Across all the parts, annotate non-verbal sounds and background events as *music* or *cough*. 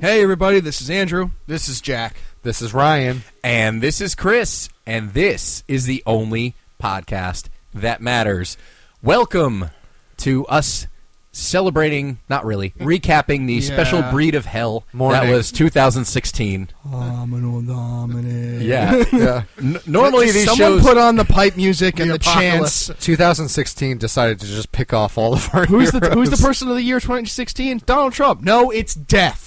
Hey, everybody, this is Andrew. This is Jack. This is Ryan. And this is Chris. And this is the only podcast that matters. Welcome to us celebrating, not really, recapping the special breed of hell Morning. that was 2016. Domino Dominic. Yeah. Yeah. N- normally these Someone shows. put on the pipe music and The the, chants. 2016 decided to just pick off all of our Who's the heroes. Who's the person of the year 2016? Donald Trump. No, it's *laughs* death.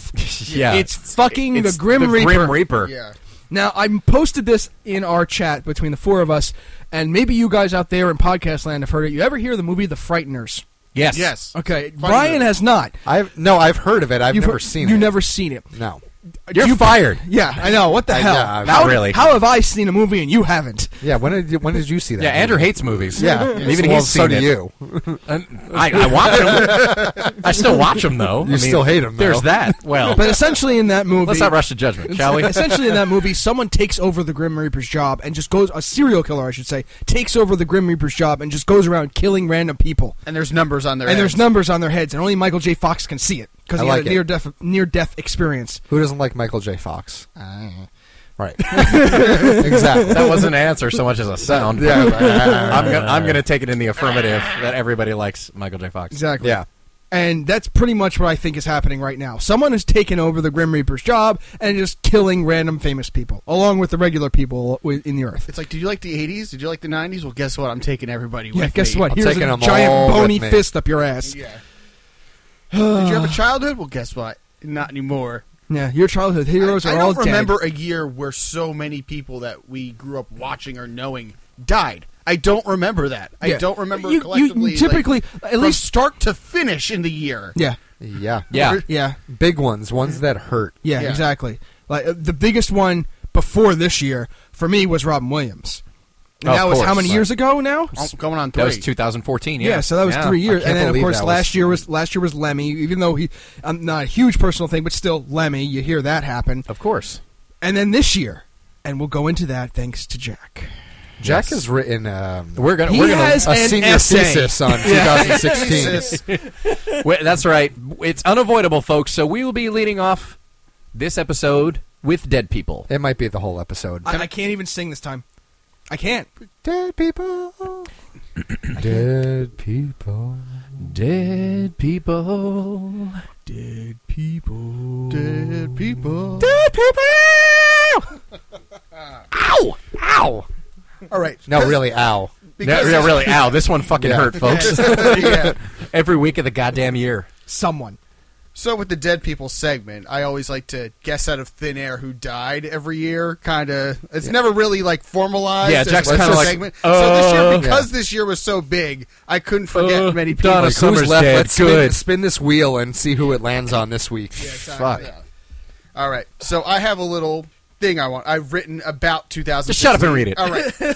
yeah. it's fucking it's the Grim Reaper. Grim Reaper. Now, I posted this in our chat between the four of us, and maybe you guys out there in podcast land have heard it. You ever hear the movie The Frighteners? Yes. Uh, Yes. Okay, Fun Brian movie. has not. I've no, I've heard of it. I've You've never heard- seen it. You've never seen it. No. You're fired. Yeah, I know. What the I hell? know, I've- how, Not really. How have I seen a movie and you haven't? Yeah. When did you, when did you see that? Yeah, movie? Andrew hates movies. Yeah. even well, he's so seen do it. you. And I, I watch them. I still watch them though. I mean, still hate 'em, though. There's that. Well, But essentially, in that movie, let's not rush to judgment, *laughs* shall we? Essentially, in that movie, someone takes over the Grim Reaper's job and just goes a serial killer, I should say, takes over the Grim Reaper's job and just goes around killing random people. And there's numbers on there. And there's numbers on their heads, and only Michael J. Fox can see it because I he like had a it. near death near death experience. Who doesn't like Michael J. Fox? *laughs* Right. That exactly. wasn't an answer so much as a sound. Yeah. *laughs* I'm gonna, I'm gonna take it in the affirmative that everybody likes Michael J. Fox. Exactly. Yeah. And that's pretty much what I think is happening right now. Someone has taken over the Grim Reaper's job and just killing random famous people, along with the regular people wi- in the earth. It's like, did you like the 80s? Did you like the 90s? Well, guess what? I'm taking everybody Yeah, with guess me. what? I'm Here's taking a 'em all giant with bony me. fist up your ass. *sighs* Yeah. did you have a childhood? Well, guess what? Not anymore. Yeah, your childhood heroes I, I are don't all remember a year where so many people that we grew up watching or knowing died. I don't remember that. Yeah. I don't remember You- you collectively. like, typically- at from least- start to finish in the year. dead. Yeah. Yeah. Yeah, yeah, Big ones, ones that hurt. yeah, Yeah. exactly. Like uh, the biggest one before this year for me was Robin Williams. And Of that was how course, many right. years ago now? Oh, Going on three. That was 2014. Yeah. Yeah, so that was Yeah. three years, and I can't then of believe course that last was- year was last year was Lemmy. Even though he, um, not a huge personal thing, but still Lemmy. You hear that happen, Of course. and then this year, and we'll go into that thanks to Jack. Jack has written um, We're gonna. He we're gonna. has a an senior essay. *laughs* thesis on 2016. Jesus. Wait, that's right. It's unavoidable, folks. So we will be leading off this episode with dead people. it might be the whole episode. I, I can't even sing this time. I can't. *clears throat* Dead people. Dead people. Dead people. Dead people. Dead people. Dead people. ow! Ow! All right. No, really, ow. Yeah, Because- yeah, really. Ow, this one fucking *laughs* Yeah. hurt, *laughs* folks. *laughs* yeah. Every week of the goddamn year. Someone. So with the dead people segment, I always like to guess out of thin air who died every year. Kind of, it's never really like formalized. Yeah, as Jack's a kinda like, segment. so this uh, year, because this year was so big, I couldn't forget Uh, many people. Donna Like, who's Summer's left? dead. Let's spin- Good. Spin, this wheel and see who it lands on this week. Yeah, exactly, Fuck. yeah. All right, so I have a little thing I want. I've written about 2000. Just shut up and read it. All right. *laughs*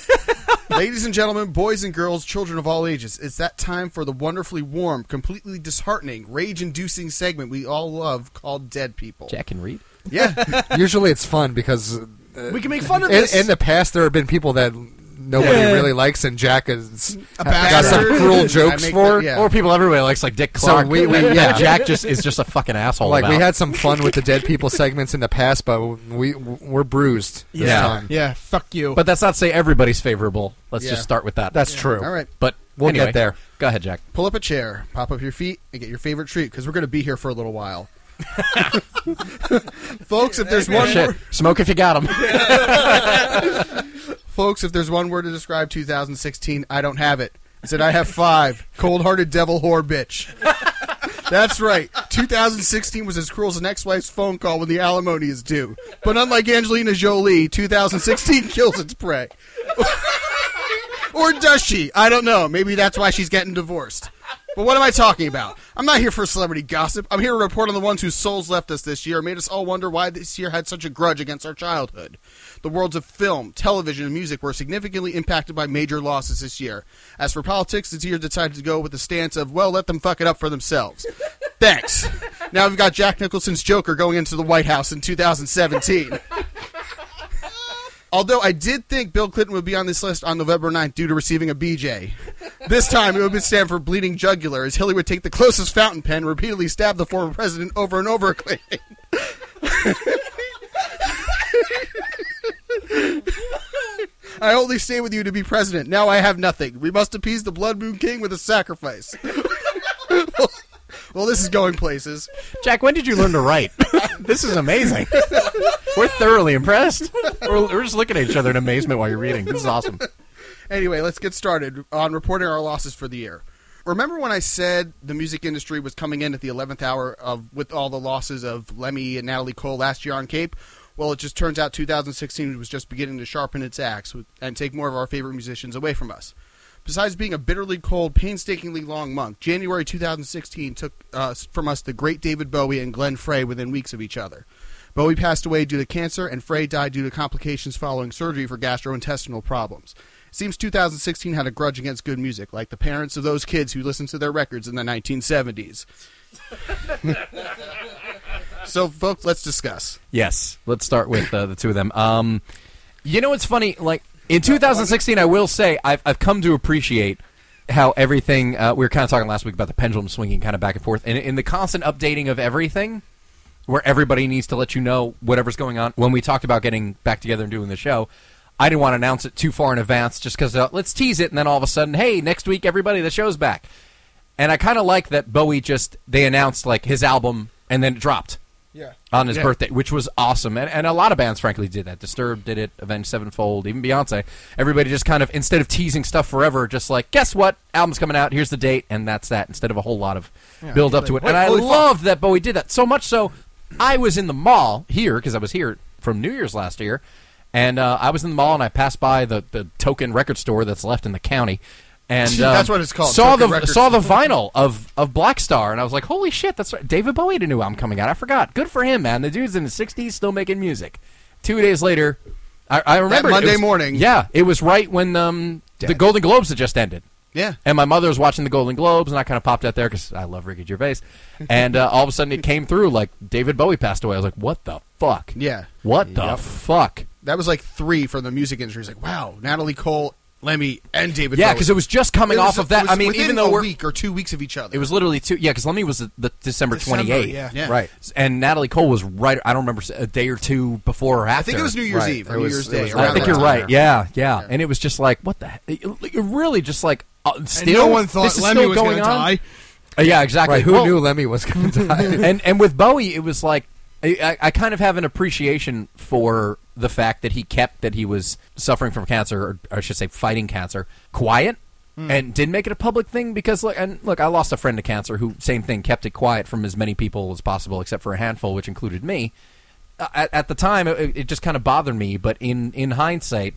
Ladies and gentlemen, boys and girls, children of all ages, it's that time for the wonderfully warm, completely disheartening, rage-inducing segment we all love called Dead People. Jack and Reed. Yeah. Usually it's fun because uh, We can make fun of in, this. in the past there have been people that nobody Yeah. really likes and Jack has got bastard. some cruel *laughs* I jokes make for. the- yeah. Or people everybody likes, like Dick Clark. we- *laughs* we- That- that yeah. Jack just is just a fucking asshole. Like we about. had some fun with the dead people segments in the past, but we we're bruised this Yeah. time. yeah. Fuck you. But that's not to say everybody's favorable. Let's Yeah. just start with that. That's true. all right. But We'll anyway, get there. Go ahead, Jack. pull up a chair, pop up your feet, and get your favorite treat because we're going to be here for a little while. *laughs* folks, if there's one, Shit. word, Smoke if you got him. folks, if there's one word to describe 2016, I don't have it. I said I have five. Cold-hearted devil whore bitch. *laughs* That's right. 2016 was as cruel as an ex-wife's phone call when the alimony is due. But unlike Angelina Jolie, 2016 *laughs* kills its prey. or does she? I don't know. Maybe that's why she's getting divorced. But what am I talking about? I'm not here for celebrity gossip. I'm here to report on the ones whose souls left us this year and made us all wonder why this year had such a grudge against our childhood. The worlds of film, television, and music were significantly impacted by major losses this year. As for politics, this year decided to go with the stance of, well, let them fuck it up for themselves. Thanks. Now we've got Jack Nicholson's Joker going into the White House in 2017. Although I did think Bill Clinton would be on this list on November 9th due to receiving a BJ. This time it would stand for bleeding jugular, as Hillary would take the closest fountain pen, repeatedly stab the former president over and over again. *laughs* I only stay with you to be president. Now I have nothing. We must appease the Blood Moon King with a sacrifice. *laughs* well, this is going places. Jack, when did you learn to write? this is amazing. *laughs* We're thoroughly impressed. We're, we're just looking at each other in amazement while you're reading. This is awesome. Anyway, let's get started on reporting our losses for the year. Remember when I said the music industry was coming in at the 11th hour of with all the losses of Lemmy and Natalie Cole last year on Cape? Well, it just turns out 2016 was just beginning to sharpen its axe with- and take more of our favorite musicians away from us. Besides being a bitterly cold, painstakingly long month, January 2016 took uh, from us the great David Bowie and Glenn Frey within weeks of each other. Bowie passed away due to cancer, and Frey died due to complications following surgery for gastrointestinal problems. It seems 2016 had a grudge against good music, like the parents of those kids who listened to their records in the 1970s. *laughs* so, folks, let's discuss. Yes. Let's start with uh, the two of them. Um, you know what's funny? Like in 2016, I will say I've I've come to appreciate how everything. Uh, we were kind of talking last week about the pendulum swinging kind of back and forth, and in the constant updating of everything, where everybody needs to let you know whatever's going on. When we talked about getting back together and doing the show. I didn't want to announce it too far in advance just because uh, let's tease it, and then all of a sudden, hey, next week, everybody, the show's back. And I kind of like that Bowie just, they announced like his album and then it dropped Yeah. on his Yeah. birthday, which was awesome. And, and a lot of bands, frankly, did that. Disturbed did it, Avenged Sevenfold, even Beyonce. Everybody just kind of, instead of teasing stuff forever, just like, guess what? Album's coming out, here's the date, and that's that, instead of a whole lot of build up to it. like, And wait, I holy fuck. loved that Bowie did that. So much so, I was in the mall here, because I was here from New Year's last year, and uh, I was in the mall and I passed by the, the token record store that's left in the county. And um, *laughs* That's what it's called, Saw token the record saw the vinyl of of Black Star, and I was like, "Holy shit, that's right. David Bowie had a new album coming out." I forgot. Good for him, man. The dude's in his sixties, still making music. Two days later, I, I remember it Monday was- morning. Yeah, it was right when um, the Golden Globes had just ended. Yeah. And my mother was watching the Golden Globes, and I kind of popped out there because I love Ricky Gervais. And uh, all of a sudden, it came through like David Bowie passed away. I was like, "What the fuck? Yeah. what the fuck?" That was like three from the music industry. It's like, wow, Natalie Cole, Lemmy, and David Yeah, Bowie. because it was just coming It was- off of it that. was I mean, within even though a we're week or two weeks of each other, It was literally two. Yeah, because Lemmy was the, the December December, twenty eighth. yeah. Yeah. right. And Natalie Cole was right. I don't remember a day or two before or after. I think it was New Year's Right, Eve it or New was- Year's it Day. was around I think that you're time. right. Yeah, yeah, Yeah. And it was just like what the. It, it really just like uh, still. And no one thought this is Lemmy still was going gonna on. die. Uh, yeah, exactly. Right, who Well, knew Lemmy *laughs* was going to die? and and with Bowie, it was like I, I- I kind of have an appreciation for the fact that he kept that he was suffering from cancer, or I should say, fighting cancer, quiet. And didn't make it a public thing because look, and look, I lost a friend to cancer who, same thing, kept it quiet from as many people as possible, except for a handful, which included me. Uh, At, at the time, it, it just kind of bothered me, but in in hindsight,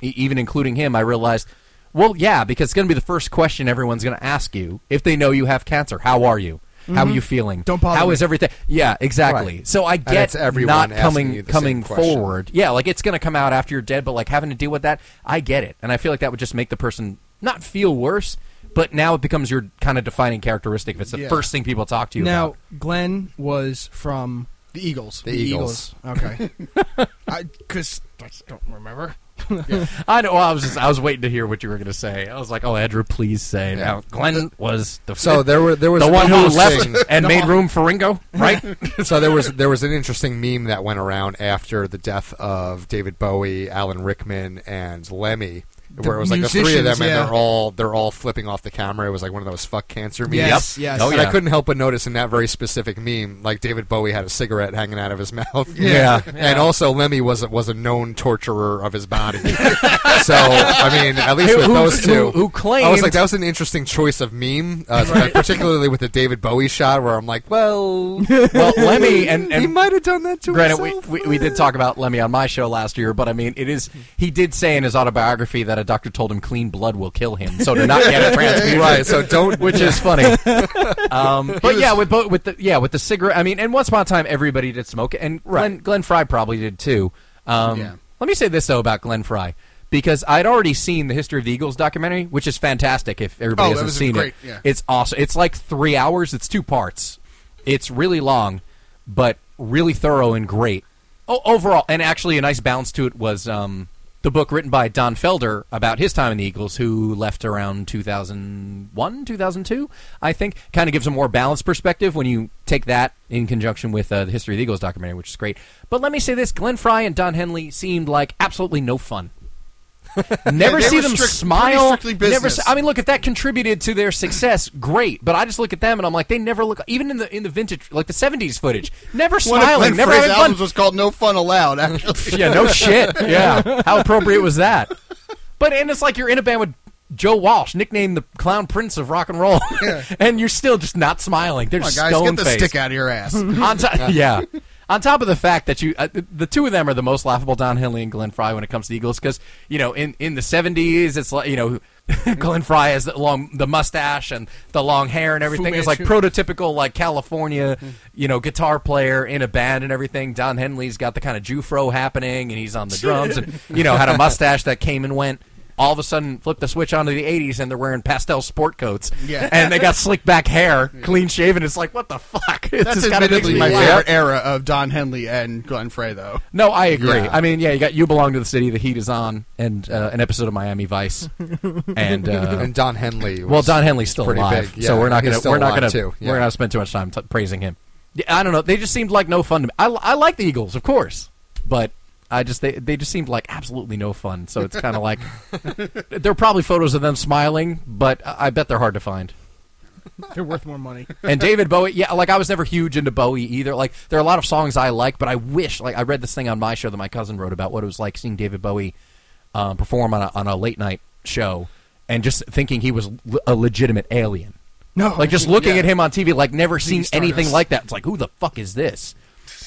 e- even including him, I realized, well, yeah, because it's going to be the first question everyone's going to ask you if they know you have cancer. How are you? How are you feeling? Don't bother How me. is everything? Yeah, exactly. Right. So I get it's everyone not asking coming you the coming same question. forward. Yeah, like it's going to come out after you're dead, but like having to deal with that, I get it, and I feel like that would just make the person not feel worse, but now it becomes your kind of defining characteristic. If it's the Yeah. first thing people talk to you Now, about. Glenn was from The Eagles. The Eagles. *laughs* Okay. I because I don't remember. I know. I was just I was waiting to hear what you were going to say. I was like, oh, Andrew, please say. Yeah. Now, Glenn was the *laughs* So there were there was the an one who left interesting- and made room for Ringo, *laughs* right? so there was there was an interesting meme that went around after the death of David Bowie, Alan Rickman, and Lemmy, where it was like the three of musicians, them, yeah. and they're all they're all flipping off the camera. It was like one of those fuck cancer memes. Yes, Yep. yes. Oh, and yeah. I couldn't help but notice in that very specific meme, like David Bowie had a cigarette hanging out of his *laughs* mouth. Yeah. and also Lemmy was a- was a known torturer of his body. *laughs* so I mean, at least with Who- those who- two, who claimed- I was like, that was an interesting choice of meme, uh, particularly with the David Bowie shot, where I'm like, well. *laughs* well, Lemmy and, and he might have done that to Granted, we, himself. we, we did talk about Lemmy on my show last year, but I mean, it is he did say in his autobiography that a doctor told him clean blood will kill him, so to not get a transfusion, right. So don't. which is funny. Um, but yeah, with both with the yeah with the cigarette, I mean, and once upon a time everybody did smoke, and Glenn, Glenn Fry probably did too. Um, Yeah. Let me say this though about Glenn Fry. Because I'd already seen the History of the Eagles documentary, which is fantastic. If everybody Oh, that hasn't was seen great, it, yeah. it's awesome. It's like three hours. It's two parts. It's really long, but really thorough and great o- overall. And actually, a nice balance to it was um, the book written by Don Felder about his time in the Eagles, who left around 2001, 2002, I think, kind of gives a more balanced perspective when you take that in conjunction with uh, the History of the Eagles documentary, which is great. But let me say this Glenn Fry and Don Henley seemed like absolutely no *laughs* fun. never they see were them strict- pretty smile. strictly Never, business. s- I mean, look if that contributed to their success, great. But I just look at them and I'm like, they never look. Even in the in the vintage, like the '70s footage, never One of smiling, Glenn never Frey's having fun albums was called "No Fun *laughs* Allowed." Actually, yeah, no shit. Yeah. How appropriate was that? But and it's like you're in a band with Joe Walsh, nicknamed the Clown Prince of Rock and Roll, *laughs* and you're still just not smiling. They're Come on, just guys, get the stone-faced. stick out of your ass. *laughs* On to- yeah. On top of the fact that you, uh, the- the two of them are the most laughable, Don Henley and Glenn Fry, when it comes to Eagles, because you know, in, in the '70s, it's like you know, *laughs* Glenn Fry has the long the mustache and the long hair and everything. It's like prototypical like California, Hmm. you know, guitar player in a band and everything. Don Henley's got the kind of Jufro happening, and he's on the drums, *laughs* and you know, had a mustache that came and went. All of a sudden, flipped the switch onto the '80s, and they're wearing pastel sport coats, Yeah. and they got slick back hair, *laughs* clean shaven. It's like, what the fuck? *laughs* It's That's just kinda admittedly makes my me laugh. favorite era of Don Henley and Glenn Frey, though. No, I agree. Yeah. I mean, yeah, you got you belong to the city. The heat is on, and uh, an episode of Miami *laughs* Vice, and, uh, and Don Henley. Was well, Don Henley's still pretty alive, big, yeah, so we're not and he's gonna still we're not gonna alive, too, yeah. we're not gonna spend too much time t- praising him. Yeah, I don't know. They just seemed like no fun to me. I, I like the Eagles, of course, but I just they they just seemed like absolutely no fun. So it's kind of *laughs* like there are probably photos of them smiling, but I I bet they're hard to find. They're worth more money. And David Bowie, yeah, like I was never huge into Bowie either. Like there are a lot of songs I like, but I wish, like I read this thing on my show that my cousin wrote about what it was like seeing David Bowie um, perform on a, on a late night show, and just thinking he was l- a legitimate alien. No, Like just looking Yeah. at him on TV, like never seen anything Stardust. like that. It's like who the fuck is this?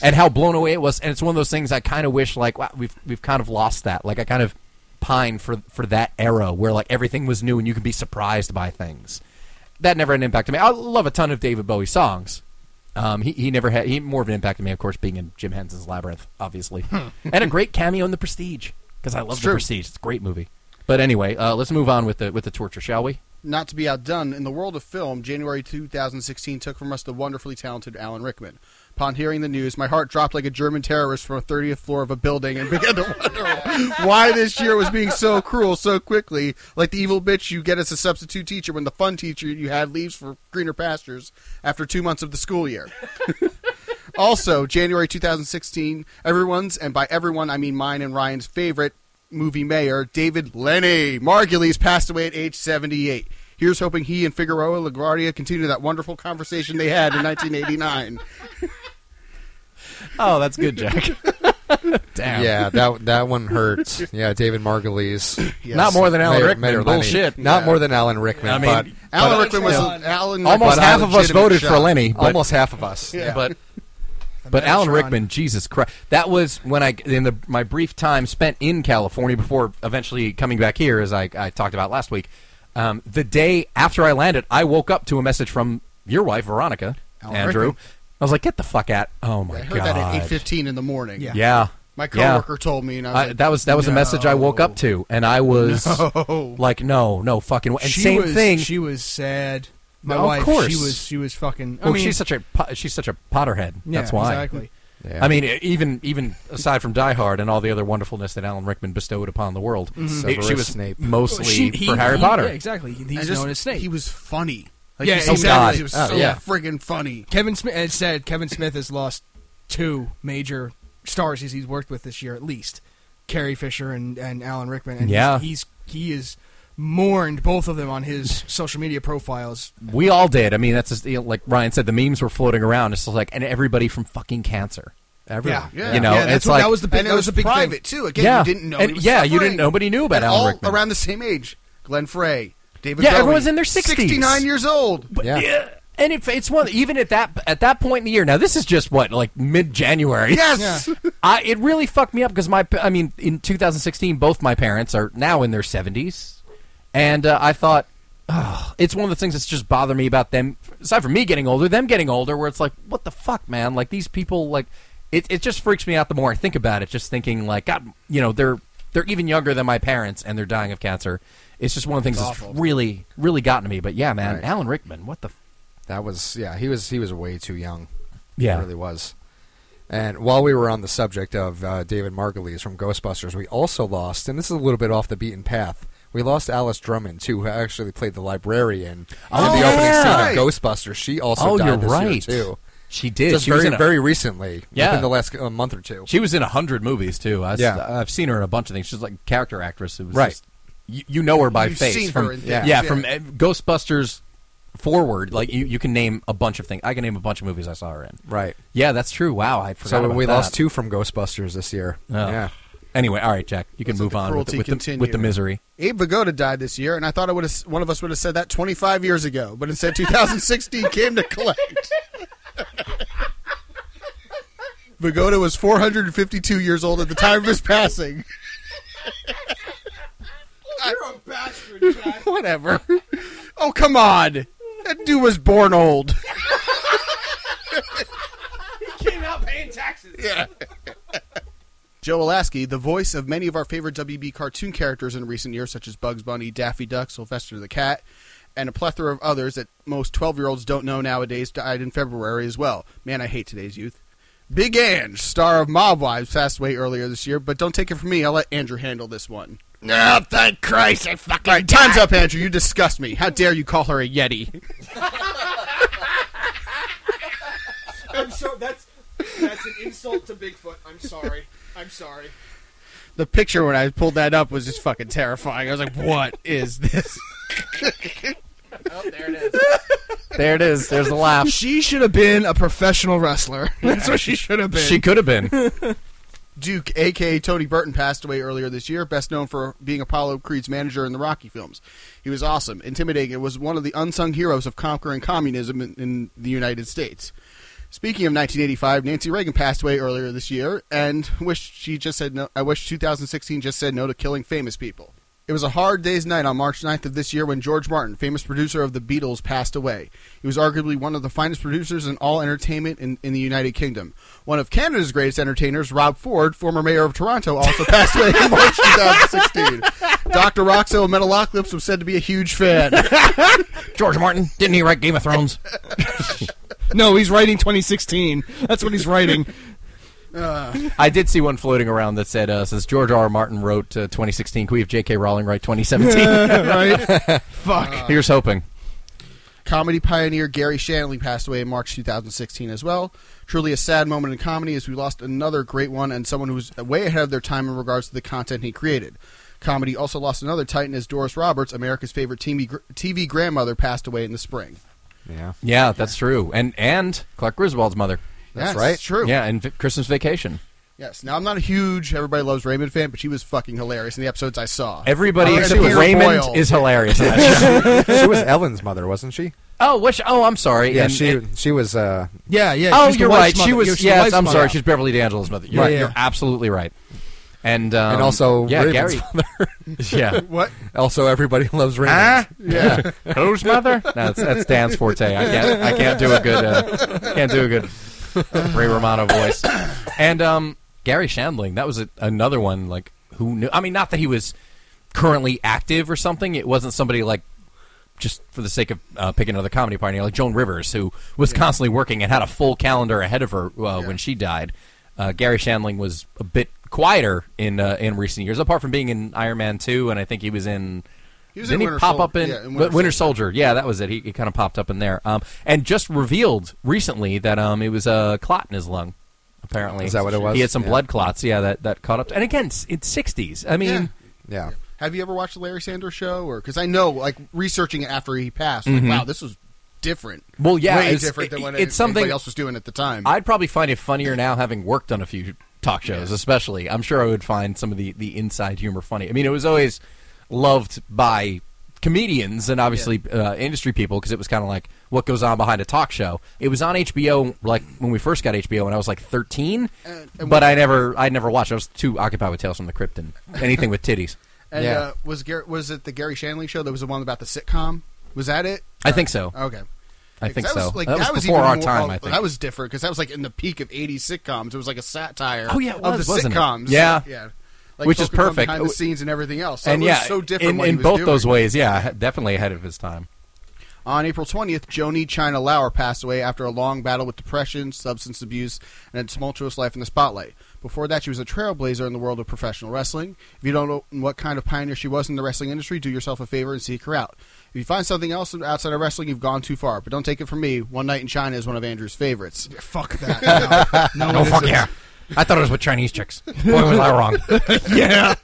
And how blown away it was. And it's one of those things I kind of wish, like wow, we've we've kind of lost that. Like I kind of pine for for that era where like everything was new and you could be surprised by things. That never had an impact on me. I love a ton of David Bowie songs. Um, he, he never had he had more of an impact on me, of course, being in Jim Henson's Labyrinth, obviously, and a great cameo in The Prestige because I love The true. Prestige. Hmm. It's a great movie. But anyway, uh, let's move on with the with the torture, shall we? Not to be outdone, in the world of film, January 2016 took from us the wonderfully talented Alan Rickman. Upon hearing the news, my heart dropped like a German terrorist from a 30th floor of a building and began to wonder why this year was being so cruel so quickly, like the evil bitch you get as a substitute teacher when the fun teacher you had leaves for greener pastures after two months of the school year. also, January 2016, everyone's, and by everyone I mean mine and Ryan's favorite movie mayor, David Lenny Margulies, passed away at age 78. Here's hoping he and Figueroa LaGuardia continue that wonderful conversation they had in 1989. Oh, that's good, *laughs* Jack. Damn. Yeah, that that one hurts. *laughs* Yeah, David Margulies. Yes. Not more than Alan Mayor- Rickman. Mayor Lenny. Bullshit. Not Yeah. more than Alan Rickman. I mean, but, Alan but- Rickman was Yeah. Alan Almost Rickman was a half of us legitimate voted shot. for Lenny, but, almost half of us. Yeah. *laughs* but but Alan Megatron. Rickman, Jesus Christ, that was when I in the my brief time spent in California before eventually coming back here, as I, I talked about last week. Um, the day after I landed, I woke up to a message from your wife, Veronica Alan Andrew. Rickman. I was like, "Get the fuck out!" Oh my I heard god! that at 8:15 in the morning. Yeah. Yeah, My Yeah. coworker told me, and I was I, like, that was that was a message I woke up to, and I was *laughs* No. like, "No, no fucking." way. And she same was, thing. She was sad. My No, of wife, course. she was. She was fucking. I Well, mean, she's such a po- she's such a Potterhead. yeah, That's why. Exactly. Yeah. I mean, e- even even aside from Die Hard and all the other wonderfulness that Alan Rickman bestowed upon the world, it- she Mm-hmm. Severus was Snape. mostly She- he- for Harry he- Potter. Yeah, exactly. He- He's And just- known as Snake. He was funny. Like, Yeah, he was so exactly. funny. He was Oh, so yeah. friggin' funny. Kevin Smith as said Kevin Smith has lost two major stars he's, he's worked with this year at least. Carrie Fisher and, and Alan Rickman. And Yeah. he's, he's he is mourned both of them on his social media profiles. We all did. I mean, that's just, you know, like Ryan said. The memes were floating around. It's just like, and everybody from fucking cancer. Everyone, Yeah. Yeah. you know, Yeah, and that's it's what- like that was the big- and it that was, was the big thing. private too. Again, Yeah. you didn't know. And- he was yeah, you suffering. didn't- nobody knew about And Alan all Rickman. around the same age. Glenn Frey, David. Yeah, Bowie, everyone's in their 60s. Sixty-nine years old. Yeah. and if it's one even at that at that point in the year. Now this is just what like mid January. Yes. *laughs* I, it really fucked me up because my I mean in 2016 both my parents are now in their 70s, and uh, I thought "Ugh," it's one of the things that's just bothered me about them. Aside from me getting older, them getting older, where it's like, what the fuck, man? Like these people, like it it just freaks me out the more I think about it. Just thinking like, God, you know, they're they're even younger than my parents and they're dying of cancer. It's just one of the things that's awful. really really gotten to me. But yeah, man, Right. Alan Rickman, what the. f- that was yeah. He was he was way too young. Yeah. he really was. And while we were on the subject of uh, David Margulies from Ghostbusters, we also lost, and this is a little bit off the beaten path. We lost Alice Drummond too, who actually played the librarian Oh, in the yeah. opening scene of Ghostbusters. She also Oh, died you're this year right. too. She did. Just she very, was in a, very recently, Yeah. within the last uh, month or two. She was in a hundred movies too. I, Yeah. have seen her in a bunch of things. She's like a character actress. It was Right. just- you, you know her by You've face. seen from, her in yeah, things, yeah, yeah. from uh, Ghostbusters forward. Like you, you can name a bunch of things. I can name a bunch of movies I saw her in. right. Yeah, that's true. Wow, I forgot. So about we that. lost two from Ghostbusters this year. Oh. Yeah. Anyway, all right, Jack, you can Let's let move the on with the, cruelty with, the, continue. with the misery. Abe Vigoda died this year, and I thought I would have, one of us would have said that 25 years ago, but *laughs* instead 2016 came to collect. Vigoda was 452 years old at the time of his passing. *laughs* You're a bastard, Jack. *laughs* Whatever. Oh, come on. That dude was born old. Came out paying taxes. Joe Alasky, the voice of many of our favorite WB cartoon characters in recent years, such as Bugs Bunny, Daffy Duck, Sylvester the Cat, and a plethora of others that most 12 year olds don't know nowadays, died in February as well. Man, I hate today's youth. Big Ange, star of Mob Wives, passed away earlier this year, but don't take it from me. I'll let Andrew handle this one. No, Oh, thank Christ, I fucking All right, time's up, Andrew. You disgust me. How dare you call her a Yeti? I'm so that's that's an insult to Bigfoot. I'm sorry. I'm sorry. The picture when I pulled that up was just fucking terrifying. I was like, what is this? There it is. There's a *laughs* laugh. She should have been a professional wrestler. *laughs* That's what she should have been. she could have *laughs* been. Duke, aka Tony Burton, passed away earlier this year, best known for being Apollo Creed's manager in the Rocky films. He was awesome, intimidating, and was one of the unsung heroes of conquering communism in, in the United States. Speaking of 1985, Nancy Reagan passed away earlier this year, and wish she just said no. I wish 2016 just said no to killing famous people. It was a hard day's night on March 9th of this year when George Martin, famous producer of the Beatles, passed away. He was arguably one of the finest producers in all entertainment in, in the United Kingdom. One of Canada's greatest entertainers, Rob Ford, former mayor of Toronto, also passed away in March 2016. Dr. Roxo Metalocalypse was said to be a huge fan. George Martin didn't he write Game of Thrones? no, he's writing 2016. That's what he's writing. I did see one floating around that said, uh, "Since George R. R. Martin wrote uh, 2016, can we have J.K. Rowling write 2017?" *laughs* right? *laughs* Fuck. Uh, Here's hoping. Comedy pioneer Gary Shanley passed away in March 2016 as well. Truly a sad moment in comedy as we lost another great one and someone who was way ahead of their time in regards to the content he created. Comedy also lost another titan as Doris Roberts, America's favorite TV, gr- TV grandmother, passed away in the spring. *laughs* Yeah. Yeah, that's true. And and Clark Griswold's mother. That's right. True. Yeah, and v- Christmas Vacation. Yes. Now I'm not a huge Everybody Loves Raymond fan, but she was fucking hilarious in the episodes I saw. Everybody Oh, except Peter Raymond Boyle. is hilarious. *laughs* in that *laughs* show. she was Ellen's mother, wasn't she? oh, which? Oh, I'm sorry. Yeah, And- she and- she was. Uh, Yeah, yeah. oh, she's the you're wife's right. She mother. was. She's the yes, wife's I'm mother. sorry. She's Beverly D'Angelo's mother. You're, Right, right, yeah. you're absolutely right. And um, and also yeah, Raven's Gary. mother. *laughs* yeah. What? also, everybody *laughs* loves Raymond. Ah! Yeah. *laughs* Whose mother? No, that's, that's Dan's forte. I can't, I can't do a good, uh, can't do a good Ray Romano voice. And um, Gary Shandling, that was a, another one. Like who knew? I mean, not that he was currently active or something. It wasn't somebody like just for the sake of uh, picking another comedy partner, like Joan Rivers, who was constantly working and had a full calendar ahead of her uh, when she died. Uh, Gary Shandling was a bit quieter in uh, in recent years, apart from being in Iron Man two, and I think he was in. He was didn't in he Winter pop Sol- up in, yeah, in Wi- Winter Winter, Soldier? Yeah, that was it. He, he kind of popped up in there, um, and just revealed recently that um, it was a clot in his lung. Apparently, Is that what it was? He had some Yeah. blood clots. Yeah, that, that caught up. to- and again, s- it's sixties. I mean, Yeah. Yeah. Have you ever watched the Larry Sanders Show? Or because I know, like researching it after he passed, like, wow, this was different. Mm-hmm. Well, yeah, way it's- different than what it- it's something- anybody else was doing at the time. I'd probably find it funnier now having worked on a few talk shows, especially. I'm sure I would find some of the, the inside humor funny. I mean, it was always loved by comedians and obviously uh, industry people because it was kind of like what goes on behind a talk show. It was on HBO like when we first got HBO when I was like 13, And- and but we- I never I never watched. I was too occupied with Tales from the Crypt and anything with titties. *laughs* And Yeah. uh, was Gar- was it the Gary Shanley show that was the one about the sitcom? Was that it? I think so. Okay. I think 'Cause uh, that so. Was, like, that, was, before even our more- time. oh, I think that was different because that was like in the peak of '80s sitcoms. It was like a satire. Oh, yeah, it was, of the wasn't it? sitcoms. Yeah. yeah. Like, Which is focused on perfect. behind the Oh, scenes and everything else. So and it was yeah, so different. in, what he in was both doing. those ways. Yeah, definitely ahead of his time. On April 20th, Joni China Lauer passed away after a long battle with depression, substance abuse, and a tumultuous life in the spotlight. Before that, she was a trailblazer in the world of professional wrestling. If you don't know what kind of pioneer she was in the wrestling industry, do yourself a favor and seek her out. If you find something else outside of wrestling, you've gone too far. But don't take it from me. One Night in China is one of Andrew's favorites. *laughs* Fuck that. No, no, Oh, fuck yeah. I thought it was with Chinese chicks. Boy, was I wrong. yeah.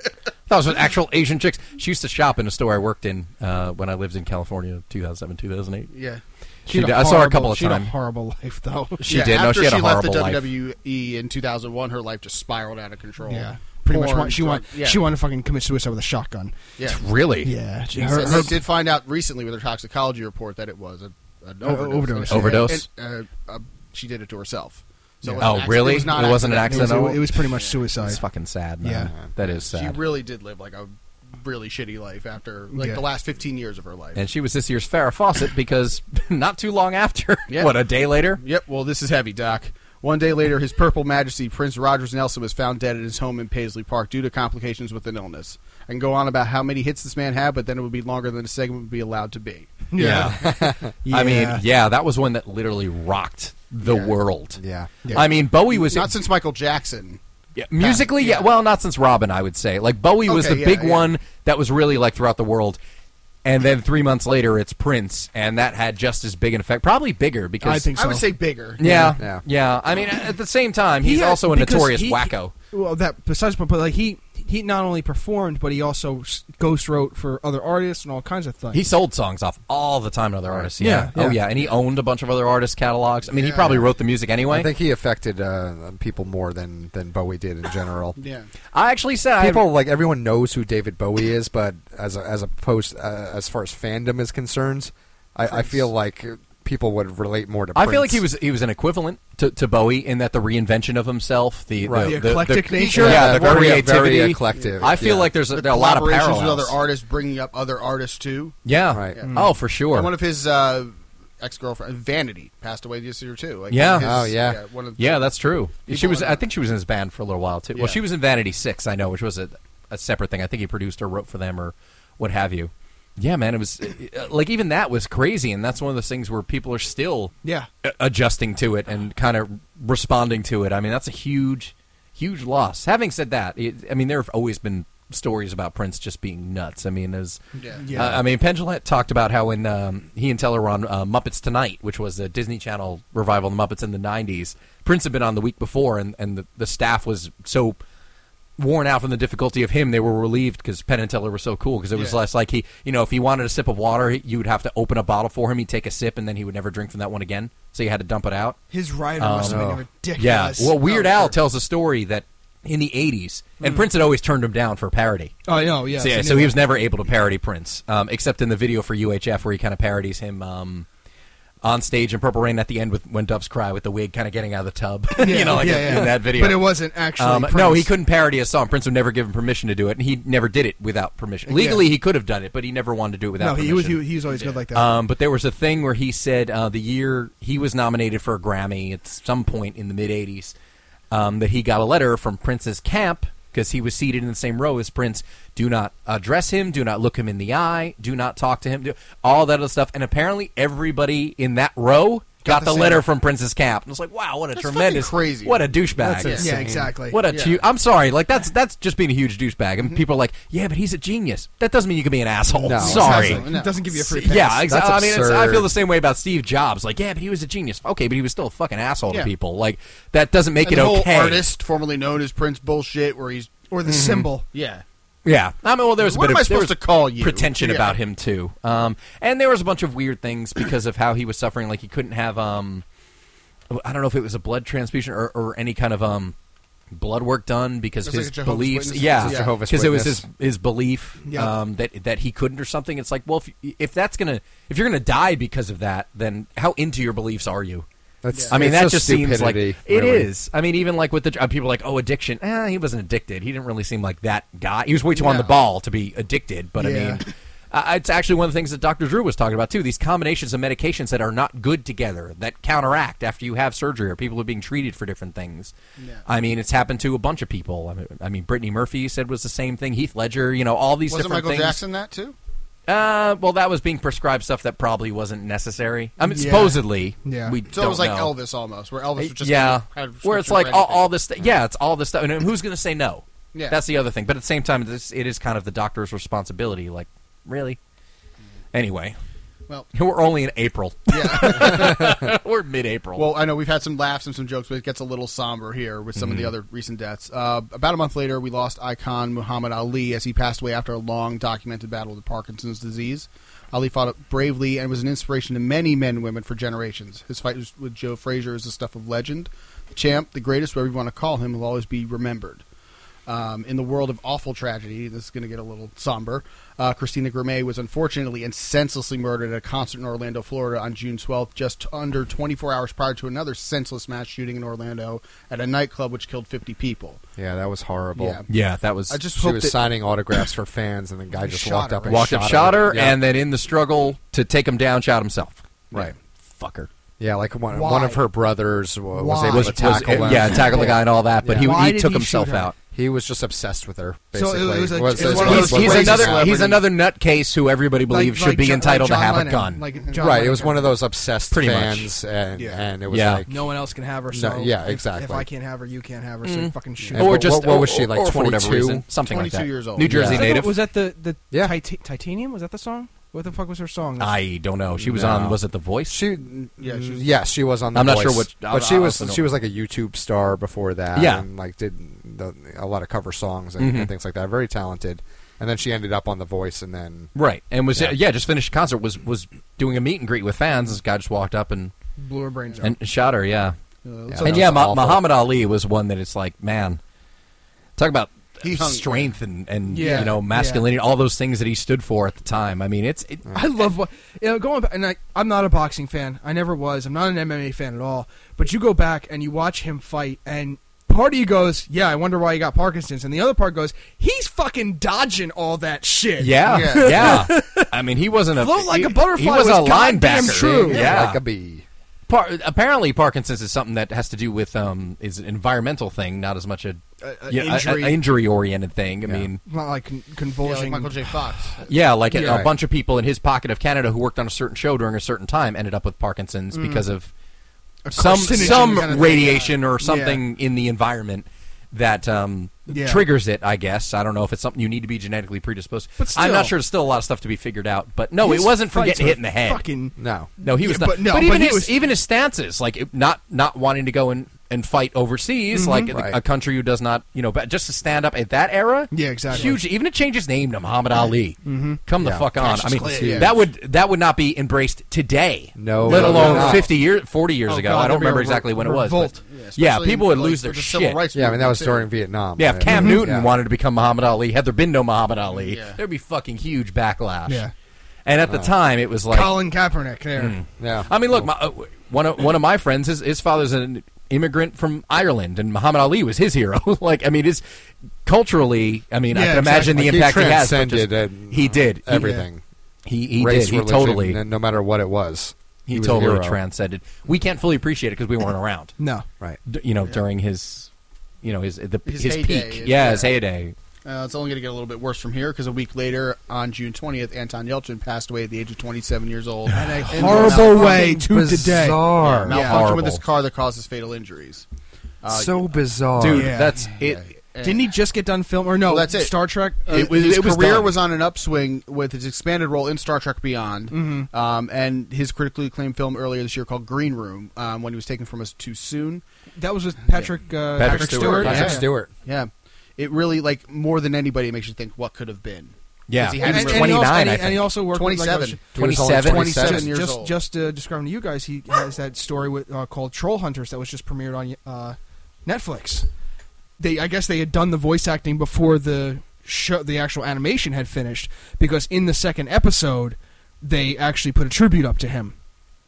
That was with actual Asian chicks. She used to shop in a store I worked in uh, when I lived in California, 2007, 2008. Yeah. *laughs* She did- I saw her a couple of she had a times. horrible life, though. She Yeah, did. After no, she had a horrible left the life. WWE in 2001, her life just spiraled out of control. Yeah, pretty much. Porn, Want, she drug- want, yeah. she wanted to fucking commit suicide with a shotgun. Yeah. Really? Yeah, she- Her, her, her, did find out recently with her toxicology report that it was a, an overdose. overdose. Overdose? And, uh, uh, she did it to herself. So it Yeah. wasn't Oh, an acc- really? It, was not It wasn't an it, was, accident. it was pretty much It's suicide. fucking sad, man. Yeah. That is sad. She really did live like a really shitty life after like Yeah. the last 15 years of her life. and she was this year's Farrah Fawcett because *laughs* not too long after, Yeah. what, a day later? Yep. Well, this is heavy, Doc. One day later, his Purple Majesty Prince Rogers Nelson was found dead at his home in Paisley Park due to complications with an illness. I can go on about how many hits this man had, but then it would be longer than the segment would be allowed to be. Yeah. I mean, Yeah. yeah, that was one that literally rocked the Yeah. world. Yeah. I mean, Bowie was Not since Michael Jackson. Yeah, musically, yeah. Well, not since Robin, I would say. Like Bowie was Okay, the yeah, big yeah. one that was really like throughout the world. And then three months later, it's Prince, and that had just as big an effect, probably bigger because I think I would So- say bigger. Yeah, Yeah. yeah, I mean, at the same time, he's He had- also a because notorious he- wacko. he- well, that besides, but like he he not only performed, but he also s- ghost wrote for other artists and all kinds of things. He sold songs off all the time to other artists. Yeah, Yeah, oh yeah. yeah, and he owned a bunch of other artists' catalogs. I mean, he probably wrote the music anyway. I think he affected uh, people more than, than Bowie did in general. Yeah. I actually said I, People like everyone knows who David Bowie is, but as a, as a post uh, as far as fandom is concerned, I, I feel like people would relate more to. I Prince. feel like he was he was an equivalent to, to Bowie in that the reinvention of himself, the Right. the, The eclectic nature. yeah, the Very- very creativity, eclectic, I feel yeah. like there's a, there are a lot of Collaborations parallels with other artists, bringing up other artists too. Yeah, Right. Yeah. Oh, for sure. And one of his uh, ex girlfriend, Vanity, passed away this year too. Like, Yeah. his- Oh, yeah. one of yeah, that's true. She People was. in- I think she was in his band for a little while too. Yeah. Well, she was in Vanity Six, I know, which was a, a separate thing. I think he produced or wrote for them or what have you. Yeah, man, it was uh, like even that was crazy, and that's one of those things where people are still Yeah. a- adjusting to it and kind of responding to it. I mean, that's a huge, huge loss. Having said that, it, I mean, there have always been stories about Prince just being nuts. I mean, there's, Yeah. Yeah. Uh, I- I mean, Pendulette talked about how when um, he and Teller were on uh, Muppets Tonight, which was a Disney Channel revival of the Muppets in the '90s, Prince had been on the week before, and and the, the staff was so worn out from the difficulty of him, they were relieved because Penn and Teller were so cool. Because it was Yeah. less like he, you know, if he wanted a sip of water, he- you would have to open a bottle for him. He'd take a sip, and then he would never drink from that one again. So you had to dump it out. Um, His rider must have been Oh, Yeah. ridiculous. Well, Weird Oh, Al sure. tells a story that in the '80s, Mm. and Prince had always turned him down for parody. Oh, I know. Yeah. So, yeah, I so knew he it. was never able to parody Prince, um, except in the video for UHF where he kind of parodies him um, on stage in Purple Rain at the end with when doves cry with the wig, kind of getting out of the tub, *laughs* you know, like yeah, in, yeah. in that video. But it wasn't actually Um, no, Prince. he couldn't parody a song. Prince would never give him permission to do it, and he never did it without permission. Legally, he could have done it, but he never wanted to do it without. No, permission. he was he, he was always good like that. Um, but there was a thing where he said uh, the year he was nominated for a Grammy at some point in the mid '80s um, that he got a letter from Prince's camp because he was seated in the same row as Prince. Do not address him. Do not look him in the eye. Do not talk to him. Do all that other stuff. And apparently, everybody in that row got, the the, same- letter from Prince's camp. And it's like, wow, what a fucking tremendous, crazy. what a douchebag. yeah, exactly. What a Yeah. hu- I'm sorry, like that's that's just being a huge douchebag, and people are like, "Yeah, but he's a genius." That doesn't mean you can be an asshole. No, sorry, exactly. No. It doesn't give you a free pass. yeah, exactly. I That's mean, it's, I absurd. feel the same way about Steve Jobs. Like, yeah, but he was a genius. Okay, but he was still a fucking asshole Yeah. to people. Like, that doesn't make And it the whole okay. Mm-hmm. artist, formerly known as Prince Bullshit, where he's Or the symbol. yeah. Yeah, I mean, well, there was a What bit am of I supposed there was to call you? pretension Yeah. about him too. Um, and there was a bunch of weird things because of how he was suffering. Like, he couldn't have um, I don't know if it was a blood transfusion or, or any kind of um. Blood work done because It of was like his a Jehovah's beliefs, Witness- yeah, it's a Jehovah's because it was Witness. his his belief Yeah. um, that that he couldn't or something. It's like, well, if if that's gonna if you're gonna die because of that, then how into your beliefs are you? That's, I mean, it's that just seems like stupidity, it is. really. I mean, even like with the uh, people are like, oh, addiction. Eh, he wasn't addicted. He didn't really seem like that guy. He was way too on the No. ball to be addicted. But Yeah. I mean, uh, it's actually one of the things that Dr. Drew was talking about too. These combinations of medications that are not good together that counteract after you have surgery or people who are being treated for different things. I mean, it's happened to a bunch of people. I mean, I mean, Brittany Murphy said was the same thing. Heath Ledger, you know, all these Wasn't different Michael things. Jackson that too? Uh, well, that was being prescribed stuff that probably wasn't necessary. I mean, Yeah. supposedly, Yeah. We So don't it was like know. Elvis almost, where Elvis was just yeah, kind of where it's like switching for all, anything. all this. Th- yeah, it's all this stuff, and who's going to say no? Yeah. that's the other thing. But at the same time, this, it is kind of the doctor's responsibility. Like, really? Anyway, *laughs* Well, we're only in April. *laughs* yeah. *laughs* we're mid-April. well, I know we've had some laughs and some jokes, but it gets a little somber here with some of the other recent deaths. Uh, about a month later, we lost icon Muhammad Ali as he passed away after a long documented battle with Parkinson's disease. Ali fought it bravely and was an inspiration to many men and women for generations. His fight was- with Joe Frazier is the stuff of legend. The champ, the greatest, whatever you want to call him, will always be remembered. Um, in the world of awful tragedy, this is going to get a little somber. Uh, Christina Grimmie was unfortunately and senselessly murdered at a concert in Orlando, Florida on June 12th, just under 24 hours prior to another senseless mass shooting in Orlando at a nightclub which killed 50 people. Yeah, that was horrible. Yeah. yeah, that was. I just She hope was that- signing autographs for fans, and the guy just walked Shot her, up right? and walked shot up, shot her, Yeah. and then in the struggle to take him down, shot himself. Right. Fucker. Yeah, like one, Why? one of her brothers wa- was Why? able Was, to was, tackle him. yeah, tackle the guy and all that, but Yeah. Why he, he did took he himself shoot her? out. He was just obsessed with her. So it Basically, was a- Was- it was was one of He's, those one he's of crazy another celebrities. he's another nutcase who everybody believes Like- should be like Jo- entitled like John to have Lennon. a gun. Like John right. It Lennon. was one of those obsessed Pretty much. fans, and Yeah. and it was Yeah. like No one else can have her. No, So yeah, if- If exactly. I can't have her, you can't have her. Mm-hmm. So fucking shoot. Yeah. her. or what- just what- what was she, like, or for whatever 22? reason, something like 22 that. years old. New Jersey Was that the- native. Was that the the Yeah. Tit- titanium? Was that the song? What the fuck was her song? I don't know. She was No. on. Was it The Voice? She, Yeah, yeah, she she was- was on. The I'm not sure Voice. what- I- but she I was. also don't- She was like a YouTube star before that. Yeah. Mm-hmm. and like did the, a lot of cover songs and, and things like that. Very talented, and then she ended up on The Voice, and then right. And was yeah. Yeah. just finished a concert. Was was doing a meet and greet with fans. This guy just walked up and blew her brains out. and shot her. Yeah. Uh, Yeah. so- and that yeah, was Ma- awful. Muhammad Ali was one that it's like, man, talk about He hung- strength and and Yeah. you know masculinity, all those things that he stood for at the time. I mean, it's it, I love what you know, going back, and I, I'm not a boxing fan. I never was. I'm not an MMA fan at all. But you go back and you watch him fight, and part of you goes, "Yeah, I wonder why he got Parkinson's," and the other part goes, "He's fucking dodging all that shit." yeah, yeah. Yeah. I mean, he wasn't a Float like he- a butterfly He was was, a goddamn linebacker. true. Yeah. like a bee. Par- apparently, Parkinson's is something that has to do with um is an environmental thing, not as much a, a injury injury. oriented thing. I mean, not like con- yeah, like convulsing. Michael J. Fox. Yeah, like a, Yeah. a bunch of people in his pocket of Canada who worked on a certain show during a certain time ended up with Parkinson's Mm. because of *sighs* some carcinogen some kind of thing, radiation or something in the environment that um, Yeah. triggers it. I guess I don't know if it's something you need to be genetically predisposed. But I'm not still. sure. There's still a lot of stuff to be figured out. But no, Oh, it His wasn't for fights getting were hit in the head. Fucking No, no, he Yeah, was not. but no, but even he his was- even his stances, like it- not not wanting to go and, and fight overseas, like in Right. a country who does not, you know, but just to stand up at that era. Yeah, exactly. Huge. Even to change his name to Muhammad Ali. Come the Yeah. fuck on. I mean, That's huge. that would that would not be embraced today. No, let no, alone no. fifty years, forty years Oh, ago. God, I don't there'd be a remember re- exactly when it was. revolt. But yeah, especially people would like, lose their with the Civil shit. rights yeah. I mean, that movement, was too. during Vietnam. Yeah, if right? Cam Newton Yeah. wanted to become Muhammad Ali, had there been no Muhammad Ali, Yeah. there'd be fucking huge backlash. Yeah. And at the time, it was like Colin Kaepernick there. Hmm. Yeah, I mean, look, my, uh, one of one of my friends, his his father's an immigrant from Ireland, and Muhammad Ali was his *laughs* hero. like, I mean, it's culturally, I mean, I Yeah, can imagine Like, the impact he, has. but transcended just- and he did He- everything. He he Race, did. He religion, totally n- no matter what it was. he, was a totally hero. transcended. We can't fully appreciate it because we weren't around. No, Right. D- you know, during his, you know, his the, His his, heyday, peak, yeah, yeah. his heyday. Uh, it's only going to get a little bit worse from here because a week later, on June 20th, Anton Yelchin passed away at the age of 27 *sighs* years old. And a horrible way to today. bizarre. Malfunction with Horrible. his car that causes fatal injuries. Uh, so bizarre, Dude, Oh, yeah. that's it. Yeah. Didn't he just get done film? Or no, Well, that's it. Star Trek. Uh, It was- his it was career done. was on an upswing with his expanded role in Star Trek Beyond, Mm-hmm. um, and his critically acclaimed film earlier this year called Green Room, um, when he was taken from us too soon. that was with Patrick. Uh, Patrick Stewart, Yeah. Patrick yeah. Stewart. Yeah, it really like more than anybody it makes you think what could have been. Yeah, 'Cause he And- had and- his and he also- 29, and I he, think. and he also worked with, like, 27. He was only 27? 27 just, years just, old. Just uh, describing to you guys, he has that story with uh, called Troll Hunters that was just premiered on uh, Netflix. They, I guess, they had done the voice acting before the show, the actual animation had finished, because in the second episode, they actually put a tribute up to him.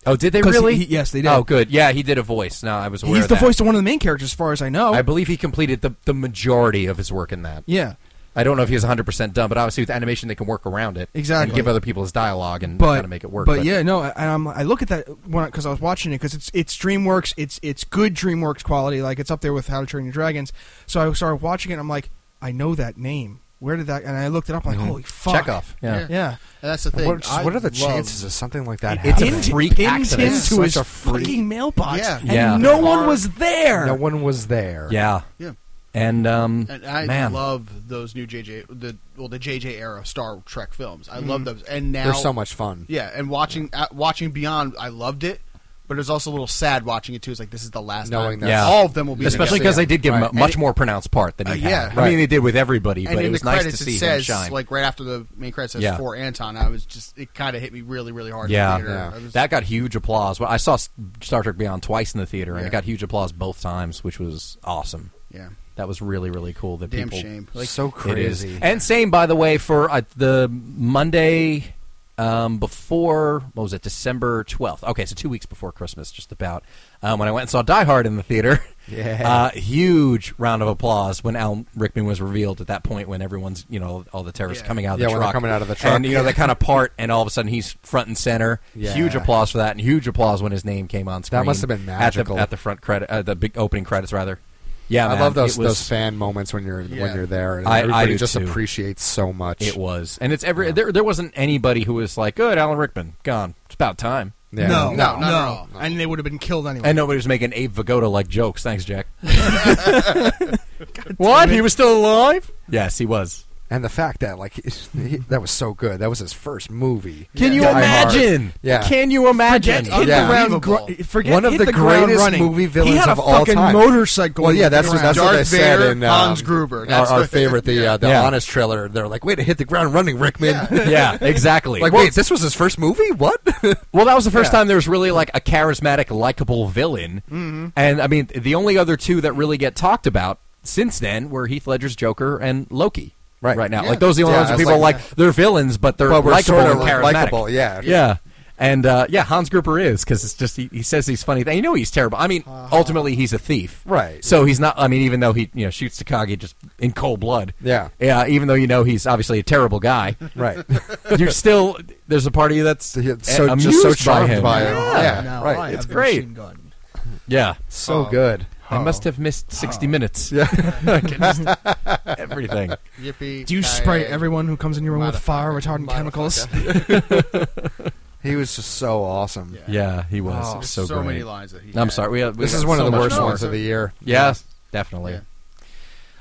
oh, did they 'Cause really? he- yes, they did. Oh, good. Yeah, he did a voice. No, I was aware He's of the that. voice of one of the main characters, as far as I Oh. know. I believe he completed the the majority of his work in that. yeah, I don't know if he's 100% done, but obviously with animation they can work around it. And Exactly. give other people his dialogue and but kind of make it work. But, yeah, no, and I'm, I look at that because I was watching it because it's it's DreamWorks, it's it's good DreamWorks quality, like it's up there with How to Train Your Dragons. So I started watching it, and I'm like, I know that name. where did that? And I looked it up. Like, holy fuck! Chekhov. Yeah. Yeah. Yeah. And that's the thing. What, I what are the love- chances of something like that It's a happening? freak pinned accident. him It's to such his a freak. fucking mailbox. Yeah. And Yeah. no one Or- was there. No one was there. Yeah. Yeah. And um, And I man, love those new JJ, the well, the JJ era Star Trek films. I love those. And now They're Mm-hmm. so much fun. Yeah, and watching uh, watching Beyond, I loved it, but it was also a little sad watching it too. It's like this is the last Knowing time. that- Yeah. all of them will be especially together. because they did give him Right. a much more pronounced part than he Uh, had. yeah. I mean, they did with everybody, And but it in was the nice to credits, see it says him shine. like right after the main credits says Yeah. for Anton. I was just it kind of hit me really really hard. yeah, in the theater. yeah. I was- that got huge applause. Well, I saw S- Star Trek Beyond twice in the theater, and Yeah. it got huge applause both times, which was awesome. yeah, That was really really cool. That damn people, shame. Like, Like *laughs* so It is. crazy. And same, by the way, for uh, the Monday um, before, what was it, December 12th? Okay, so two weeks before Christmas, just about, um, when I went and saw Die Hard in the theater. *laughs* Yeah. Uh, huge round of applause when Al Rickman was revealed at that point when everyone's, you know, all the terrorists Yeah. coming out of Yeah, the when truck. they're coming out of the truck. And, you know, they kind of part, and all of a sudden he's front and center. Yeah. Huge applause for that, and huge applause when his name came on screen. must have been at the- magical. At the, front credit, uh, the big opening credits, rather. Yeah, I man, love those it was- those fan moments when you're Yeah. when you're there, and I- I everybody do just too. appreciates so much. It was, and it's every there. There wasn't anybody who was like, "Good, Alan Rickman, gone. It's about time." Yeah. No, No, no, not no, at all. and they would have been killed anyway. And nobody was making Abe Vigoda like jokes. Thanks, *laughs* Jack. what? He was still alive? Yes, he was. and the fact that like *laughs* he, that was so good. That was his first movie. Can you Die Hard. imagine? Yeah. Can you imagine? Hit Yeah. the ground, Unbelievable. gr- forget One of hit the ground greatest running. movie he villains had a of all fucking time. Motorcycle. Well, yeah, that's around. what, that's what they Darth said Vader, in um, Hans Gruber. Our, That's our what- favorite, the uh, the Yeah. Honest trailer. They're like, wait, it hit the ground running, Rickman. *laughs* yeah, exactly. *laughs* like, well, wait, this was his first movie? What? well, that was the first yeah. time there was really like a charismatic, likable villain. Mm-hmm. And I mean, the only other two that really get talked about since then were Heath Ledger's Joker and Loki. Right. right now, Yeah. like those are the only Yeah, ones that it's people like- like, They're villains, but they're But we're likable sorta and charismatic. likable, yeah. yeah. And uh, yeah, Hans Gruber is because it's just he, he says these funny things. You know he's terrible. I mean, ultimately he's a thief, Uh-huh. Right. So he's not. I mean, even though he you know shoots Takagi just in cold blood, Yeah. yeah. Even though you know he's obviously a terrible guy, *laughs* right. *laughs* you're still there's a part of you that's so, so amused just so by charmed him. by it. yeah. Yeah, Now right. I It's have a great. machine gun. Yeah. so good. I must have missed 60 minutes. Oh. Yeah. *laughs* Everything. *laughs* Yippee! Do you spray ki-yay. everyone who comes in your room with Motherfucker. fire retardant chemicals? He was just so awesome. Yeah. Yeah, he was There's so, so, great. many lines that he. I'm had. sorry. We, we This got is one so of the much worst more. ones of the year. Yeah, definitely. Yeah.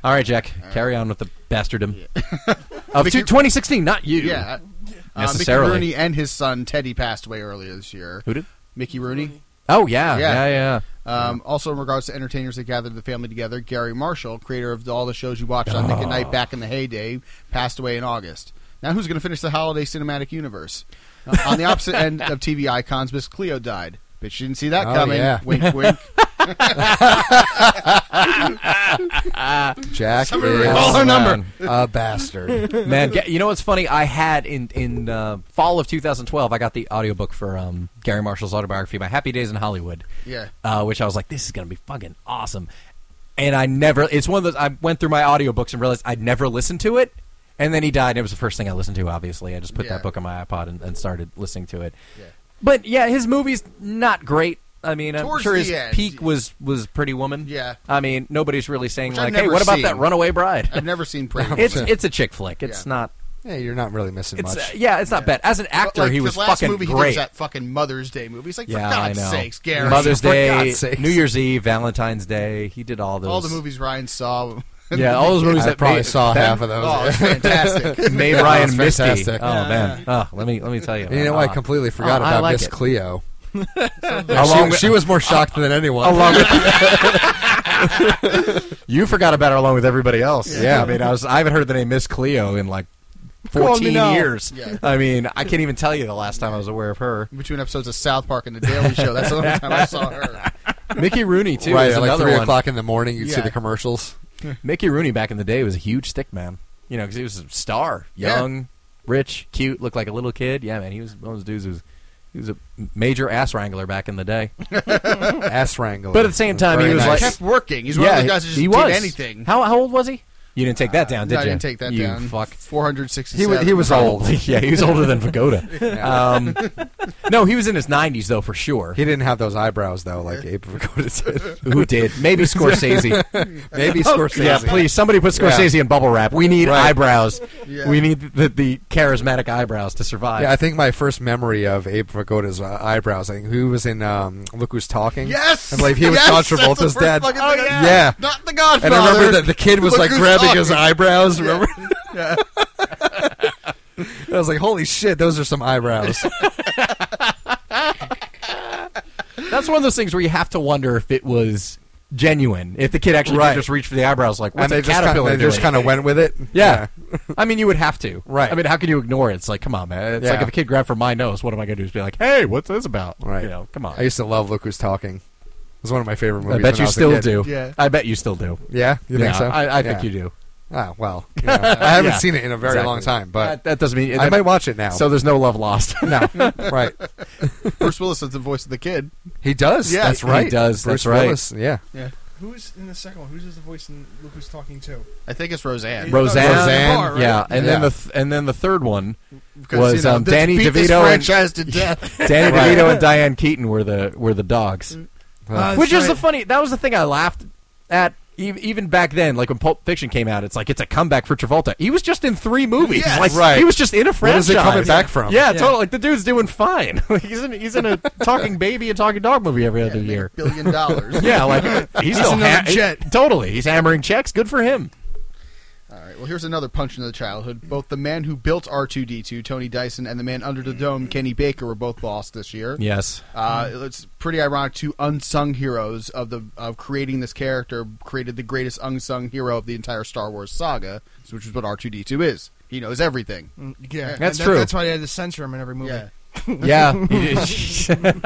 All right, Jack, right. carry on with the bastardom *laughs* of two- 2016. Not you. Yeah, uh, Mickey Necessarily. Rooney and his son Teddy passed away earlier this year. Who did? Mickey Rooney. Oh yeah, Yeah. yeah, yeah. Um, also, in regards to entertainers that gathered the family together, Gary Marshall, creator of all the shows you watched on Nick at Night back in the heyday, passed away in August. Now, who's going to finish the holiday cinematic universe? Uh, on the opposite end of TV icons, Miss Cleo died. Bitch didn't see that Oh, coming. yeah. Wink, *laughs* wink. Jack is recall her number. *laughs* a bastard. *laughs* Man, Ga- you know what's funny? I had in in uh, fall of 2012, I got the audiobook for um, Gary Marshall's autobiography, My Happy Days in Hollywood. Yeah. Uh, which I was like, this is gonna be fucking awesome. And I never. It's one of those. I went through my audiobooks and realized I'd never listened to it. And then he died, and it was the first thing I listened to. Obviously, I just put Yeah. that book on my iPod and, and started listening to it. Yeah. But yeah, his movies not great. I mean, I'm Towards sure the his end. peak was was Pretty Woman. Yeah. I mean, nobody's really saying Which I've like, hey, never what about seen. that Runaway Bride? *laughs* I've never seen Pretty it's Woman. it's a chick flick. It's Yeah. not. yeah, you're not really missing It's much. uh, yeah. It's not bad. As an actor, like, he the was last fucking movie he did great. was that fucking Mother's Day movie. He's like, for yeah, God's I know. sakes, Gary. Mother's *laughs* For Day, God's sakes. New Year's Eve, Valentine's Day. He did all those. all the movies Ryan saw. *laughs* Yeah, all those movies *laughs* I that probably made, saw that half of those. Oh, it's *laughs* fantastic. made Yeah, Ryan that's misty. Oh man. fantastic. Oh, let me let me tell you. *laughs* you man. know, I Ah. completely forgot Oh, I about like Miss it. *laughs* Cleo. Along she, she was more shocked than anyone. *laughs* along with *laughs* you forgot about her along with everybody else. Yeah. I mean, I was I haven't heard the name Miss Cleo in like fourteen now. years. Yeah. I mean, I can't even tell you the last time I was aware of *laughs* her. Between episodes of South Park and The Daily Show, that's the only time I saw her. Mickey Rooney too right is at like another three one. o'clock in the morning, you'd see Yeah. the commercials. *laughs* Mickey Rooney back in the day was a huge stick man. You know, because he was a star, Yeah. young, rich, cute, looked like a little kid. Yeah, man, he was one of those dudes who was he was a major ass wrangler back in the day. Ass wrangler. But at the same time, he Very was He nice. like- kept working. He's one of he- the guys that just he did was. anything. How how old was he? You didn't take that down, did I you? didn't take that you down. Fuck. Four hundred sixty. He was, he was old. *laughs* yeah, he was older than *laughs* Vagoda. Um, no, he was in his 90s though, for sure. He didn't have those eyebrows though, like Abe *laughs* Vigoda did. Who did? *laughs* Maybe Scorsese. *laughs* Maybe Scorsese. Yeah, please, somebody put Scorsese in bubble wrap. We need Right. eyebrows. Yeah. We need the, the charismatic eyebrows to survive. Yeah, I think my first memory of Abe Vigoda's uh, eyebrows. I think he was in um, Look Who's Talking. Yes, I believe he was yes, John that's the Travolta's first dad. fucking thing I- yeah. not the And Godfather. I remember that the *laughs* kid was Look like who's grabbing talking. his eyebrows. Remember? Yeah. I was like, "Holy shit, those are some eyebrows." That's one of those things where you have to wonder if it was genuine. If the kid actually did Right. just reach for the eyebrows, like and what's they a just caterpillar kinda, they just doing? kind of went with it. yeah. *laughs* I mean, you would have to, Right. I mean, how can you ignore it? It's like, come on, man. It's Yeah. like if a kid grabbed for my nose, what am I going to do? Is be like, hey, what's this about? Right. You know, come on. I used to love Look Who's Talking. It was one of my favorite movies. I when bet you was a still kid. do. Yeah. I bet you still do. Yeah, you think Yeah, so? I, I think you Yeah. do. Ah, well, you know, *laughs* I *laughs* haven't Yeah. seen it in a very long Exactly. time, but that, that doesn't mean I that- might watch it now. So there's no love lost. *laughs* no, *laughs* right? *laughs* Bruce Willis is the voice of the kid. He does. Yeah, that's he right. does, Bruce that's right. Willis. Yeah, Yeah, Who's in the second one? Who's the voice in Look Who's Talking to? I think it's Roseanne. Roseanne, Roseanne, Barr, right? yeah, and then Yeah. the th- and then the third one Because, was you know, um, this Danny beat this DeVito and franchise *laughs* to *laughs* death. Danny DeVito and Diane Keaton were the were the dogs, Uh, which is the funny. That was the thing I laughed at. e- Even back then, like when Pulp Fiction came out, it's like it's a comeback for Travolta. He was just in three movies. Yes. like, Right. He was just in a What franchise. is it coming back from? Yeah, Yeah. totally. Like the dude's doing fine. *laughs* Like, he's in he's in a talking baby and talking dog movie every other year. Billion *laughs* dollars. *laughs* Yeah, like he's, still another ha- jet. Totally, he's hammering checks. Good for him. All right. Well, here's another punch into the childhood. Both the man who built R2D2, Tony Dyson, and the man under the dome, Kenny Baker, were both lost this year. Yes, Uh, it's pretty ironic. Two unsung heroes of the of creating this character created the greatest unsung hero of the entire Star Wars saga, which is what R2D2 is. He knows everything. Mm, Yeah, That's and true. That's why they had to censor him in every movie. Yeah. *laughs* Yeah, he did.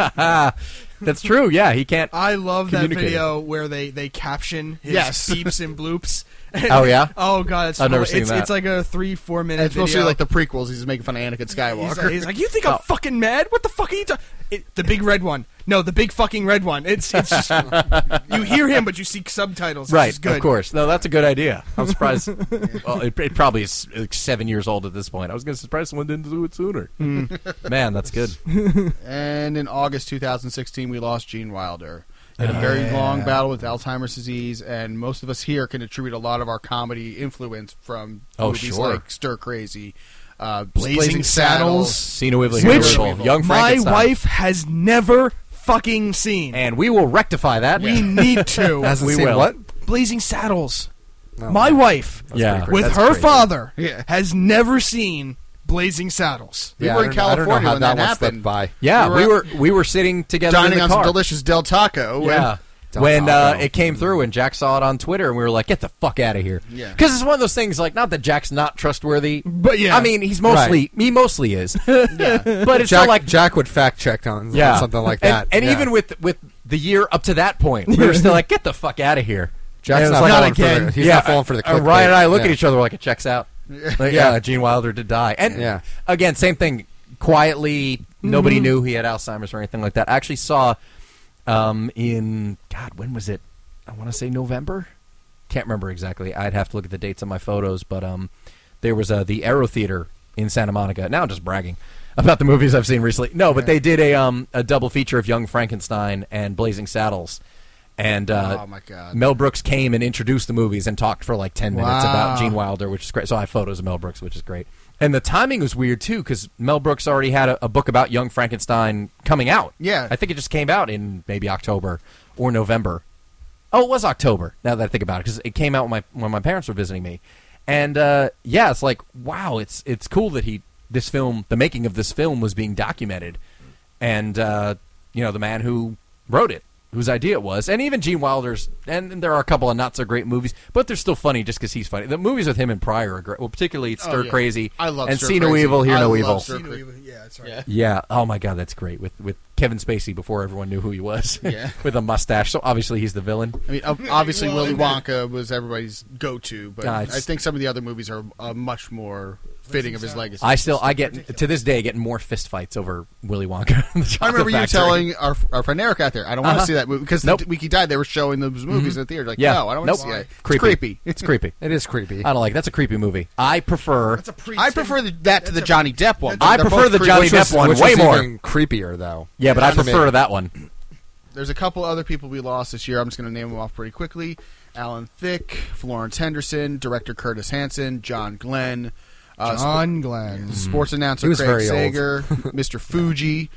that's true. Yeah, he can't. I love that Communicate. video where they, they caption his *laughs* Yes. beeps and bloops. Oh yeah, oh god, it's I've never hilarious. seen it's, that. It's like a three four minute. And it's video. mostly like the prequels. He's making fun of Anakin He's, Skywalker. like- he's like, you think I'm fucking mad? What the fuck are you talking? The big red one. No, the big fucking red one. It's it's just you hear him, but you see subtitles. It's right. just good. Of course. No, that's a good idea. I'm *laughs* surprised. well, it, it probably is like, seven years old at this point. I was going to surprise someone didn't do it sooner. Man, that's good. And in August 2016, we lost Gene Wilder in a very long battle with Alzheimer's disease, and most of us here can attribute a lot of our comedy influence from Oh, movies sure. like Stir Crazy, uh, Blazing Blazing, Saddles. Cena Weevil, Which- Which, Young My Frankenstein. wife has never fucking seen. and we will rectify that. we need to. Hasn't We seen will. what? Blazing Saddles. No. My wife, yeah, with That's her crazy. father, Yeah. has never seen Blazing Saddles. We Yeah, were I in don't- I don't know California how when that that, one slipped happened. by. yeah. We We were we were sitting together in Dining the on car. some delicious Del Taco. when- Yeah. Del When uh, Taco. it came through and Jack saw it on Twitter, and we were like, "Get the fuck out of here!" Yeah. because it's one of those things. Like, not that Jack's not trustworthy, But yeah. I mean, he's mostly he *laughs* mostly is, but it's Jack, not like Jack would fact check on, on yeah something like And- that. And, Yeah. even with with the year up to that point, we were still like, "Get the fuck out of here!" Jack's And it was not like, falling for the- he's not falling for the And Ryan and I clickbait. look at Yeah. each other we're like, "It checks out." Like, yeah. Yeah. Gene Wilder did die, and Yeah. again, same thing. Quietly, nobody knew he had Alzheimer's or anything like that. I actually saw um, in God, when was it? I want to say November. Can't remember exactly. I'd have to look at the dates on my photos, but um, there was uh, the Arrow Theater in Santa Monica. Now I'm just bragging about the movies I've seen recently. No, but they did a um, a double feature of Young Frankenstein and Blazing Saddles, and uh, Oh, my God. Mel Brooks came and introduced the movies and talked for like ten minutes about Wow. Gene Wilder, which is great. So I have photos of Mel Brooks, which is great. And the timing was weird too, because Mel Brooks already had a, a book about Young Frankenstein coming out. Yeah. I think it just came out in maybe October or November. Oh, it was October. Now that I think about it, because it came out when my when my parents were visiting me, and uh, yeah, it's like wow, it's it's cool that he this film, the making of this film was being documented, and uh, you know the man who wrote it, whose idea it was, and even Gene Wilder's, and, and there are a couple of not so great movies, but they're still funny just because he's funny. The movies with him and Pryor are great, well, particularly Stir Oh, yeah. Crazy. I love and Stir See No Crazy. Evil, Hear I No love Evil. Stir- Yeah, sorry. Yeah. Yeah. Oh my God, that's great with with Kevin Spacey before everyone knew who he was. Yeah. *laughs* with a mustache. So obviously he's the villain. I mean, ob- obviously Willy Wonka was everybody's go-to, but Ah, I it's- think some of the other movies are uh, much more fitting of his legacy. I still, I get to this day, get more fistfights over Willy Wonka. *laughs* And the Chocolate I remember you Factory. telling our our friend Eric out there, I don't want Uh-huh. to see that movie because Nope. Mm-hmm. the week he died, they were showing those movies in the theater. Like, Yeah, no, I don't want nope. to see that. Creepy. It's creepy. It's creepy. It is creepy. I don't like. That's a creepy movie. I prefer. That's a pre. I prefer the, that to the Johnny Depp one. I They're prefer both the creepy. Johnny Which was- Depp one which way was more. even creepier though. yeah, but I Johnny prefer Depp. that one. There's a couple other people we lost this year. I'm just going to name them off pretty quickly. Alan Thicke, Florence Henderson, director Curtis Hanson, John Glenn, uh, John Glenn. sports announcer He was Craig very old. Sager, *laughs* Mr. Fuji,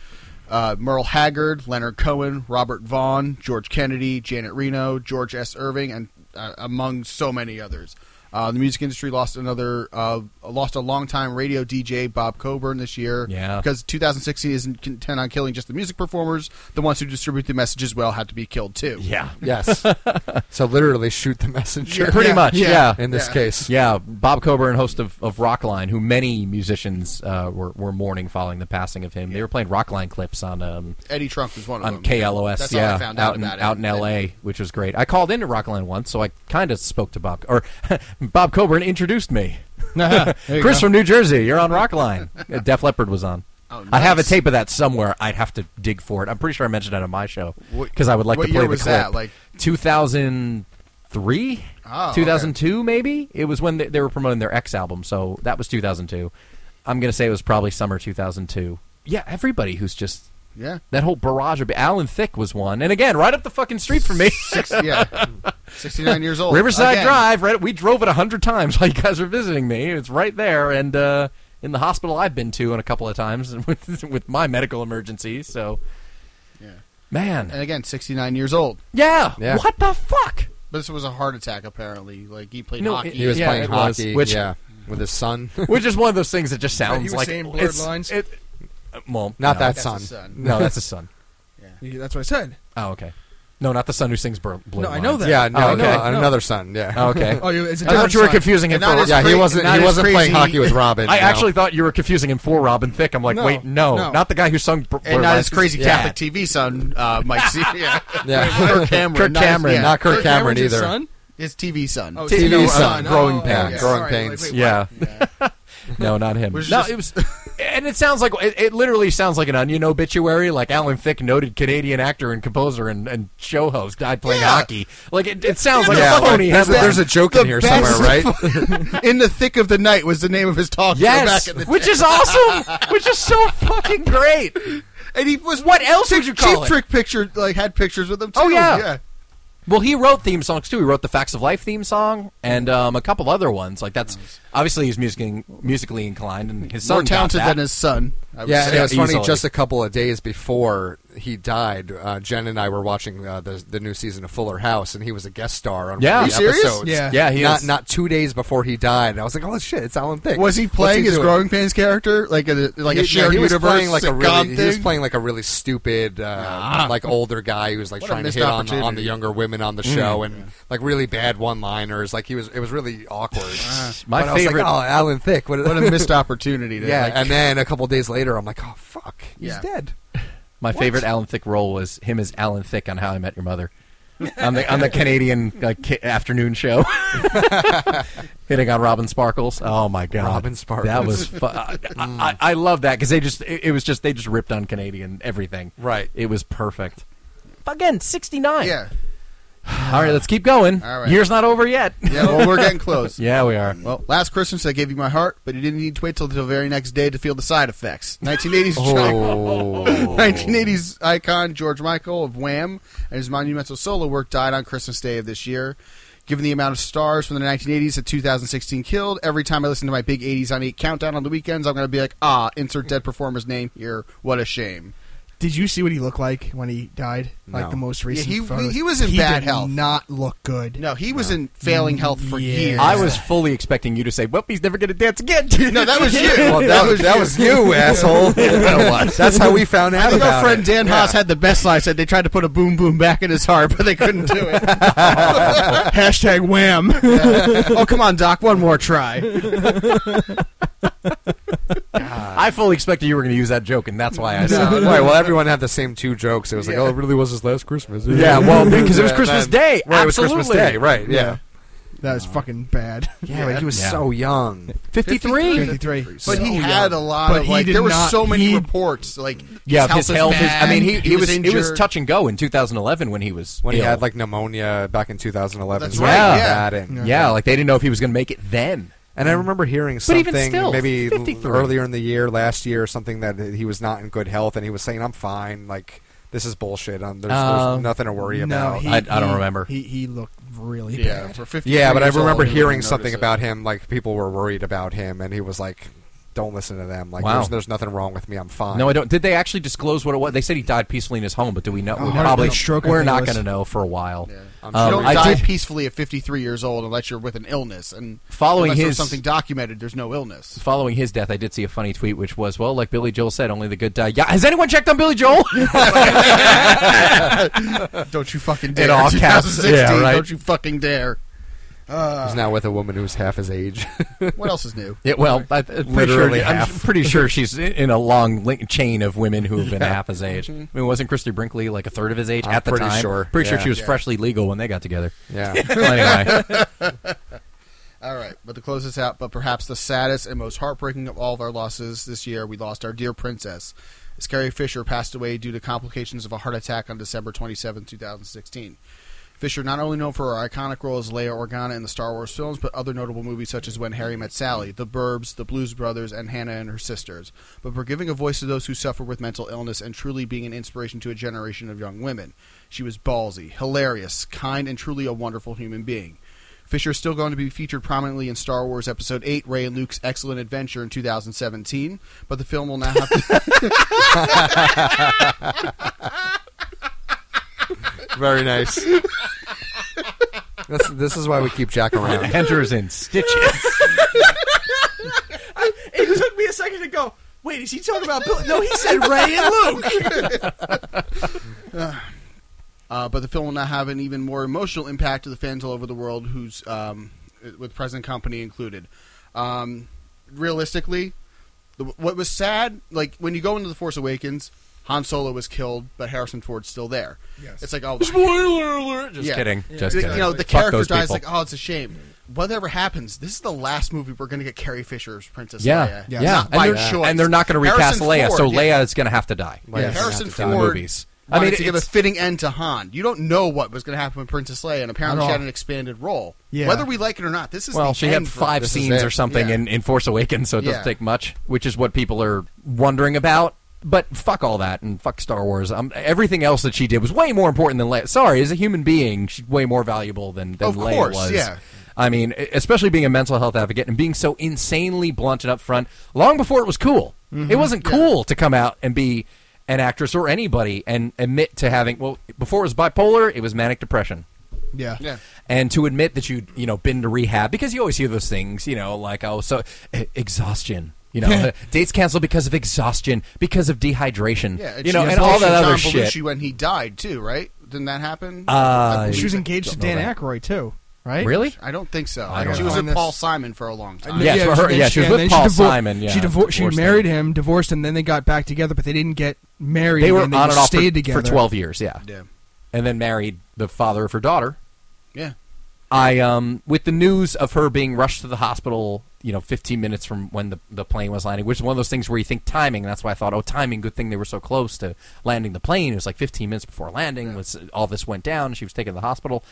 uh, Merle Haggard, Leonard Cohen, Robert Vaughn, George Kennedy, Janet Reno, George S. Irving, and uh, among so many others. Uh, the music industry lost another, uh, lost a longtime radio DJ, Bob Coburn, this year. Yeah. Because 2016 isn't content on killing just the music performers. The ones who distribute the messages well had to be killed too. Yeah, *laughs* Yes. so literally shoot the messenger. pretty much. yeah, Yeah. In this Yeah. case. Yeah, Bob Coburn, host of, of Rockline, who many musicians uh, were, were mourning following the passing of him. They were playing Rockline clips on um, Eddie Trunk was one of on them. KLOS, That's all yeah, I found out, out, in, about it. out in L.A., which was great. I called into Rockland once, so I kind of spoke to Bob, or *laughs* Bob Coburn introduced *laughs* me. *laughs* Chris from New Jersey, you're on Rockline. *laughs* Uh, Def Leppard was on. Oh, I have a nice. tape of that somewhere. I'd have to dig for it. I'm pretty sure I mentioned it on my show What- because I would like what to play year the was clip. that? Like- 2003, Oh, okay. 2002, maybe. It was when they, they were promoting their X album, so that was 2002. I'm gonna say it was probably summer 2002. Yeah, everybody who's just Yeah. that whole barrage of Alan Thick was one, and again, right up the fucking street *laughs* from me, Six, yeah. *laughs* 69 years old. Riverside Again. Drive. Right, we drove it a hundred times *laughs* while you guys were visiting me. It's right there, and uh, in the hospital I've been to, and a couple of times *laughs* with with my medical emergency. So, Yeah. man, And again, 69 years old. yeah, Yeah. what the fuck? But this was a heart attack, apparently. Like he played No, hockey. it- He was Yeah, playing it was, hockey. which- yeah. With *laughs* his son. *laughs* Which is one of those things that just sounds was like saying blurred it's- lines? It, uh, well, Not no, that That's son. his son. No, that's a son. Yeah, That's what I said. Oh, okay. No, not the son who sings Blur- Blue. No, I know that. Yeah, no, Oh, okay. no, another son. Yeah. Okay. Oh, you- it's a I thought different you were son. confusing him And for not as Yeah, he cra- wasn't. not He as wasn't playing crazy- hockey with *laughs* Robin. I no. actually thought you were confusing him for Robin Thicke. I'm like, No, wait, no, no. not the guy who sung. Br- Blur And not Lines. his crazy Yeah. Catholic TV son, uh, Mike. *laughs* C- yeah. *laughs* Yeah. Kirk Cameron. Kirk not his- Cameron, yeah, not Kirk, Cameron Cameron's his either. son? His TV son. Oh, TV no, son, uh, no, growing oh, pains, okay. growing Sorry, pains. wait, wait, Yeah. *laughs* no, not him. No, Which it was. And it sounds like it, it literally sounds like an onion obituary. Like Alan Thicke, noted Canadian actor and composer and, and show host, died playing Yeah. hockey. Like it, it sounds like Yeah, a phony. like, there's, a, headline. there's a joke The in here best- somewhere, *laughs* right? In the thick of the night was the name of his talk show yes, back in the which is awesome. which is so fucking great. And he was What else would Cheap, you call it? Trick picture like had pictures with him too. Oh, yeah. Well, he wrote theme songs too. He wrote the Facts of Life theme song and um, a couple other ones. Like that's obviously he's musically musically inclined, and his son More got talented that. than his son. I would Yeah, say. and it was funny. easily. Just a couple of days before he died, uh, Jen and I were watching uh, the the new season of Fuller House, and he was a guest star on Yeah. one Are of you the serious? episodes. Yeah. Yeah, he not is. not two days before he died, and I was like, "Oh shit, it's Alan Thicke." Was he What's playing his doing? growing pains character like a like He- a shared no, he was universe playing like a sitcom really, he was thing? playing like a really stupid, uh, like older guy who was like What a trying to missed hit on the, on the opportunity. younger women on the Mm. show, and like really bad one liners. Like he was, it was really awkward. My But I was like, favorite- oh, Alan Thicke. What, what a missed opportunity. To, *laughs* yeah, like, and then a couple days later, I'm like, oh fuck, he's Yeah. dead. My favorite Alan Thicke role was him as Alan Thicke on How I Met Your Mother, on the on the Canadian like ki- afternoon show, *laughs* hitting on Robin Sparkles. Oh my god, Robin Sparkles. That was fu- uh, I, I, I love that because they just it, it was just they just ripped on Canadian everything. Right. it was perfect. Again, sixty nine. yeah, All right, let's keep going. All right. Year's not over yet. yeah. Well, we're *laughs* getting close. Yeah, we are. Well, last Christmas I gave you my heart, but you didn't need to wait till the very next day to feel the side effects. 1980s, *laughs* Oh. 1980s icon George Michael of Wham and his monumental solo work died on Christmas Day of this year. Given the amount of stars from the 1980s to 2016 killed, every time I listen to my big 80s on 8 countdown on the weekends, I'm going to be like, ah, insert dead performer's name here. What a shame. Did you see what he looked like when he died? Like No. the most recent. he- photos? he was in bad did health. Not look good. No, he was in failing health for Yeah. years. I was fully expecting you to say, "Well, he's never going to dance again." *laughs* No, that was you. *laughs* Well, that, was that was you, asshole. That's how we found I out think our about friend it. Dan Haas had the best line. Said they tried to put a boom boom back in his heart, but they couldn't do it. Hashtag wham. oh come on, Doc, one more try. I fully expected you were going to use that joke, and that's why I said. No, right, well, everyone had the same two jokes. It was like, Yeah. oh, it really was his last Christmas. Yeah, well, because it was Christmas Day. Right, it was Absolutely. Christmas Day. Right, yeah. That is fucking bad. Yeah, but he was *laughs* Yeah. so young. 53. 53. But So he young. had a lot But of he like. did There were not- so many he- reports like. Yeah, of his is health. Is, bad, I mean, he, he, was, it was injured. touch and go in 2011 when he was When ill. he had like pneumonia back in 2011. That's something right, like yeah. that, and, yeah, like they didn't know if he was going to make it then. And I remember hearing But something even still, maybe 53. earlier in the year, last year, or something that he was not in good health, and he was saying, "I'm fine. Like this is bullshit. Um, there's, Oh. there's nothing to worry about." I- I don't remember. He he looked really Yeah, bad. for 50. yeah, but I remember hearing something about him. Like people were worried about him, and he was like, "Don't listen to them. Like Wow. there's, there's nothing wrong with me. I'm fine." No, I don't. Did they actually disclose what it was? They said he died peacefully in his home, but do we know? Oh, A we heart probably stroke, I We're think it not was. going to know for a while. I'm You Um, don't I die did- peacefully at 53 years old unless you're with an illness. And Following unless there's his- something documented, there's *laughs* no illness. Following his death, I did see a funny tweet, which was, "Well, like Billy Joel said, only the good die." Yeah, has anyone checked on Billy *laughs* Joel? Don't you fucking dare! *laughs* all caps. 2016, Yeah, right. Don't you fucking dare! He's now with a woman who's half his age. *laughs* What else is new? Yeah, well, I, I'm pretty sure, Literally I'm half. pretty sure she's in- in a long link, chain of women who have been half his age. I Mm-hmm. mean, wasn't Christy Brinkley like a third of his age I'm at the pretty time? sure, Pretty sure yeah. she was freshly legal when they got together. *laughs* *laughs* yeah. Well, *laughs* anyway, All right, but to close this out, but perhaps the saddest and most heartbreaking of all of our losses this year, we lost our dear princess. As Carrie Fisher passed away due to complications of a heart attack on December 27, 2016. Fisher not only known for her iconic role as Leia Organa in the Star Wars films, but other notable movies such as When Harry Met Sally, The Burbs, The Blues Brothers, and Hannah and Her Sisters, but for giving a voice to those who suffer with mental illness and truly being an inspiration to a generation of young women. She was ballsy, hilarious, kind, and truly a wonderful human being. Fisher is still going to be featured prominently in Star Wars Episode 8, Ray and Luke's Excellent Adventure in 2017, but the film will now have to. Very nice. this, this is why we keep Jack around. Andrew's in stitches. *laughs* It took me a second to go. Wait, is he talking about Bill? No, he *laughs* said Ray and Luke. Uh, but the film will now have an even more emotional impact to the fans all over the world, who's um, with present company included. Um, realistically, the, what was sad, like when you go into the Force Awakens, Han Solo was killed, but Harrison Ford's still there. Yes. It's like oh, *laughs* Spoiler alert! Just Yeah. kidding. Just the- kidding. you know the Fuck character those dies. people. Like oh, it's a shame. Whatever happens, this is the last movie we're going to get Carrie Fisher as Princess yeah, Leia. yeah, Not And, by they're, choice. and they're not going to recast Harrison Leia, so Ford, yeah. Leia is going to have to die. Like, Yes. Harrison die in the Ford movies. I mean, it- to give a it's- fitting end to Han. You don't know what was going to happen with Princess Leia, and apparently At she had all. an expanded role. Yeah. Whether we like it or not, this is Well, the she end had for- five this is scenes it. or something Yeah. in, in Force Awakens, so it doesn't Yeah. take much, which is what people are wondering about. But fuck all that and fuck Star Wars. Um, everything else that she did was way more important than Leia. Sorry, as a human being, she's way more valuable than, than Of Leia course, was. yeah. I mean, e, especially being a mental health advocate and being so insanely blunt and upfront long before it was cool. Mm-hmm. It wasn't cool to come out and be an actress or anybody and admit to having, well, before it was bipolar, it was manic depression Yeah. Yeah. and to admit that you you know been to rehab because you always hear those things you know like oh so e- exhaustion you know *laughs* uh, dates canceled because of exhaustion because of dehydration Yeah, you know she and all bullshit that other John shit Belushi when he died too, right? Didn't that happen? Uh, I She was believe- engaged to Don't know Dan that. Aykroyd too, right? really I don't think so. I don't she was know. with Paul Simon for a long time. Yeah, for her- then yeah, she was with then Paul divor- Simon, yeah, she divor- she divorced married him, divorced him, then they got back together, but they didn't get married. they were and on and just off for, stayed together for 12 years yeah Yeah. and then married the father of her daughter Yeah. I um with the news of her being rushed to the hospital, you know, 15 minutes from when the the plane was landing, which is one of those things where you think timing. And that's why I thought, oh, timing. Good thing they were so close to landing the plane. It was like 15 minutes before landing. Was uh, all this went down? She was taken to the hospital,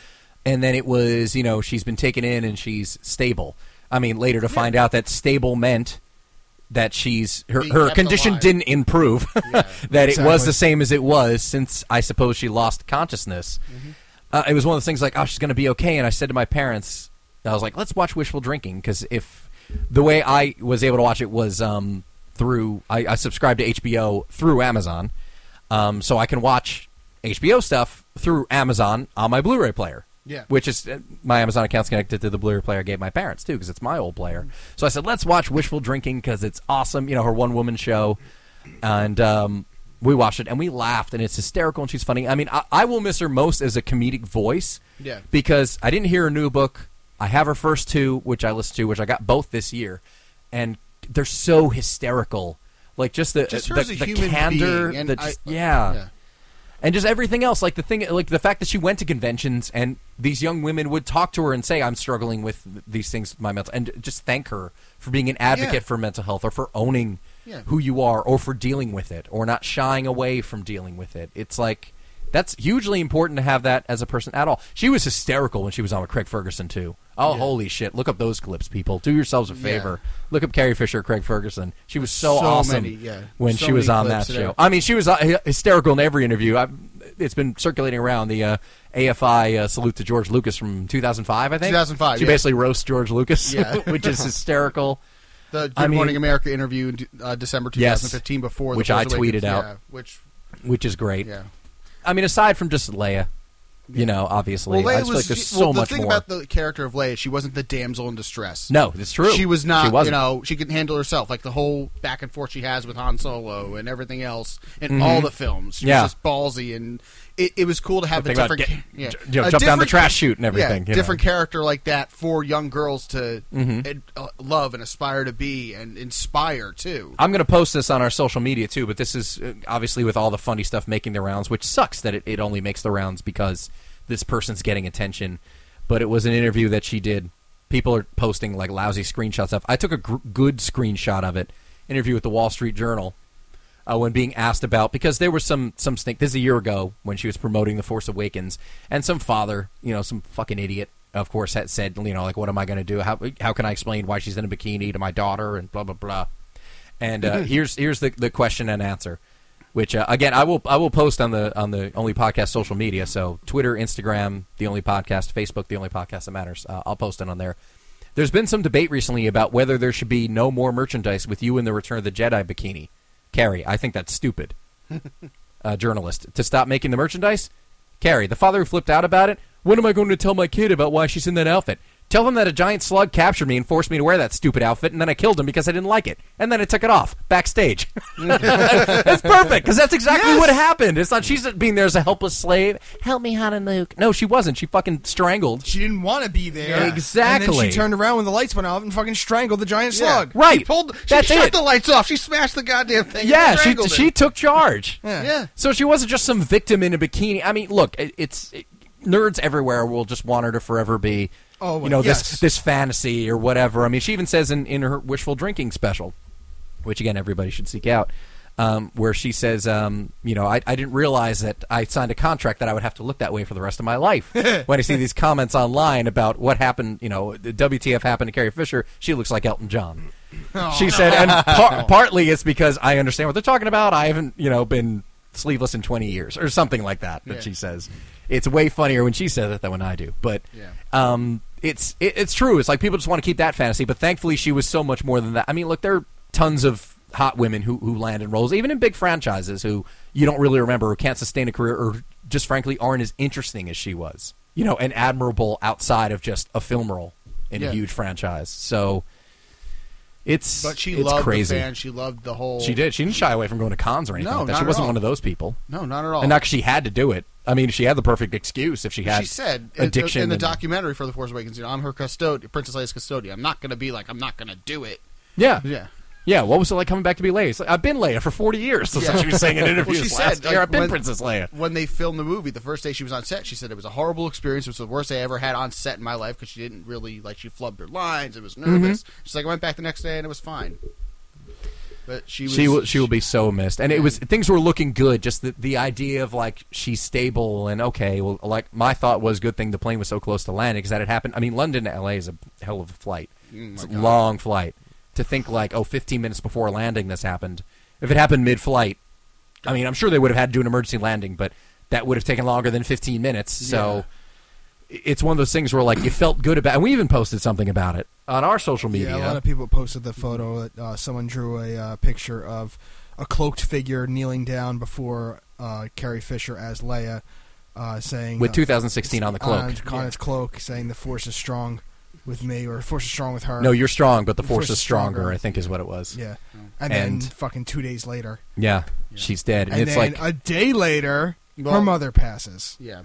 and then it was you know she's been taken in and she's stable. I mean, later to find out that stable meant that she's her, Being her kept condition alive. didn't improve *laughs* that it was Exactly. the same as it was since i suppose she lost consciousness uh, it was one of those things like oh she's going to be okay and i said to my parents i was like let's watch wishful drinking because if the way i was able to watch it was um, through I, I subscribed to hbo through amazon um, so i can watch hbo stuff through amazon on my blu-ray player Yeah. which is uh, my Amazon account's connected to the Blu-ray player I gave my parents too because it's my old player. So I said, let's watch Wishful Drinking because it's awesome. You know, her one-woman show, and um, we watched it and we laughed and it's hysterical and she's funny. I mean, I, I will miss her most as a comedic voice. Yeah. because I didn't hear her new book. I have her first two, which I listened to, which I got both this year, and they're so hysterical. Like just the Just her the, uh, as a the human candor, being, and the I- just- yeah. yeah. and just everything else like the thing like the fact that she went to conventions and these young women would talk to her and say i'm struggling with th- these things with my mental and just thank her for being an advocate Yeah. for mental health or for owning Yeah. who you are or for dealing with it or not shying away from dealing with it it's like that's hugely important to have that as a person at all she was hysterical when she was on with craig ferguson too oh holy shit look up those clips people do yourselves a favor look up carrie fisher craig ferguson she was so, So awesome many, yeah. when So she was many on that clips show there. I mean, she was uh, hy- hysterical in every interview. I've, it's been circulating around the uh, AFI uh, salute to George Lucas from 2005, I think. 2005, She yeah. basically roasts George Lucas, Yeah. *laughs* which is hysterical. The Good I mean- Morning America interview in uh, December Yes. 2015 before the Which I Force Awakens. tweeted out. Yeah, which Which is great. yeah. I mean, aside from just Leia, you know, obviously, I just feel like there's so well, the much thing more. about the character of Leia, she wasn't the damsel in distress. no, it's true. She was not, She wasn't. you know, she could handle herself. Like the whole back and forth she has with Han Solo and everything else in all the films. She Mm-hmm. Yeah. was just ballsy, and it, it was cool to have a Think about different, get- yeah, j- you know, a jump down the different- trash chute and everything. you Yeah, know. Mm-hmm. different character like that for young girls to ad- uh, love and aspire to be and inspire too. I'm going to post this on our social media too, but this is uh, obviously with all the funny stuff making the rounds, which sucks that it, it only makes the rounds because this person's getting attention. But it was an interview that she did. People are posting like lousy screenshots of. I took a gr- good screenshot of it. Interview with the Wall Street Journal uh, when being asked about because there was some some snake. This is a year ago when she was promoting The Force Awakens, and some father, you know, some fucking idiot, of course, had said, you know, like, what am I going to do? How how can I explain why she's in a bikini to my daughter and blah blah blah. And uh, here's here's the, the question and answer, which uh, again I will I will post on the on the Only Podcast social media. So Twitter, Instagram, the Only Podcast, Facebook, the Only Podcast that matters. Uh, I'll post it on there. There's been some debate recently about whether there should be no more merchandise with you in the Return of the Jedi bikini. Carrie, I think that's stupid. *laughs* uh, journalist to stop making the merchandise. Carrie, the father who flipped out about it. What am I going to tell my kid about why she's in that outfit? Tell them that a giant slug captured me and forced me to wear that stupid outfit, and then I killed him because I didn't like it, and then I took it off backstage. *laughs* that's perfect because that's exactly what happened. It's not she's being there as a helpless slave. Help me, Han and Luke. No, she wasn't. She fucking strangled. She didn't want to be there. And then Exactly. she turned around when the lights went out and fucking strangled the giant Yeah. slug. Right. She pulled, she That's shut it. the lights off. She smashed the goddamn thing. and Yeah, she strangled she it. took charge. Yeah. Yeah. So she wasn't just some victim in a bikini. I mean, look, it, it's it, nerds everywhere will just want her to forever be, Oh, you know, yes. this this fantasy or whatever. I mean, she even says in in her wishful drinking special, which again everybody should seek out. Um, where she says, um, you know, I, I didn't realize that I signed a contract that I would have to look that way for the rest of my *laughs* life. when I see these comments online about what happened, you know, the WTF happened to Carrie Fisher, she looks like Elton John Oh. she said, *laughs* and par- partly it's because I understand what they're talking about. I haven't, you know, been sleeveless in 20 years or something like that. That Yeah. she says, it's way funnier when she says it than when I do. But Yeah. um, it's it, it's true. It's like people just want to keep that fantasy. But thankfully, she was so much more than that. I mean, look, there are tons of hot women who who land in roles, even in big franchises, who you don't really remember, who can't sustain a career, or just frankly aren't as interesting as she was. You know, and admirable outside of just a film role in a Yeah. huge franchise. So. It's But she it's loved crazy. the fans. She loved the whole. She did. She didn't shy away from going to cons or anything No, like that. not She at wasn't all. one of those people. No, not at all. And not 'cause she had to do it. I mean, she had the perfect excuse if she had she said in- addiction in the and- documentary for the Force Awakens. You know, I'm her custodian, Princess Leia's custodian. I'm not gonna be like I'm not gonna do it. Yeah, Yeah. yeah. What was it like coming back to be Leia? It's like, I've been Leia for forty years. *laughs* That's what Yeah. she was saying in interviews she last said, year. like, I've been when- Princess Leia. When they filmed the movie, the first day she was on set, she said it was a horrible experience. It was the worst day I ever had on set in my life because she didn't really like she flubbed her lines. It was Mm-hmm. nervous. She's like, I went back the next day and it was fine. But she was, she will she will be so missed and it was things were looking good just the, the idea of like she's stable and okay well like my thought was good thing the plane was so close to landing because that had happened i mean london to la is a hell of a flight Mm, it's a long flight to think like oh 15 minutes before landing this happened if it happened mid-flight i mean i'm sure they would have had to do an emergency landing but that would have taken longer than 15 minutes so it's one of those things where like you felt good about and we even posted something about it on our social media Mm-hmm. Yeah, a lot of people posted the photo that uh, someone drew a uh, picture of a cloaked figure kneeling down before uh, Carrie Fisher as Leia, uh, saying with uh, 2016 on the cloak on, on its cloak, saying the Force is strong with me or Force is strong with her. No, you're strong, but the The force, Force is is stronger, stronger. I think is what it was. yeah, Oh. and then And- fucking two days later, Yeah. She's dead. And, and, it's then like a day later, her Well- mother passes. Yeah.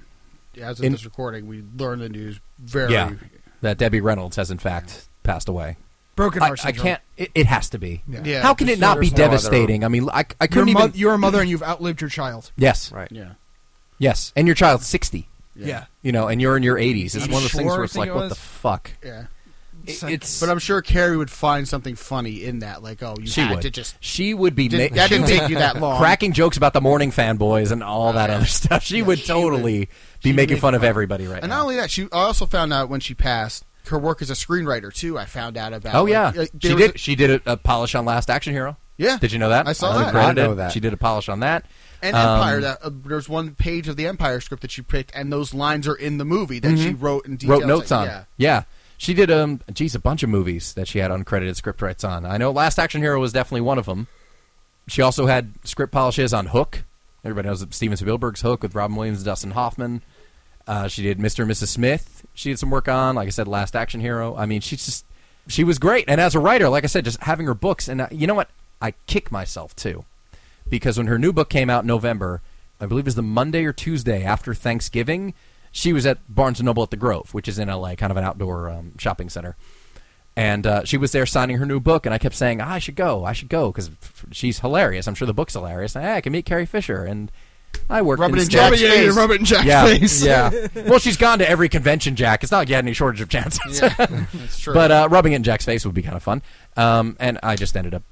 As of In- this recording, we learned the news very. Yeah. that Debbie Reynolds has in fact passed away. Broken I, heart I syndrome. can't it, it has to be. Yeah. Yeah, How can there's it not no- be there's no other- devastating? I mean, I, I Your couldn't mo- even you're a mother and you've outlived your child. Yes. Right. Yeah. Yes, and your child's sixty. Yeah. You know, and you're in your eighties. It's I'm one of those things sure where I it's think like, it what the was. fuck? Yeah. It's It- like- it's But I'm sure Carrie would find something funny in that. Like, oh, you she had would. to just. she would be Did, ma- that she didn't would- take you that long. *laughs* cracking jokes about the morning fanboys and all that other *laughs* stuff. She would totally be would making make fun of fun. everybody right *laughs* And now. not only that, she I also found out when she passed her work as a screenwriter too. I found out about. oh like, yeah, uh, there she was did. she did a, a polish on Last Action Hero. Yeah. did you know that? I saw that. Uncredited. I didn't know that. She did a polish on that. A, and Um, Empire. That uh, there's one page of the Empire script that she picked, and those lines are in the movie that she wrote in Mm-hmm. detail. wrote notes It's like, on. Yeah. Yeah. She did um geez a bunch of movies that she had uncredited script rights on. I know Last Action Hero was definitely one of them. She also had script polishes on Hook. Everybody knows Steven Spielberg's Hook with Robin Williams and Dustin Hoffman. Uh, she did Mr. and Mrs. Smith. She did some work on, like I said, Last Action Hero. I mean, she's just she was great. And as a writer, like I said, just having her books and uh, you know what? I kick myself too because when her new book came out in November, I believe it was the Monday or Tuesday after Thanksgiving, she was at Barnes and Noble at the Grove, which is in LA, kind of an outdoor um, shopping center. And uh, she was there signing her new book, and I kept saying, "Ah, "I should go, I should go," because she's hilarious. I'm sure the book's hilarious. Hey, I can meet Carrie Fisher, and I worked Rub it in instead. Jack's yeah, you face. rub it in Jack's face. Yeah. well, she's gone to every convention, Jack. It's not like you had any shortage of chances. *laughs* That's true. but uh, rubbing it in Jack's face would be kind of fun. Um, and I just ended up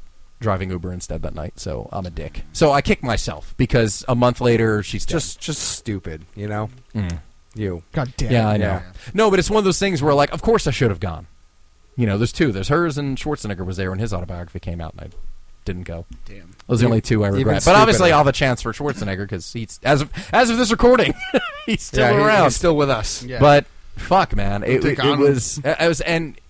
driving Uber instead that night, so I'm a dick. So I kicked myself because a month later she's dead. Just, just stupid. You know, Mm. you. *laughs* God damn. yeah, I it. know. Yeah. No, but it's one of those things where like, of course I should have gone. You know, there's two. There's hers and Schwarzenegger was there when his autobiography came out, and I didn't go. Damn. Those are the only two I Even regret. But obviously, stupider. I'll have a chance for Schwarzenegger because he's as of, as of this recording, *laughs* he's still Yeah, he- around, he's still with us. Yeah. But fuck, man, it, it, Dick Arnold. was it was and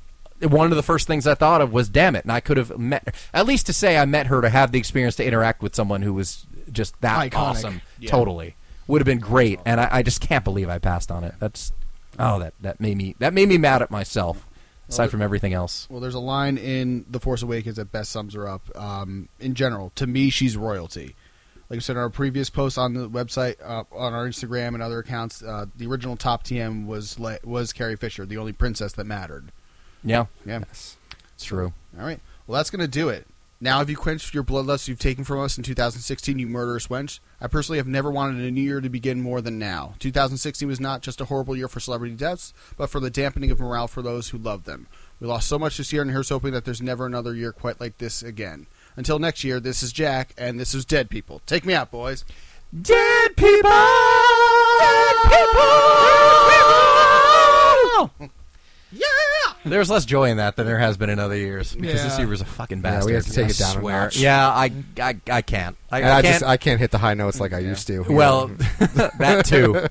one of the first things I thought of was, damn it, and I could have met at least to say I met her to have the experience to interact with someone who was just that Iconic. awesome. Yeah. Totally would have been great, and I, I just can't believe I passed on it. That's oh that that made me that made me mad at myself. Aside from everything else, Well, there's a line in The Force Awakens that best sums her up. Um, in general, to me, she's royalty. Like I said in our previous post on the website, uh, on our Instagram and other accounts, uh, the original top TM was Le- was Carrie Fisher, the only princess that mattered. yeah, Yeah. it's true. All right. Well, that's going to do it. Now, have you quenched your bloodlust you've taken from us in 2016, you murderous wench? I personally have never wanted a new year to begin more than now. 2016 was not just a horrible year for celebrity deaths, but for the dampening of morale for those who love them. We lost so much this year, and here's hoping that there's never another year quite like this again. Until next year, this is Jack, and this is Dead People. Take me out, boys. Dead people! Dead people! Yeah! There's less joy in that than there has been in other years because this Yeah. year was a fucking Yeah, bastard. we have to take I it down a swear. notch. Yeah, I, I, I can't. I, And I I, can't. just, I can't hit the high notes like I used to. *laughs* well, *laughs* that too.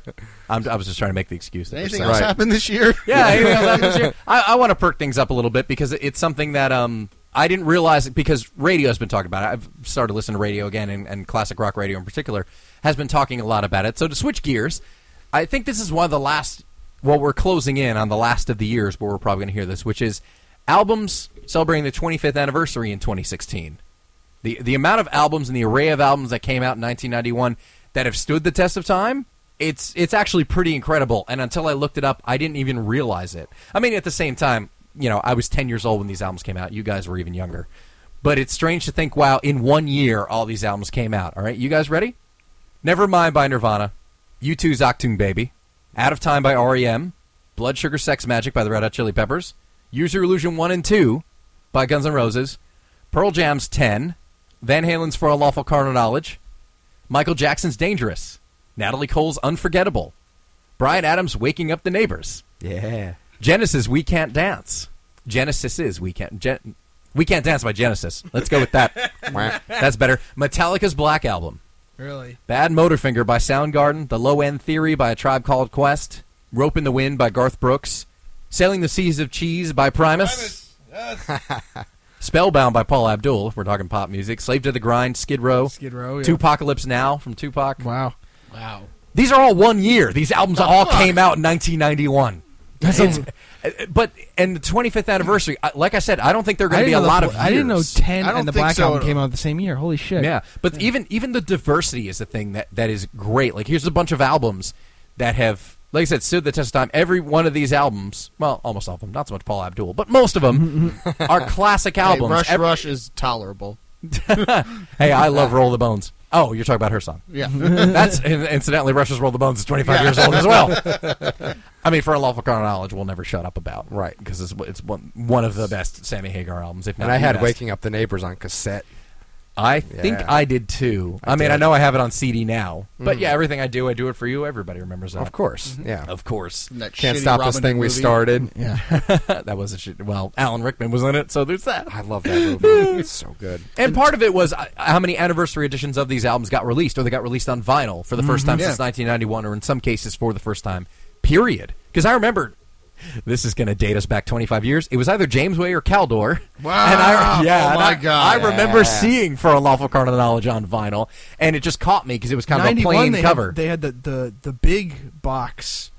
I'm, I was just trying to make the excuse. Did That you're anything saying. else Right. happen this year? *laughs* Yeah, anything else happen this year? I, I want to perk things up a little bit because it's something that um I didn't realize because radio has been talking about it. I've started listening to radio again, and, and classic rock radio in particular has been talking a lot about it. So to switch gears, I think this is one of the last. Well, we're closing in on the last of the years where we're probably going to hear this, which is albums celebrating the 25th anniversary in 2016. The the amount of albums and the array of albums that came out in 1991 that have stood the test of time, it's it's actually pretty incredible. And until I looked it up, I didn't even realize it. I mean, at the same time, you know, I was 10 years old when these albums came out. You guys were even younger. But it's strange to think, wow, in one year all these albums came out. All right, you guys ready? Never mind by Nirvana, U2's Octoon Baby, Out of Time by REM, Blood Sugar Sex Magic by the Red Hot Chili Peppers, User Illusion 1 and 2 by Guns N' Roses, Pearl Jam's 10, Van Halen's For a Lawful Carnal Knowledge, Michael Jackson's Dangerous, Natalie Cole's Unforgettable, Brian Adams' Waking Up the Neighbors, yeah. Genesis We Can't Dance, Genesis is We Can't, Gen- we can't Dance by Genesis. Let's go with that. Wah. That's better. Metallica's Black Album. Really. Bad Motorfinger by Soundgarden, The Low End Theory by A Tribe Called Quest, Rope in the Wind by Garth Brooks, Sailing the Seas of Cheese by Primus, *laughs* Spellbound by Paul Abdul, if we're talking pop music, Slave to the Grind, Skid Row, Skid Row, yeah. Tupacalypse Now from Tupac. Wow. These are all one year. These albums all came out in 1991. It's- but and the 25th anniversary, I- like I said, I don't think there are going to be a know the lot Bla- of. I didn't know years. ten I don't and the think Black so at Album all. came out the same year. Holy shit. Yeah, but even even the diversity is the thing that that is great. Like here's a bunch of albums that have, like I said, stood the test of time. Every one of these albums, well, almost all of them, not so much Paul Abdul, but most of them are classic Hey, albums. Rush Ev- Rush is tolerable. hey, I love Roll the Bones. Oh, you're talking about her song. *laughs* Yeah. That's in- incidentally, Russia's Roll the Bones is 25 years old as well. I mean, for a lawful car knowledge, we'll never shut up about Right. because it's it's one one of the best Sammy Hagar albums. If not And I the had best. Waking Up the Neighbors on cassette. I think Yeah. I did too. I, mean, did. I know I have it on CD now, but yeah, everything I do, I do it for you. Everybody remembers that, Of course. Yeah. Mm-hmm. of course. *laughs* That Can't shitty stop this Robin thing Hood we movie. started. Yeah. that was a shit. Well, Alan Rickman was in it, so there's that. I love that movie. it's so good. And part of it was uh, how many anniversary editions of these albums got released, or they got released on vinyl for the 1st time since Yeah. 1991, or in some cases for the first time, period. Because I remember, this is going to date us back 25 years. It was either James Way or Caldor. Wow. And I, yeah, Oh and my I, God. I remember seeing For a Lawful Carnal Knowledge on vinyl, and it just caught me because it was kind of a 91, plain they cover. Had, they had the, the, the big box.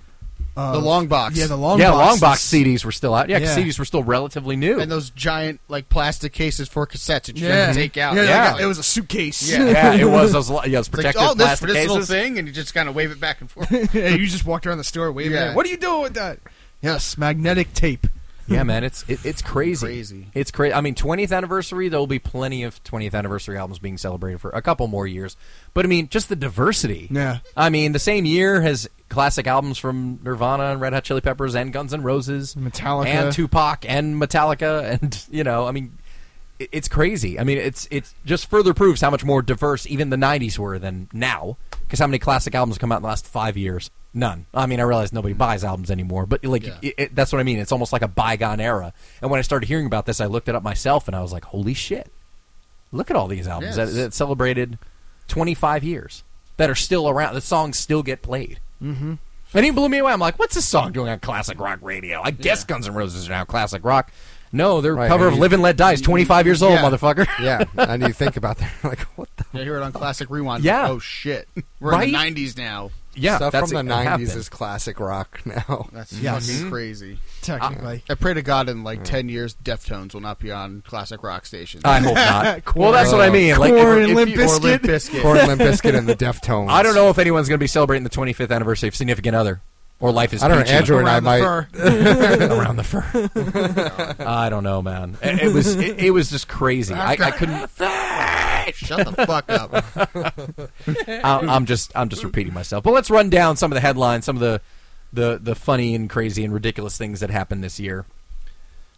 of- The long box. Yeah, the long yeah, box. long box CDs were still out. Yeah, 'cause Yeah. CDs were still relatively new. And those giant like plastic cases for cassettes that you Yeah. had to take out. Yeah, Yeah. like a- it was a suitcase. Yeah. *laughs* yeah, *laughs* it was. Those, li- yeah, it was It's like, protected oh, this, plastic for this little cases. thing, and you just kind of wave it back and forth. Yeah, you just walked around the store waving Yeah. it. What are you doing with that? Yes, magnetic tape. Yeah, man, it's it, it's crazy. Crazy. It's crazy. I mean, 20th anniversary. There will be plenty of 20th anniversary albums being celebrated for a couple more years. But I mean, just the diversity. Yeah. I mean, the same year has classic albums from Nirvana and Red Hot Chili Peppers and Guns N' Roses, Metallica. and Tupac and Metallica, and *laughs* you know, I mean, it, it's crazy. I mean, it's it's just further proves how much more diverse even the 90s were than now. Because how many classic albums come out in the last five years? None. I mean, I realize nobody buys albums anymore, but like Yeah. it, it, that's what I mean. It's almost like a bygone era. And when I started hearing about this, I looked it up myself, and I was like, "Holy shit! Look at all these albums that, Yes. that celebrated 25 years that are still around. The songs still get played." Mm-hmm. And he blew me away. I'm like, what's this song doing on classic rock radio? I guess Guns N' Roses are now classic rock. No, their Right, cover and of you- Live and Let Die is 25 years old, Yeah. motherfucker. Yeah. and you think about that, *laughs* like, what the I hear it on Classic Rewind. Yeah. Oh shit. We're Right? in the 90s now. *laughs* Yeah, stuff that's from it the happened. '90s is classic rock *laughs* now. That's Yes. fucking crazy. Technically. Uh, I pray to God in like 10 years, Deftones will not be on classic rock *laughs* stations. I hope *laughs* not. well, that's what I mean. Like, if- Corn, if Limp you- or Limp Bizkit. Biscuit. Corn Limp Bizkit and the Deftones. I don't know *laughs* if anyone's going to be celebrating the 25th anniversary of Significant Other or Life is I don't know. Peachy. Andrew and I Around the might. fur. *laughs* around *laughs* the fur. I don't know, man. It, it was it, it was just crazy. I, I couldn't. *laughs* Shut the fuck up. I, I'm just I'm just repeating myself. But let's run down some of the headlines, some of the the the funny and crazy and ridiculous things that happened this year.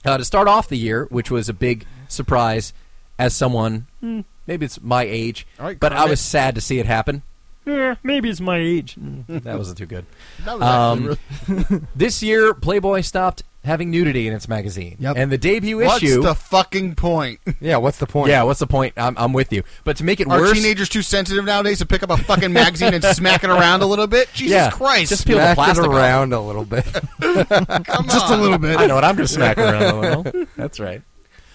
Uh, to start off the year, which was a big surprise, as someone hmm, maybe it's my age, All right, but I Kermit. was sad to see it happen. Yeah, maybe it's my age. Hmm. *laughs* that wasn't too good. That was Um, actually really This year, Playboy stopped having nudity in its magazine, Yep. and the debut What's issue. the fucking point? Yeah, what's the point? yeah, what's the point? I'm, I'm with you. But to make it Are worse, teenagers too sensitive nowadays to pick up a fucking magazine and smack it around a little bit? Jesus Yeah, Christ. just peel the Smack plastic it off. around a little bit. *laughs* Come Just a on. little bit. I know what I'm going to smack around. Well, That's right.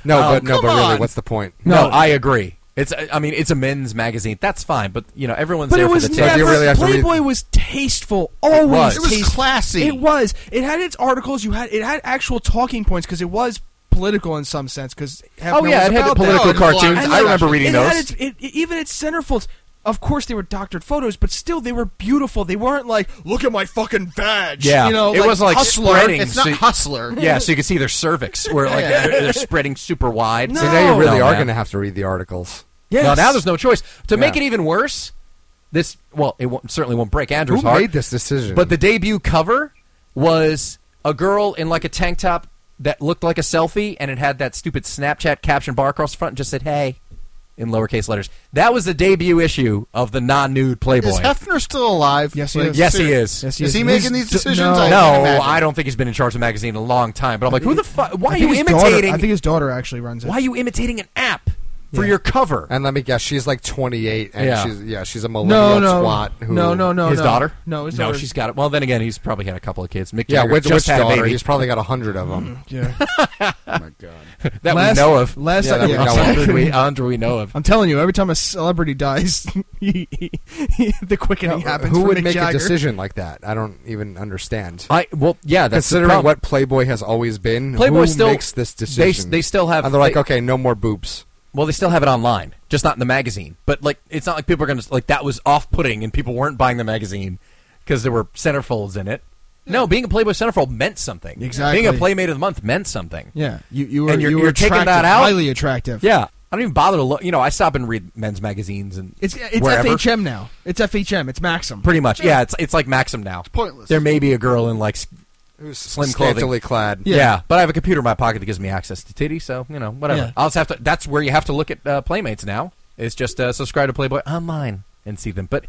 No, Oh, but no, come but really, on. what's the point? No, I agree. It's I mean it's a men's magazine. That's fine, but you know everyone's But there it was for the So never. do you really have to read- Playboy was tasteful. Always was. It was tasteful. classy. It was. It had its articles. You had it had actual talking points because it was political in some sense. Because Oh yeah, it had the political political that. cartoons. cartoons. And I it- remember reading it Had those. its, it, it- even its centerfolds. Of course, they were doctored photos, but still, they were beautiful. They weren't like, look at my fucking badge. Yeah. you know, It wasn't like hustler. spreading. It's not So- Hustler. yeah, so you can see their cervix where *laughs* like Yeah. they're, they're spreading super wide. No. So now you really No, are man. going to have to read the articles. Yes. Now, now there's no choice. To make Yeah. it even worse, this well, it won't, certainly won't break Andrew's Who heart. made this decision? But the debut cover was a girl in like a tank top that looked like a selfie, and it had that stupid Snapchat caption bar across the front and just said "Hey" in lowercase letters. That was the debut issue of the non-nude Playboy. Is Hefner still alive? Yes, he is. yes, he seriously. is. Yes, Is he He's making d- these decisions? no. I can't no, imagine. I don't think he's been in charge of the magazine in a long time. But I'm like, who the fuck? I Why are think you his daughter- imitating? I think his daughter actually runs it. why are you imitating an app for Yeah. your cover? and let me guess, she's like 28, and Yeah. she's yeah, she's a millennial No, no, twat. Who, no, no, no. his no. daughter? No, his no, daughter. she's got it. Well, then again, he's probably had a couple of kids. Mick Yeah, Jagger which, just which had a daughter? baby. He's probably got a hundred of them. *laughs* Yeah. Oh my god. that last, we know of. *laughs* Last, Yeah, that we yeah, know of. exactly. Andrew we, Andrew we know *laughs* of. I'm telling you, every time a celebrity dies, *laughs* he, he, he, the Mm. quickening happens. Who for would Mick make Jagger. a decision like that? I don't even understand. I well, yeah, that's the Considering problem. what Playboy has always been, who Playboy still makes this they- decision? They, still have. and they're like, they- okay, no more boobs. well, they still have it online, just not in the magazine. But like, it's not like people are gonna like that was off-putting and people weren't buying the magazine because there were centerfolds in it. No, being a Playboy centerfold meant something. Exactly. Being a Playmate of the Month meant something. Yeah, you you were And you're- you were you're taking that attractive, out? highly attractive. Yeah. I don't even bother to look. You know, I stop and read men's magazines and It's it's wherever. FHM now. It's FHM. It's Maxim. Pretty much, yeah. It's it's like Maxim now. It's pointless. There may be a girl in like, s- Who's Slim clothing. scantily clad? yeah. but I have a computer in my pocket that gives me access to titty, so you know, whatever. Yeah. I'll just have to. That's where you have to look at uh, Playmates now. It's just uh, subscribe to Playboy online and see them. But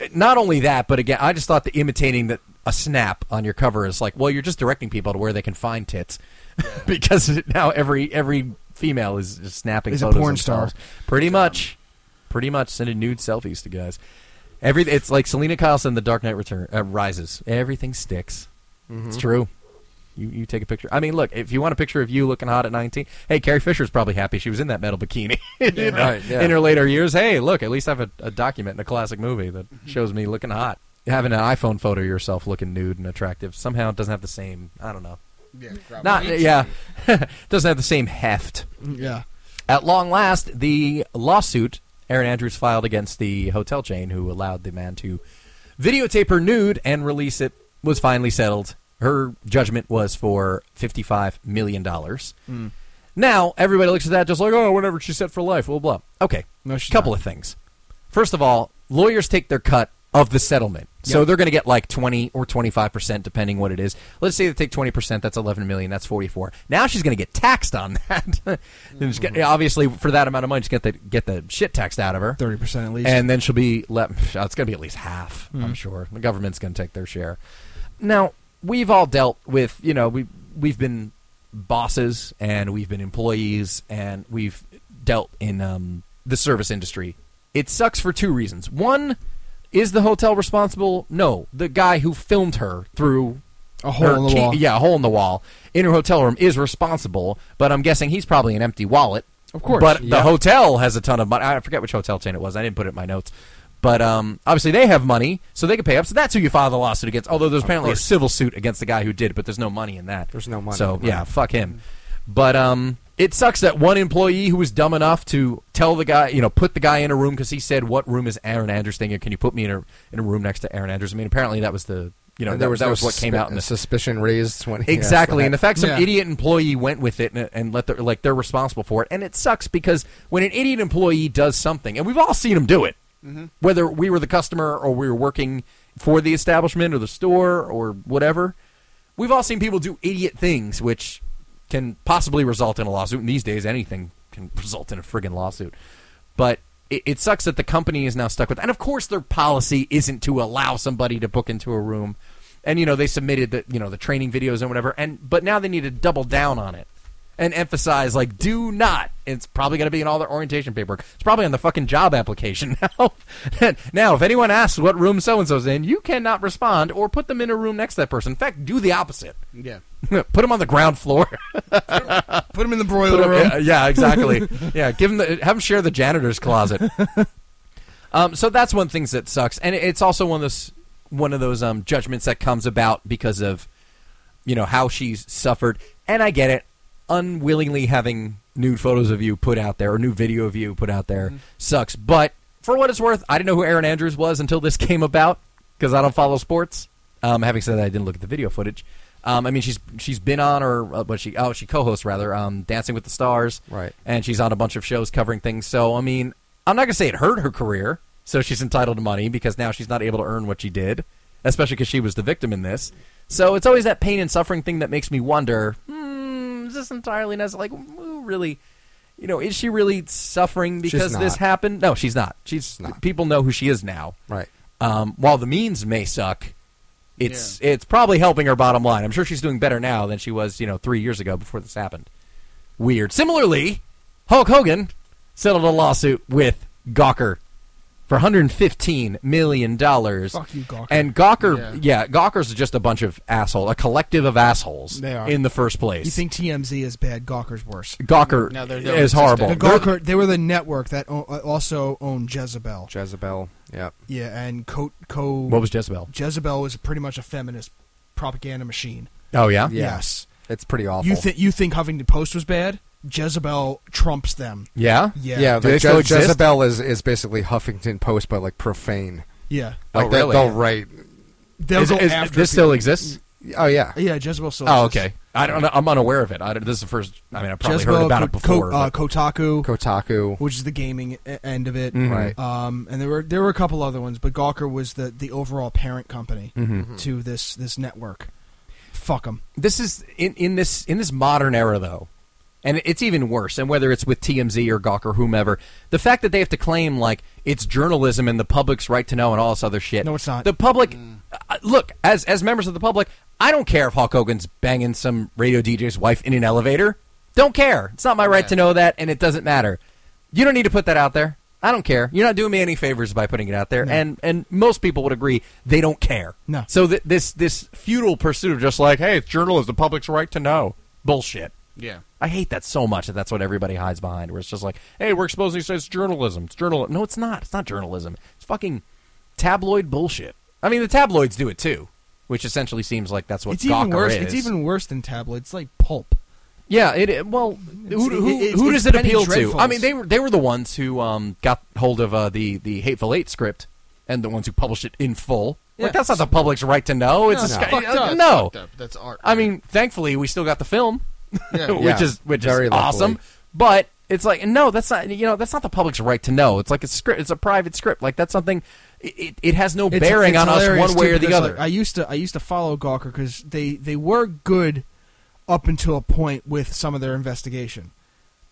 uh, not only that, but again, I just thought that imitating that a snap on your cover is like, well, you're just directing people to where they can find tits, *laughs* because now every every female is just snapping Is a photos porn of themselves. star. pretty much pretty much sending nude selfies to guys. Every it's like Selena Kyle's in The Dark Knight Return uh, Rises. Everything sticks. Mm-hmm. It's true. You you take a picture. I mean, look if you want a picture of you looking hot at nineteen. Hey, Carrie Fisher's probably happy she was in that metal bikini *laughs* you know, Right, yeah. in her later years. Hey, look, at least I have a, a document in a classic movie that shows me looking hot. Having an iPhone photo of yourself looking nude and attractive somehow it doesn't have the same. I don't know. Yeah, probably. Not yeah, *laughs* doesn't have the same heft. Yeah. At long last, the lawsuit Aaron Andrews filed against the hotel chain who allowed the man to videotape her nude and release it was finally settled. Her judgment was for $55 million. Hmm. Now, everybody looks at that just like, oh, whatever, she's set for life, blah, blah. Okay. No, she's couple not. of things. First of all, lawyers take their cut of the settlement. So Yep. they're going to get like 20 or 25% depending what it is. Let's say they take 20%, that's 11 million, that's 44. Now she's going to get taxed on *laughs* that. And she's get- Mm-hmm. obviously for that amount of money, she's going to get the shit taxed out of her. Thirty percent at least. And then she'll be let. It's going to be at least half, Hmm. I'm sure. The government's going to take their share. Now we've all dealt with, you know, we we've been bosses and we've been employees and we've dealt in um, the service industry. It sucks for two reasons. One is the hotel responsible? No, the guy who filmed her through A hole her in the key- wall. Yeah, a hole in the wall in her hotel room is responsible, but I'm guessing he's probably an empty wallet. Of course, But the yeah. hotel has a ton of money. I forget which hotel chain it was. I didn't put it in my notes. But um, obviously they have money, so they can pay up. So that's who you file the lawsuit against. Although there's apparently a civil suit against the guy who did, it, but there's no money in that. There's no money, So right. yeah, fuck him. But um, it sucks that one employee who was dumb enough to tell the guy, you know, put the guy in a room because he said, "What room is Aaron Andrews thinking? Can you put me in a in a room next to Aaron Andrews?" I mean, apparently that was the you know And that was that no was what came suspi- out in the suspicion raised when he asked Exactly, that. and the fact some Yeah. idiot employee went with it and, and let their like they're responsible for it, and it sucks because when an idiot employee does something, and we've all seen them do it, whether we were the customer or we were working for the establishment or the store or whatever, we've all seen people do idiot things, which can possibly result in a lawsuit. And these days, anything can result in a friggin' lawsuit. But it, it sucks that the company is now stuck with, and of course, their policy isn't to allow somebody to book into a room and you know they submitted the you know the training videos and whatever and but now they need to double down on it and emphasize like do not it's probably going to be in all their orientation paperwork it's probably on the fucking job application *laughs* now now if anyone asks what room so and so's in you cannot respond or put them in a room next to that person in fact do the opposite *laughs* Yeah. put them on the ground floor Put him in the broiler room. yeah, *laughs* yeah, exactly. yeah, give them the have them share the janitor's closet. um, so that's one thing that sucks, and it- it's also one of those one of those um, judgments that comes about because of you know how she's suffered, and I get it. Unwillingly having nude photos of you put out there or new video of you put out there sucks, but for what it's worth, I didn't know who Aaron Andrews was until this *laughs* came about because I don't follow sports. Um, having said that, I didn't look at the video footage. Um, I mean, she's she's been on or uh, what she oh she co-hosts rather um, Dancing with the Stars, Right. And she's on a bunch of shows covering things. So I mean, I'm not gonna say it hurt her career. So she's entitled to money because now she's not able to earn what she did, especially because she was the victim in this. So it's always that pain and suffering thing that makes me wonder: hmm, is this entirely necessary? Like, who really, you know, is she really suffering She's because this not. happened? No, she's not. She's not. people know who she is now. Right. Um, while the means may suck, it's it's probably helping her bottom line. I'm sure she's doing better now than she was, you know, three years ago before this happened. Weird. Similarly, Hulk Hogan settled a lawsuit with Gawker for 115 million dollars. Fuck you, Gawker. And Gawker, yeah. Gawker's just a bunch of assholes, a collective of assholes They are. in the first place. You think TMZ is bad? Gawker's worse. Gawker No, they're- they're is horrible. The Well, Gawker, they were the network that o- uh, also owned Jezebel. Jezebel. Yeah. Yeah, and co co. What was Jezebel? Jezebel was pretty much a feminist propaganda machine. Oh yeah. Yeah. Yes. It's pretty awful. You think you think Huffington Post was bad? Jezebel trumps them. Yeah. Yeah. Yeah, like Do they still Je- exist? Jezebel is, is basically Huffington Post, but like profane. Yeah. Oh, Like they- really? they'll write They'll Is- go is- after this people. still exists? Oh yeah, Yeah, Jezebel Soldiers. Oh, okay. I don't know. I'm unaware of it. I don't, this is the first. I mean, I probably Jezebel, heard about it Ko- before. Ko- uh, but- Kotaku, Kotaku. which is the gaming e- end of it, Mm-hmm. Right. Um, and there were there were a couple other ones, but Gawker was the, the overall parent company Mm-hmm. to this this network. Fuck them. this is in, in this in this modern era though and it's even worse and whether it's with tmz or gawk or whomever the fact that they have to claim like it's journalism and the public's right to know and all this other shit No, it's not. the public uh, look as as members of the public i don't care if hulk hogan's banging some radio dj's wife in an elevator don't care it's not my right to know that and it doesn't matter you don't need to put that out there i don't care you're not doing me any favors by putting it out there and and most people would agree they don't care No. so th- this this futile pursuit of just like, hey, it's journalism, the public's right to know. Bullshit. Yeah. I hate that so much that that's what everybody hides behind, where it's just like, hey, we're exposing these sites, it's journalism. It's journalism. No, it's not. It's not journalism. It's fucking tabloid bullshit. I mean, the tabloids do it too, which essentially seems like that's what it's Gawker even worse. is. It's even worse than tabloids. It's like pulp. Yeah, it, it- well, who, it- who, it's- who it's does it Penny appeal Dreadfuls. to? I mean, they were they were the ones who um, got hold of uh, the the Hateful Eight script and the ones who published it in full. Yeah. Like that's not the public's right to know. It's No, a no. sky- Fucked uh, up. no. Fucked up. That's art. I mean, thankfully we still got the film, *laughs* Yeah. which Yeah. is which Very is awesome. luckily. But it's like no, that's not you know that's not the public's right to know. It's like a script. It's a private script. Like that's something. It, it, it has no It's- bearing it's on us hilarious, one way too, or the because, other. like, I used to I used to follow Gawker because they they were good up until a point with some of their investigation.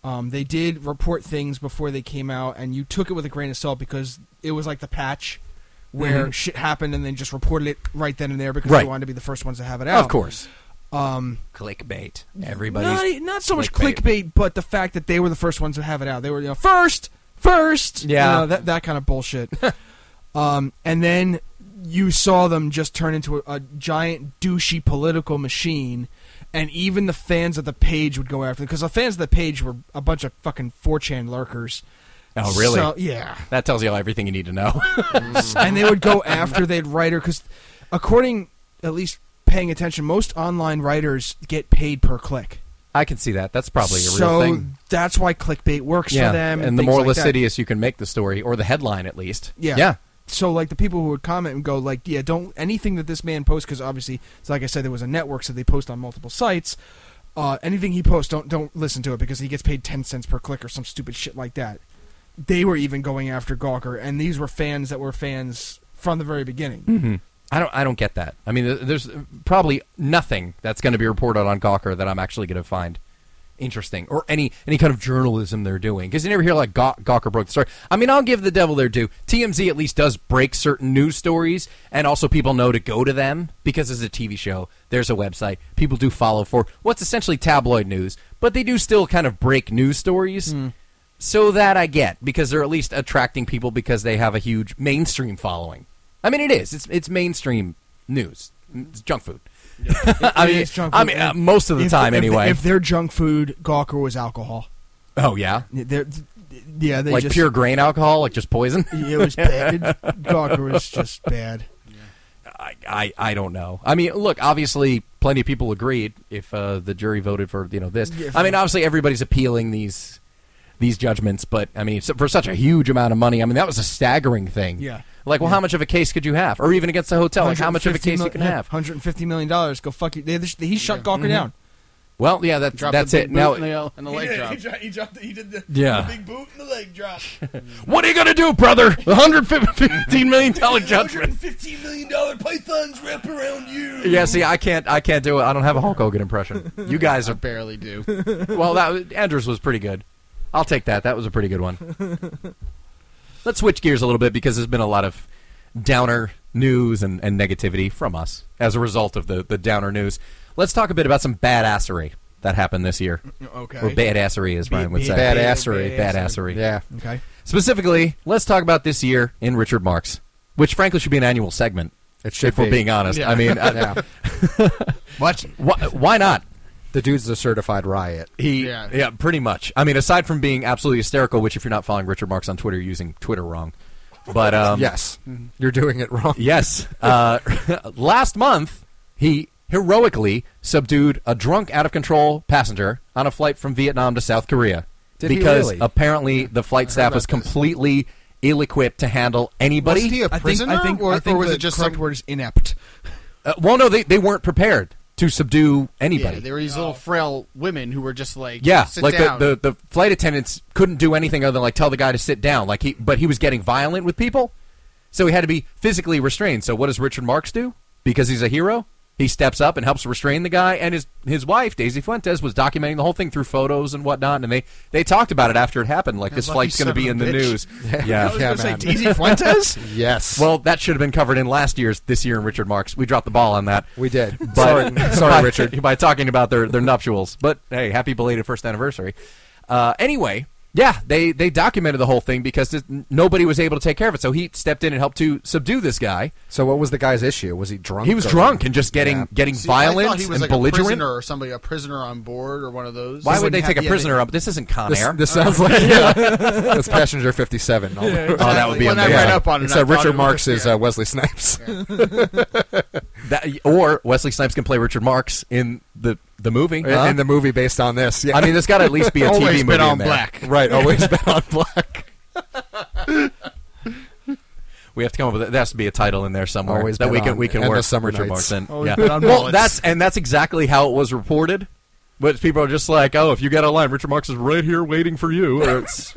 Um, they did report things before they came out, and you took it with a grain of salt because it was like the patch where Mhm. shit happened, and then just reported it right then and there because they Right. wanted to be the first ones to have it out. of course, Um, clickbait. Everybody's not, e- not so much clickbait. clickbait, but the fact that they were the first ones to have it out. They were you know, first, first, you Yeah. know, that that kind of bullshit. *laughs* um, and then you saw them just turn into a, a giant douchey political machine, and even the fans of the page would go after them because the fans of the page were a bunch of fucking 4chan lurkers. Oh, really? So, yeah, that tells you everything you need to know. *laughs* and they would go after they'd write her because, according at least paying attention, most online writers get paid per click. I can see that. That's probably a real so thing. that's why clickbait works for them. and the things more like that. lascivious you can make the story or the headline, at least. Yeah. yeah, So like the people who would comment and go like, yeah, don't anything that this man posts because obviously, it's like I said, there was a network, so they post on multiple sites. Uh, anything he posts, don't don't listen to it because he gets paid ten cents per click or some stupid shit like that. They were even going after Gawker, and these were fans that were fans from the very beginning. Mm-hmm. I don't. I don't get that. I mean, th- there's probably nothing that's going to be reported on Gawker that I'm actually going to find interesting or any any kind of journalism they're doing because you never hear like Gaw- Gawker broke the story. I mean, I'll give the devil their due. TMZ at least does break certain news stories, and also people know to go to them because it's a TV show. There's a website people do follow for what's essentially tabloid news, but they do still kind of break news stories. Hmm. So that I get because they're at least attracting people because they have a huge mainstream following. I mean, it is. It's it's mainstream news. It's junk food. I It mean, is junk I food, mean, and uh, most of the if- time, if- anyway. If their junk food, Gawker was alcohol. oh yeah, They're, yeah, they like just, pure grain alcohol, like just *laughs* poison. It was bad. *laughs* Gawker was just bad. I, I I don't know. I mean, look, obviously, plenty of people agreed if uh, the jury voted for you know this. Yeah, I mean, obviously, everybody's appealing these these judgments, but I mean, so- for such a huge amount of money, I mean, that was a staggering thing. Yeah. Like, well, how much of a case could you have, or even against the hotel? Like, Oh, how much of a 150 case mil- you can yeah, have? 150 million dollars. Go fuck you. They, they, he shut Mm-hmm. Gawker down. Well, yeah, that's Drop that's it. the big boot Now, and the, and *laughs* the leg drop. he dropped. He did the, Yeah. big boot and the leg drop. *laughs* what are you gonna do, brother? One hundred fifteen *laughs* million dollar judgment. Fifteen million dollar pythons wrap around you. Yeah, see, I can't, I can't do it. I don't have a Hulk Hogan impression. You guys *laughs* I are barely do. well. That was- Andrews was pretty good. I'll take that. That was a pretty good one. Let's switch gears a little bit because there's been a lot of downer news and, and negativity from us as a result of the the downer news. Let's talk a bit about some badassery that happened this year. Okay. Or badassery, as Ryan would say. bad- badassery. Badassery. yeah. Okay. Specifically, let's talk about this year in Richard Marks, which frankly should be an annual segment. It should if we're be. being honest. I mean, uh, *laughs* *laughs* Yeah. What? why, why not? The dude's a certified riot. He, Yeah. yeah. pretty much. I mean, aside from being absolutely hysterical, which if you're not following Richard Marks on Twitter, you're using Twitter wrong. *laughs* But um, Yes, you're doing it wrong. *laughs* yes. Uh, last month, he heroically subdued a drunk, out of control passenger on a flight from Vietnam to South Korea Did he because really? apparently the flight staff was completely ill-equipped to handle anybody. Was he a I think, prisoner, I think, or, I think or was the it just correct some? word is inept. Uh, well, no, they, they weren't prepared to subdue anybody. Yeah, there were these little frail women who were just like, Yeah, sit like down. The, the the flight attendants couldn't do anything other than like tell the guy to sit down. Like he, but he was getting violent with people, so he had to be physically restrained. So what does Richard Marks do? Because he's a hero, he steps up and helps restrain the guy. And his his wife Daisy Fuentes was documenting the whole thing through photos and whatnot. And they they talked about it after it happened. Like Yeah, this lucky flight's going to son be in of the a bitch. *laughs* news. I Yeah. was Yeah, going to say man. Daisy *laughs* Fuentes. Yes. Well, that should have been covered in last year's. This year in Richard Marks, we dropped the ball on that. we did. But- *laughs* sorry, sorry, by- Richard. by talking about their, their nuptials. But hey, happy belated first anniversary. Uh, anyway, yeah, they they documented the whole thing because th- nobody was able to take care of it. So he stepped in and helped to subdue this guy. So, what was the guy's issue? Was he drunk? He was or- drunk and just getting Yeah. getting See, I thought violent he was and like a belligerent. prisoner or somebody, a prisoner on board or one of those. Why This would they wouldn't take a have- yeah, prisoner up? This isn't Con This, Air. this sounds like yeah. that's passenger fifty-seven. oh, that would be When I amazing. read up on it, I Except thought it Richard was Marks just- is uh, Wesley Snipes. That- or Wesley Snipes can play Richard Marks in the the movie. in, in the movie based on this. Yeah. I mean, there's got to at *laughs* least be a TV Always movie been on in there. black. right. Always been *laughs* on black. We have to come up with that. There has to be a title in there somewhere Always that been we can on- we can and work the summer Richard Marks nights. in. Always yeah. been on well, bullets. that's and that's exactly how it was reported. But people are just like, oh, if you got a line, Richard Marks is right here waiting for you, or it's,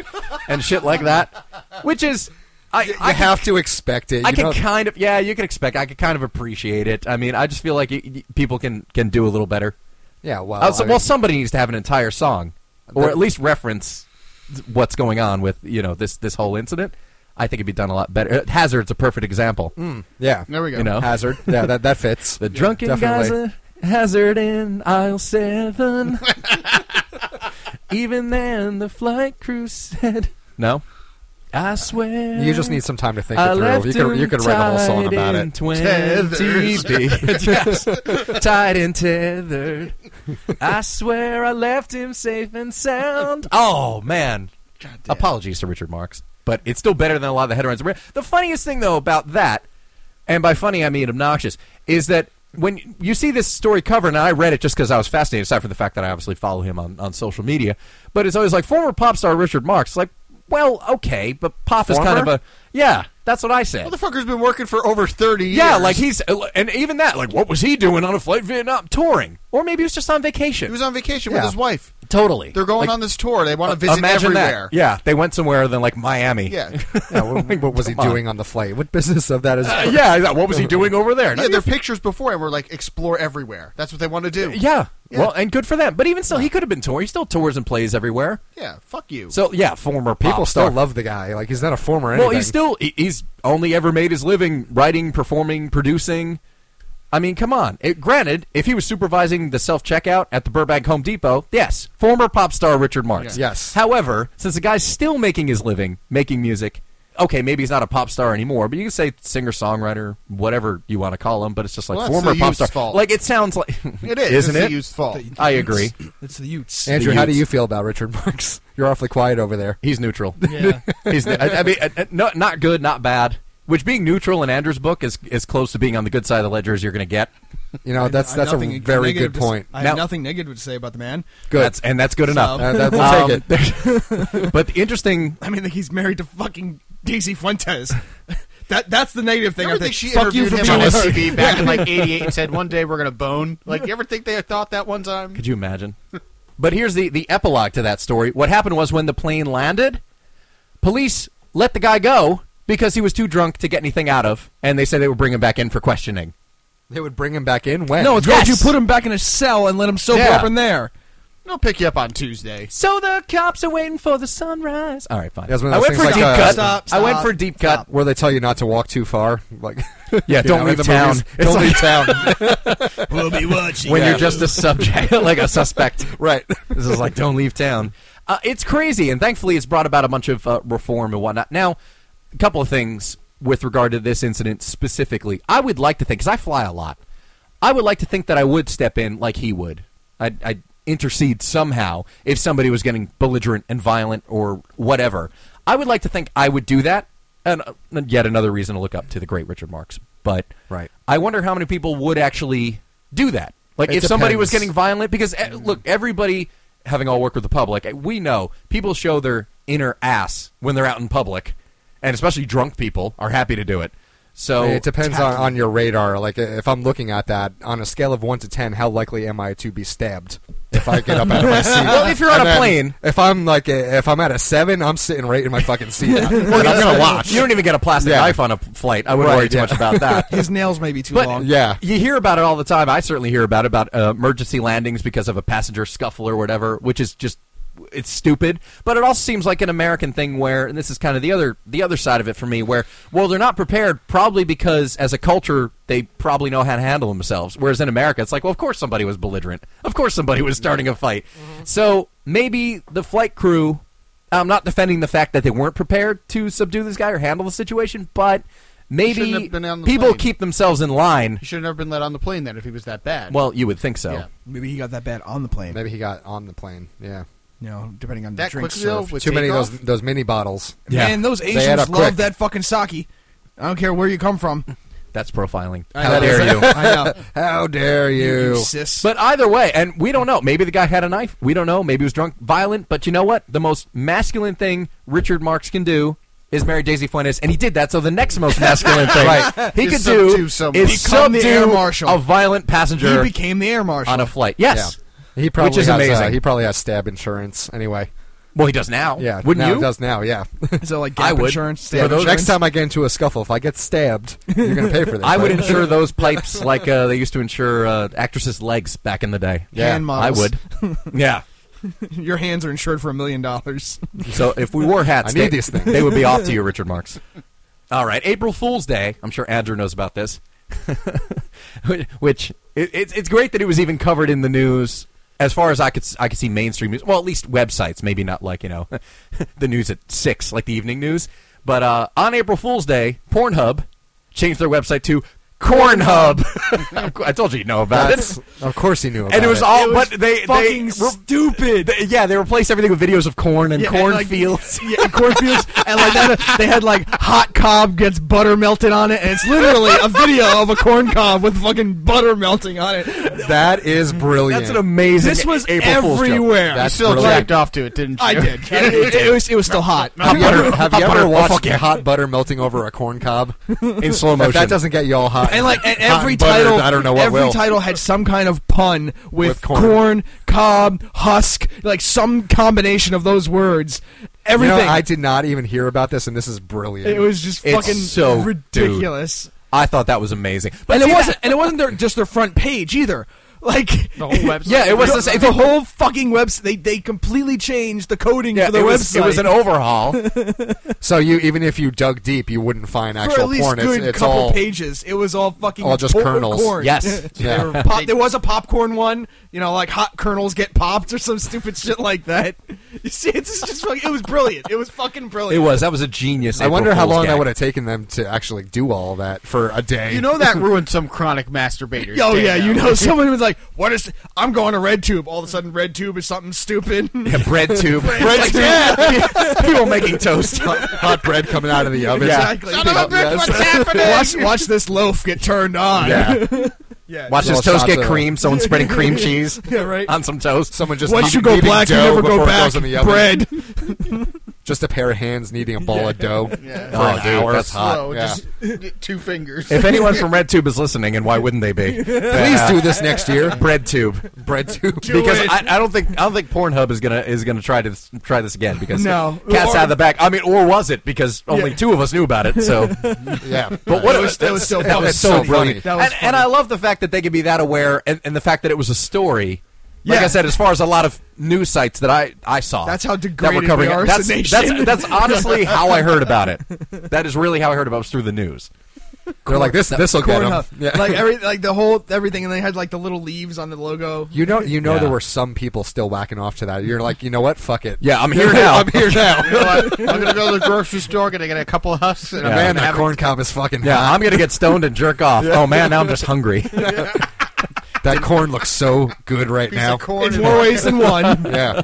and shit like that, which is I You I can- have to expect it. I you can know? kind of yeah, you can expect. I can kind of appreciate it. I mean, I just feel like y y- people can can do a little better. yeah. Well. Uh, so- I mean, well, somebody needs to have an entire song, or The- at least reference th- what's going on with you know this this whole incident. I think it'd be done a lot better. Uh, Hazard's a perfect example. yeah. There we go. You know? Hazard. Mm, Yeah. That that fits. The drunken definitely. guys a hazard in aisle *laughs* seven. Even then, the flight crew said, "No, I swear." You just need some time to think I it left through. You could, you him could write a whole song tied about in it. 20 Tethers. days. *laughs* Yes. Tied and tethered. I swear I left him safe and sound. Oh, man. Apologies to Richard Marks, but it's still better than a lot of the headlines. The funniest thing, though, about that, and by funny I mean obnoxious, is that when you see this story covered, and I read it just because I was fascinated, aside from the fact that I obviously follow him on, on social media, but it's always like former pop star Richard Marks. Like, well, okay, but pop is kind of Former? a. Yeah, that's what I said. Motherfucker's been working for over thirty years. Yeah, like he's uh, and even that, like what was he doing on a flight to Vietnam touring? Or maybe he was just on vacation. he was on vacation Yeah. with his wife. totally. They're going Like, uh, on this tour. They want to visit imagine everywhere. That. Yeah, they went somewhere then like Miami. Yeah, yeah. *laughs* Yeah, what, what was he Come on. doing on the flight? What business of that is? Uh, yeah, yeah, what was he doing over there? their pictures before and we're like explore everywhere. That's what they want to do. yeah. Yeah. Well, and good for them. But even still, he could have been touring. He still tours and plays everywhere. Yeah, fuck you. So yeah, former pop People star. still love the guy. Like he's not a former. Well, anything. he's still he- he's only ever made his living writing, performing, producing. I mean, come on. It, granted, if he was supervising the self checkout at the Burbank Home Depot, yes, former pop star Richard Marks. Yeah. Yes. However, since the guy's still making his living, making music, okay, maybe he's not a pop star anymore, but you can say singer songwriter, whatever you want to call him. But it's just like Well, that's former the pop youth's star. fault. Like it sounds like it *laughs* is. isn't it's it? The youth's fault. I agree. It's the Utes. Andrew, the how do youths. you feel about Richard Marks? You're awfully quiet over there. He's neutral. *laughs* Yeah. He's, I, I mean, uh, uh, no, not good, not bad. Which being neutral in Andrew's book is as close to being on the good side of the ledger as you're going to get. You know, that's I- I that's a nothing very negative good to s- point. I Now- have nothing negative to say about the man. Good. That's, and that's good enough. Uh, that- we'll Um, *laughs* take it. but the interesting, I mean, like, he's married to fucking Daisy Fuentes. *laughs* that that's the negative thing. I You ever think. think she Fuck you interviewed for him being a *laughs* on SCB back in like '88 and said, "One day we're gonna bone"? Like, you ever think they thought that one time? could you imagine? But here's the, the epilogue to that story. What happened was when the plane landed, police let the guy go because he was too drunk to get anything out of, and they said they would bring him back in for questioning. They would bring him back in when? No, it's Yes! called you put him back in a cell and let him sober Yeah. up in there. They'll pick you up on Tuesday. So the cops are waiting for the sunrise. All right, fine. That's one I of those went for a things deep like, uh, cut. Stop, I went stop, for a deep cut. where they tell you not to walk too far. Like, *laughs* Yeah, you don't know, leave in town. movies, It's Don't *laughs* leave town. We'll be watching. when you're just a subject, *laughs* like a suspect. right. This is like, don't leave town. Uh, it's crazy, and thankfully, it's brought about a bunch of uh, reform and whatnot. Now, a couple of things with regard to this incident specifically. I would like to think, because I fly a lot, I would like to think that I would step in like he would. I'd, I'd intercede somehow if somebody was getting belligerent and violent or whatever. I would like to think I would do that. And uh, yet another reason to look up to the great Richard Marks. But Right. I wonder how many people would actually do that. Like It if somebody was depends. getting violent, because eh, look, everybody having all worked with the public, eh, we know people show their inner ass when they're out in public, and especially drunk people are happy to do it. So it depends on, on your radar. Like if I'm looking at that on a scale of one to ten, how likely am I to be stabbed if I get up out *laughs* of my seat? Well, if you're on And a then plane- if I'm like a, if I'm at a seven, I'm sitting right in my fucking seat. and *laughs* Well, I'm you gonna don't- watch. You don't even get a plastic Yeah. knife on a flight. I wouldn't Right, worry too yeah. much about *laughs* that. His nails may be too But- long. yeah, You hear about it all the time. I certainly hear about it, about uh, emergency landings because of a passenger scuffle or whatever, which is just it's stupid. But it also seems like an American thing where, and this is kind of the other the other side of it for me, where well they're not prepared probably because as a culture they probably know how to handle themselves. Whereas in America it's like well of course somebody was belligerent, of course somebody was starting a fight. Mm-hmm. So maybe the flight crew. I'm not defending the fact that they weren't prepared to subdue this guy or handle the situation, but Shouldn't maybe have been on the people plane. keep themselves in line He should have never been let on the plane then if he was that bad. well, you would think so. Yeah. Maybe he got that bad on the plane. *laughs* maybe he got on the plane. Yeah, You know, depending on the that drink Quicksilver served. with too many of takeoff? those those mini bottles. Yeah. Man, those They add Asians up love quick. that fucking sake. I don't care where you come from. That's profiling. I How know. dare *laughs* you? I know. How dare you? sis. But either way, and we don't know. Maybe the guy had a knife. We don't know. Maybe he was drunk, violent. But you know what? The most masculine thing Richard Marx can do is marry Daisy Fuentes, and he did that. So the next most masculine thing he Is could do subdue someone. is Become the air subdue marshal. a violent he passenger became the air marshal. on a flight. Yes. Yeah. He probably Which is has, uh, amazing. he probably has stab insurance anyway. Well, he does now. Yeah, Wouldn't now you? It does now. Yeah. so like I gap would. insurance. For stab those- insurance. Next time I get into a scuffle, if I get stabbed, you're gonna pay for this. I *laughs* would *laughs* right? insure those pipes like uh, they used to insure uh, actresses' legs back in the day. Yeah. Hand I models. would. yeah. *laughs* Your hands are insured for a million dollars. So if we wore hats, I need they, these things. they would be off to you, Richard Marks. All right, April Fool's Day. I'm sure Andrew knows about this. *laughs* Which- Which it, it's it's great that it was even covered in the news. As far as I could s- I could see mainstream news, well, at least websites, maybe not like you know *laughs* the news at six, like the evening news. But uh, on April Fool's Day, Pornhub changed their website to Cornhub. *laughs* I told you you know about it That's, of course he knew. About and it was all, It was but they fucking they stupid. they- yeah, they replaced everything with videos of corn and Yeah, and, like, *laughs* cornfields. yeah, and cornfields, and like that, they had like *laughs* hot cob gets butter melted on it, and it's literally a *laughs* video of a corn cob with fucking butter melting on it. That is brilliant. That's an amazing. This was April Fool's joke. everywhere. You That's still brilliant. jacked off to it, didn't *laughs* you? I did. *laughs* It, it was it was still hot. Have you ever, have hot you ever butter- oh, watched fuck yeah. hot butter melting over a corn cob? *laughs* in slow if motion. that doesn't get you all hot, And like and hot every and buttered, title, I don't know what every will. title had some kind of pun with, With corn. corn. cob, husk, like some combination of those words. You know, Everything. I did not even hear about this, and this is brilliant. it was just It's fucking so dude. ridiculous. I thought that was amazing. But and it see, wasn't and it wasn't their just their front page either. Like The whole *laughs* website? Yeah, it was the same- The whole fucking website. They they completely changed the coding that- for their it, was, website. it was an overhaul. so you even if you dug deep, you wouldn't find for at actual least corn. It's, good it's couple all pages. It was all fucking all just por- kernels. Corn. *laughs* yes. Yeah. *laughs* There, were pop, there was a popcorn one, you know, like hot kernels get popped or some stupid shit like that. *laughs* You see, it's just fucking, it was brilliant. It was fucking It brilliant. was. That was a genius. I April wonder how Fool's long gag. that would have taken them to actually do all that for a day. *laughs* You know that ruined some chronic masturbators. Oh day, yeah, though. you know, *laughs* someone was like, "What is? I'm going to RedTube." All of a sudden, RedTube is something stupid. *laughs* *laughs* Yeah, bread tube. *laughs* bread tube. People making toast. hot bread coming out of the oven. Exactly. Son of a bitch, Yes. what's happening? watch, watch this loaf get turned on. Yeah. *laughs* Yeah. Watch this Little toast shots get of- cream. Someone's spreading *laughs* cream cheese *laughs* Yeah, right. on some toast. Someone just Once you kneading go black, you dough never go before it back. goes in the oven. *laughs* Bread. *laughs* Just a pair of hands kneading a ball of dough. Yeah. For Oh, an dude, hour. that's hot. Slow, Yeah. *laughs* just two fingers. If anyone from RedTube is listening, and why wouldn't they be? Please do this next year. bread tube. bread tube. because it. I, I don't think I don't think Pornhub is gonna is gonna try to try this again because No. cats Or- out of the back. I mean, or was it because only Yeah. two of us knew about it? *laughs* So, *laughs* yeah. but what That was- that was so that was funny. so brilliant. That was and, and funny. I love the fact that they could be that aware, and, and the fact that it was a story. Like I Yeah. said, as far as a lot of news sites that I, I saw, That's how that were degraded covering we it. are as That's, a that's nation. that's honestly how I heard *laughs* about it. That is really how I heard about it was through the news. They're like this. This will get Corn them. Hub. Like every like the whole everything, and they had like the little leaves on the logo. You know, you know, Yeah. there were some people still whacking off to that. You're like, you know what? Fuck it. *laughs* Yeah, I'm here now. I'm here You now. know what? I'm gonna go to the grocery store, gonna get a couple of huffs, and Yeah. I'm Man, gonna that have corn cob is fucking Yeah, *laughs* hot. I'm gonna get stoned and jerk off. Oh man, now I'm just *laughs* hungry. That corn looks so good right a piece now. of corn In in more ways than one. Yeah.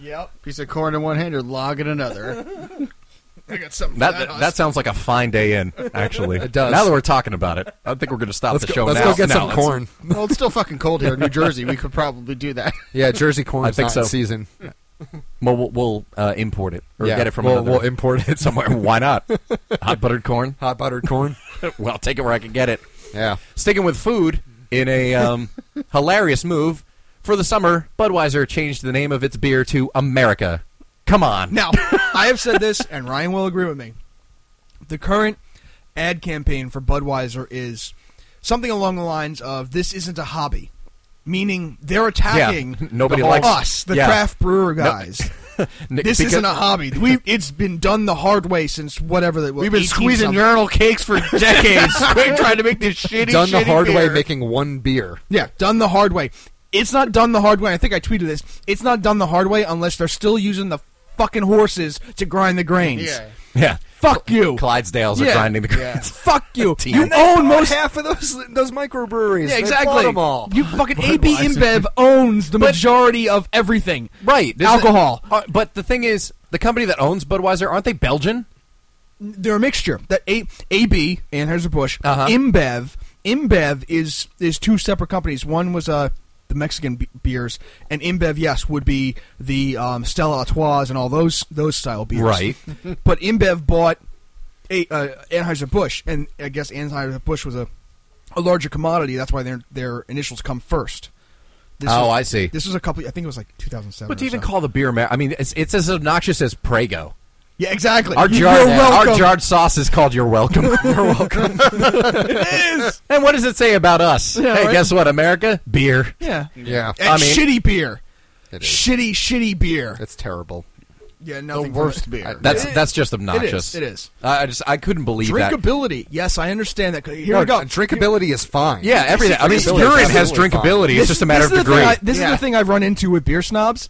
Yep. Piece of corn in one hand or log in another. *laughs* I got something. for That, that, Austin. that sounds like a fine day in, actually. It does. Now that we're talking about it, I think we're going to stop Let's the go, show let's now. go get No, some let's- corn. *laughs* *laughs* well, it's still fucking cold here in New Jersey. We could probably do that. Yeah, Jersey corn I think not in so. season. Well, we'll, we'll uh, import it or Yeah, get it from we'll- another. we'll import it *laughs* somewhere. Why not? Hot buttered *laughs* corn. Hot buttered *laughs* corn. well, I'll take it where I can get it. yeah. Sticking with food in a um, hilarious move for the summer, Budweiser changed the name of its beer to America. Come *laughs* on. Now, I have said this, and Ryan will agree with me. The current ad campaign for Budweiser is something along the lines of "This isn't a hobby," meaning they're attacking nobody the- likes- us, the yeah. craft brewer guys. Nick, This because- isn't a hobby. We it's been done the hard way since whatever that was. We've been 18 squeezing something. urinal *laughs* cakes for decades. We're trying to make this shitty, Done the shitty hard way, beer. making one beer. Yeah, done the hard way. It's not done the hard way. I think I tweeted this. It's not done the hard way unless they're still using the fucking horses to grind the grains. Yeah. *laughs* yeah. Fuck you. Clydesdales are Yeah. grinding the grains. Fuck *laughs* you. Team. You And own most. half of those those microbreweries. Yeah, They exactly. bought 'em all. You *laughs* fucking AB InBev owns the majority of everything. Right. this is- Alcohol. Uh, but the thing is, the company that owns Budweiser, aren't they Belgian? They're a mixture. That a- AB Anheuser Busch, Uh-huh. InBev, InBev is is two separate companies. One was uh the Mexican b- beers, and InBev, yes, would be the um, Stella Artois and all those those style beers. Right. *laughs* but InBev bought a, uh, Anheuser Busch, and I guess Anheuser Busch was a a larger commodity. That's why their their initials come first. This Oh, was- I see. This was a couple. I think it was like 2007. What or do you even so. call the beer? Amer- I mean, it's, it's as obnoxious as Prego. Yeah, exactly. Our You're jar, welcome. our jarred sauce is called "You're Welcome." You're welcome. *laughs* it is. And what does it say about us? Yeah, hey, right. guess what? America beer. Yeah. Yeah, And I mean- shitty beer. It is. Shitty, shitty beer. it's terrible. yeah, The nothing. worst beer. beer. That's It- that's just It obnoxious. is. It is. I I just I couldn't believe that. Drinkability. Yes, I understand that. Here we go. Drinkability is fine. Yeah, everything. I mean, Drinkability is urine has absolutely fine. drinkability. It's This- just a matter this is of the degree. thing I- this is Yeah. the thing I've run into with beer snobs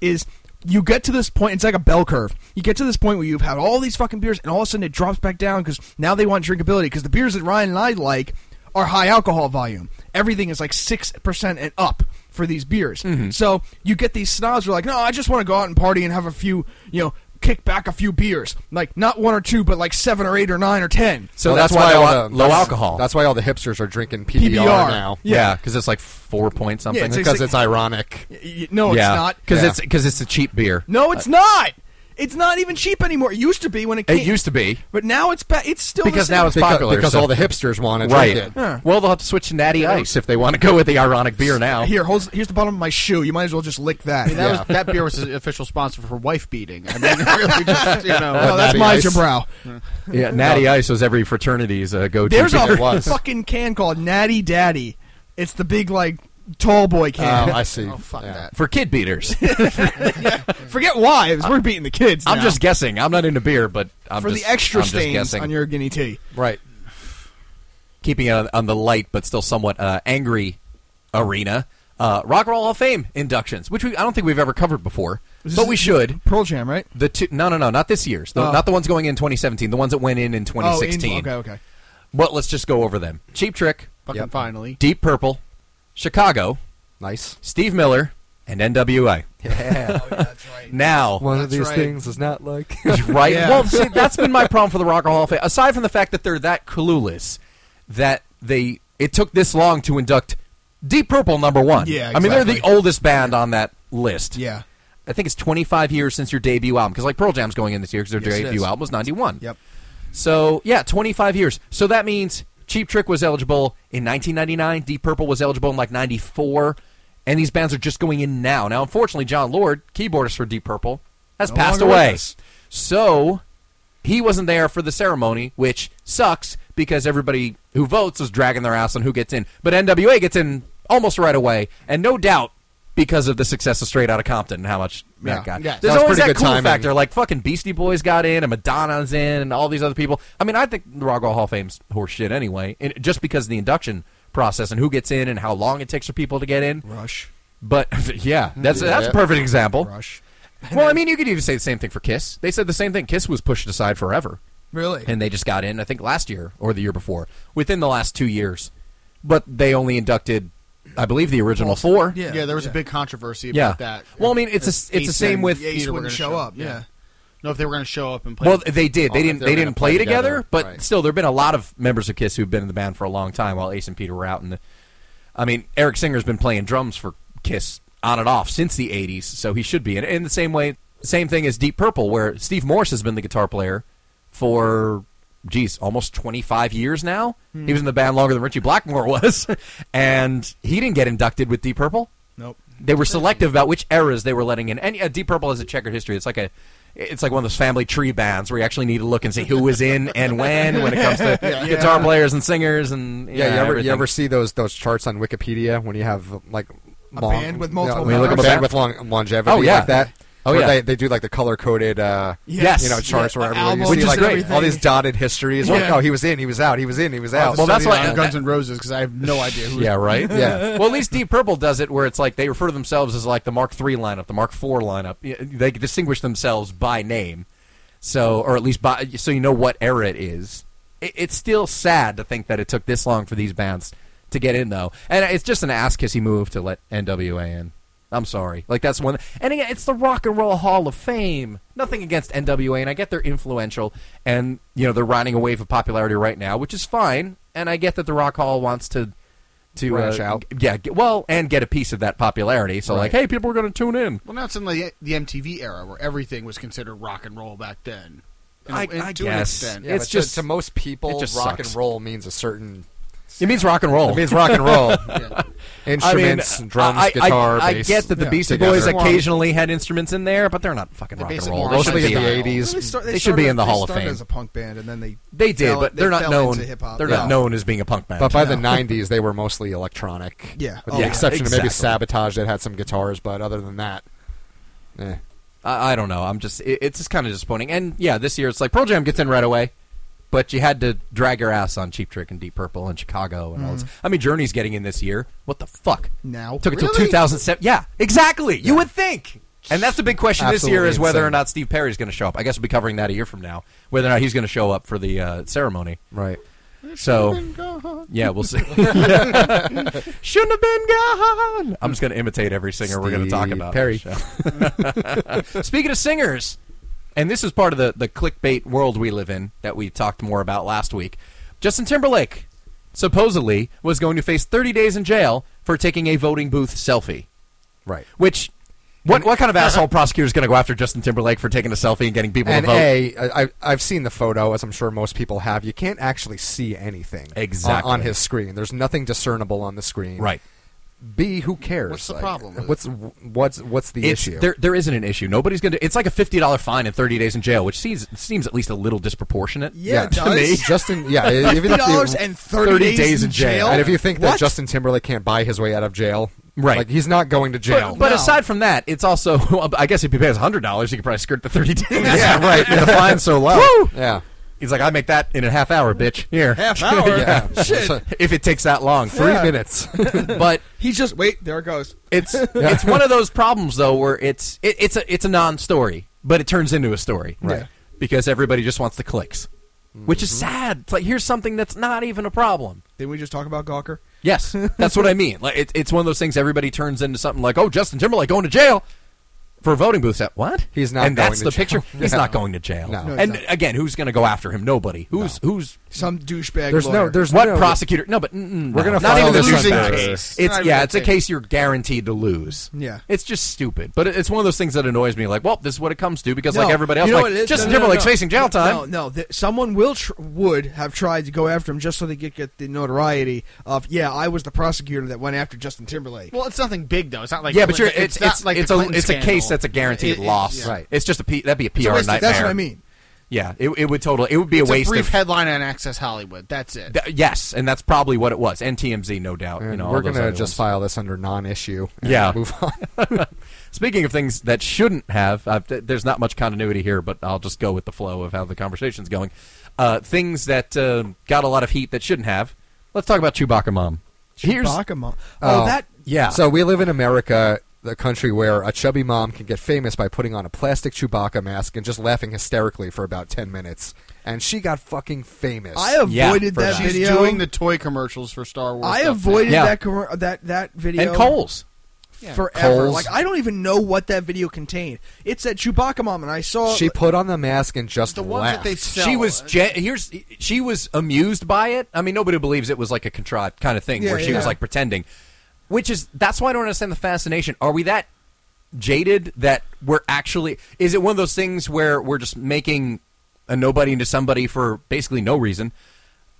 is you get to this point. It's like a bell curve. You get to this point where you've had all these fucking beers, and all of a sudden it drops back down because now they want drinkability. Because the beers that Ryan and I like are high alcohol volume. Everything is like six percent and up for these beers. Mm-hmm. So you get these snobs who are like, no, I just want to go out and party and have a few, you know. Kick back a few beers, like not one or two, but like seven or eight or nine or ten. so Well, that's, why, all all the- low that's- alcohol. That's why all the hipsters are drinking PBR, PBR. now. yeah, because it's like four point something. Yeah, it's because it's ironic. Y- y- No, yeah, it's not. because Yeah. it's because it's a cheap beer. No, it's not. It's not even cheap anymore. It used to be when it came. Uh, It used to be but now it's ba- It's still Because the same. now it's Because, popular, because so- all the hipsters want to right. *laughs* drink it. Oh, Yeah. Well, they'll have to switch to Natty Ice if they want to go with the *laughs* ironic beer now. here. Holds, here's the bottom of my shoe. You might as well just lick that. I mean, that, Yeah. was, that beer was the official sponsor for wife beating. I mean, *laughs* really just, you know. no, that's Natty my Ice. your brow. Yeah, Natty Ice was every fraternity's uh, go-to. There's beer. a it was. fucking can called Natty Daddy. It's the big like tall boy can. Oh, I see. Oh, fuck Yeah. that. for kid beaters. *laughs* Forget wives. We're beating the kids. I'm now. just guessing. I'm not into beer, but I'm for just, the extra I'm just stains guessing. on your guinea tea. Right. keeping it on, on the light but still somewhat uh, angry arena. Uh, Rock and Roll Hall of Fame inductions, which we, I don't think we've ever covered before, This but is- we should. Pearl Jam, right? The two, no, no, no, not this year's. The, Oh. Not the ones going in 2017. The ones that went in in Oh, 2016. in- okay, okay. But let's just go over them. Cheap Trick, Fucking Yep. finally. Deep Purple, Chicago, Nice. Steve Miller, and NWA. Yeah. That's right. Now, *laughs* One of That's these right. things is not like. right? Yeah. Well, see, that's been my problem for the Rock and Roll Hall of Fame. Aside from the fact that they're that clueless, that they it took this long to induct Deep Purple number one. Yeah, I mean they're the exactly. oldest band on that list. Yeah. I think it's 25 years since your debut album because like Pearl Jam's going in this year because their Yes, it debut is. album was 91. Yep. So yeah, 25 years. So that means Cheap Trick was eligible in 1999. Deep Purple was eligible in like 94. And these bands are just going in now. Now, unfortunately, John Lord, keyboardist for Deep Purple, has No passed longer with away. us. So he wasn't there for the ceremony, which sucks because everybody who votes is dragging their ass on who gets in. But NWA gets in almost right away, and no doubt because of the success of Straight Outta Compton and how much Yeah. that got. Yeah, that There's was always pretty that good cool timing. factor. They're like fucking Beastie Boys got in, and Madonna's in, and all these other people. I mean, I think the Rock and Roll Hall of Fame's horseshit anyway, and just because of the induction process and who gets in and how long it takes for people to get in. Rush. But *laughs* yeah, that's that's a Yeah. perfect example. Rush. Well, I mean, you could even say the same thing for Kiss. They said the same thing. Kiss was pushed aside forever, Really? and they just got in. I think last year or the year before, within the last two years. But they only inducted, I believe, the original four. Yeah, Yeah, there was yeah. a big controversy Yeah. about that. Well, I mean, it's a- it's the Ace same and with- Peter Ace were wouldn't gonna show up, yeah. No, if they were going to show up and play. Well, they did. They Oh, didn't. they They were didn't gonna play play together, together, but right. still, there've been a lot of members of Kiss who've been in the band for a long time. While Ace and Peter were out, and the, I mean, Eric Singer's been playing drums for Kiss on and off since the '80s, so he should be. And in the same way, same thing as Deep Purple, where Steve Morse has been the guitar player for, geez, almost 25 years now. Hmm. He was in the band longer than Richie Blackmore *laughs* was, and he didn't get inducted with Deep Purple. Nope. They were selective about which eras they were letting in. And yeah, Deep Purple has a checkered history. It's like a, it's like one of those family tree bands where you actually need to look and see who was in and when when it comes *laughs* to guitar players and singers and Yeah, you ever you everything. ever see those those charts on Wikipedia when you have like A long- band with multiple when you look at a members. band with long longevity Oh, yeah. like that. Oh, where yeah. they, they do like the color coded uh, Yes. you know charts Yeah, where everyone you albums see and like everything. all these dotted histories. Yeah. Like, oh, he was in, he was out, he was in, he was I'll out. have to Well, that's study why- it on Guns N' Roses because I have no idea who. Yeah, right. Yeah. Well, at least Deep Purple does it where it's like they refer to themselves as like the Mark III lineup, the Mark IV lineup. Yeah, They distinguish themselves by name, so or at least by so you know what era it is. It, it's still sad to think that it took this long for these bands to get in, though, and it's just an ass kissy move to let NWA in. I'm sorry, like that's one. And again, it's the Rock and Roll Hall of Fame. Nothing against NWA, and I get they're influential, and you know they're riding a wave of popularity right now, which is fine. And I get that the Rock Hall wants to to Branch uh, out. g- Yeah, g- well, and get a piece of that popularity. So like, hey, people are going to tune in. Well, now it's in the, the MTV era where everything was considered rock and roll back then. In a- I- in- I to guess. An extent. Yeah, It's but just- to, to most people, it just rock sucks. and roll means a certain. It means rock and roll. It means rock and *laughs* roll. Yeah. Instruments, I mean, drums, I, I- guitar, I, bass. I get that the Yeah. Beastie Together. Boys occasionally had instruments in there, but they're not fucking They're rock and basic roll. rock They should mostly in be. the style. eighties. They, start, They should be in the Hall of started Fame. as a punk band, and then they They did, fell- but they they're not fell known. into hip hop. They're Yeah. not known as being a punk band. But by the No. '90s, they were mostly *laughs* electronic. Yeah. with Oh, the yeah. exception of maybe Exactly. Sabotage that had some guitars, but other than that, eh. I, I don't know. I'm just. It, it's just kind of disappointing. And yeah, this year it's like Pearl Jam gets in right away, but you had to drag your ass on Cheap Trick and Deep Purple and Chicago and all this. I mean, Journey's getting in this year. What the fuck? now Took it till Really? 2007. Yeah, exactly. You would think. And that's the big question this year Absolutely is whether or insane. not Steve Perry's going to show up. I guess we'll be covering that a year from now, whether or not he's going to show up for the uh, ceremony. right. So, yeah, *laughs* we'll see. Shouldn't have been gone. I'm just going to imitate every singer we're going to talk Steve about. Perry. on the show. *laughs* Speaking of singers, and this is part of the, the clickbait world we live in that we talked more about last week. Justin Timberlake supposedly was going to face 30 days in jail for taking a voting booth selfie. Right. Which, what what *laughs* kind of asshole prosecutor is going to go after Justin Timberlake for taking a selfie and getting people And to vote? A, I, I- I've seen the photo, as I'm sure most people have. You can't actually see anything on- Exactly. on, his screen. There's nothing discernible on the screen. right. B, who cares? What's the Like, problem with What's what's what's the It's, issue? there, there isn't an issue. Nobody's going to. It's like a fifty dollar fine and thirty days in jail, which seems seems at least a little disproportionate. Yeah, it to does. me. Justin, *laughs* yeah, if you think the- $50 and 30 30 days in jail? And if you think that What? Justin Timberlake can't buy his way out of jail, Right. Like he's not going to jail. But, but No. aside from that, it's also. *laughs* Well, I guess if he pays hundred dollars, he could probably skirt the thirty days. *laughs* yeah, right. the fine's so low. Yeah. He's like, I make that in a half hour, bitch. Here, *laughs* half hour. Yeah. Shit. So, if it takes that long, three minutes. but He just wait. There it goes. It's it's one of those problems though where it's it, it's a it's a non-story, but it turns into a story, Right. Yeah. Because everybody just wants the clicks, which is sad. It's like here's something that's not even a problem. Didn't we just talk about Gawker? Yes, that's what I mean. Like it, it's one of those things everybody turns into something like, oh, Justin Timberlake going to jail for a voting booth set. What? He's not And going that's to the jail. picture. He's No. not going to jail. No. No, he's and not. again, who's going to go after him? Nobody. Who's who's Some douchebag. There's no. lawyer. There's what no, prosecutor? No, but mm, We're no. gonna not file even the this losing under- case. It's It's not yeah, even it's a a case you're guaranteed to lose. Yeah. it's just stupid. But it- it's one of those things that annoys me. Like, well, this is what it comes to because like No. everybody else, You know like what it is? Justin No, no, no, Timberlake's no. facing jail time. No, no. Th- someone will tr- would have tried to go after him just so they could get the notoriety of yeah, I was the prosecutor that went after Justin Timberlake. Well, it's nothing big though. It's not like yeah, but you're, it's not it's, like the it's a Clinton it's a scandal. case that's a guaranteed It- it- loss. yeah. Right. It's just a P, that'd be a PR waste of- nightmare. That's what I mean. Yeah, it, it would total. It would be It's a a waste brief of. headline on Access Hollywood. That's it. th- yes, and that's probably what it was, and TMZ, no doubt. And you know, all we're those gonna other just ones. file this under non-issue. and Yeah. Move on. *laughs* Speaking of things that shouldn't have, I've, th- there's not much continuity here, but I'll just go with the flow of how the conversation's going. Uh, things that uh, got a lot of heat that shouldn't have. Let's talk about Chewbacca mom. Here's Chewbacca mom. Oh, that. yeah. Um, So we live in America, the country where a chubby mom can get famous by putting on a plastic Chewbacca mask and just laughing hysterically for about ten minutes, and she got fucking famous. I avoided Yeah, for that that. She's video. doing the toy commercials for Star Wars. I stuff now. avoided Yeah. that commer- that that video. and Coles. forever. Coles. Like I don't even know what that video contained. It said Chewbacca mom, and I saw she put on the mask and just the ones laughed. that they sell. She was gen- here's she was amused by it. I mean, nobody believes it was like a contrived kind of thing Yeah, where she yeah. was like pretending, which is that's why I don't understand the fascination. Are we that jaded that we're actually is it one of those things where we're just making a nobody into somebody for basically no reason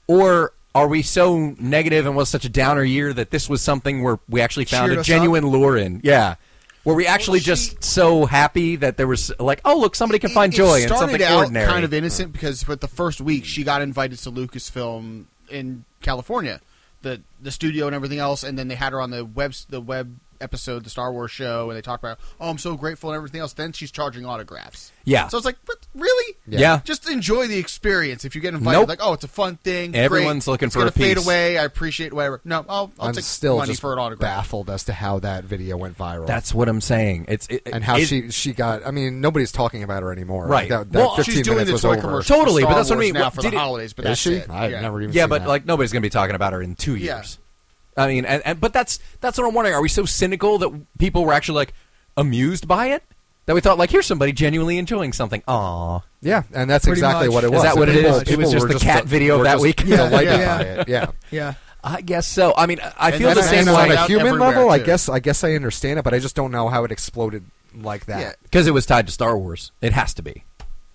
or are we so negative and was such a downer year that this was something where we actually found Cheered a us genuine lure in yeah were we actually just so happy that there was like oh look somebody can find it joy in started something out ordinary kind of innocent because for the first week she got invited to Lucasfilm in California, the the studio and everything else, and then they had her on the web the web episode, the Star Wars show, and they talked about oh I'm so grateful and everything else. Then she's charging autographs. Yeah. so it's like but really Yeah. Yeah. just enjoy the experience if you get invited. Nope. Like oh it's a fun thing. Everyone's great. looking it's for a gonna fade piece. away. I appreciate whatever. No, I'll, I'll I'm take still money just for an autograph. baffled as to how that video went viral. that's what i'm saying it's it, and how it- she she got. I mean, nobody's talking about her anymore. Right. That, that Well, she's 15 She's doing minutes the was toy over. commercial. for Totally, but Star that's what I Wars mean. Now What- for did the it- holidays, but Is that's she? it. I've Yeah. never even. yeah seen but that. like nobody's gonna be talking about her in two years Yeah. i mean and, and but that's that's what i'm wondering are we so cynical that people were actually like amused by it that we thought like here's somebody genuinely enjoying something Aw. yeah, and that's Pretty exactly much. what it Is was. that what it People- is? It people was just were the cat video were that just week? Yeah, Yeah, delighted yeah. by *laughs* it. Yeah. Yeah. i guess so i mean i feel the that's what same on I'm saying. way a out human everywhere, level, I too. guess I guess I understand it, but I just don't know how it exploded like that. Yeah. because it was tied to star wars it has to be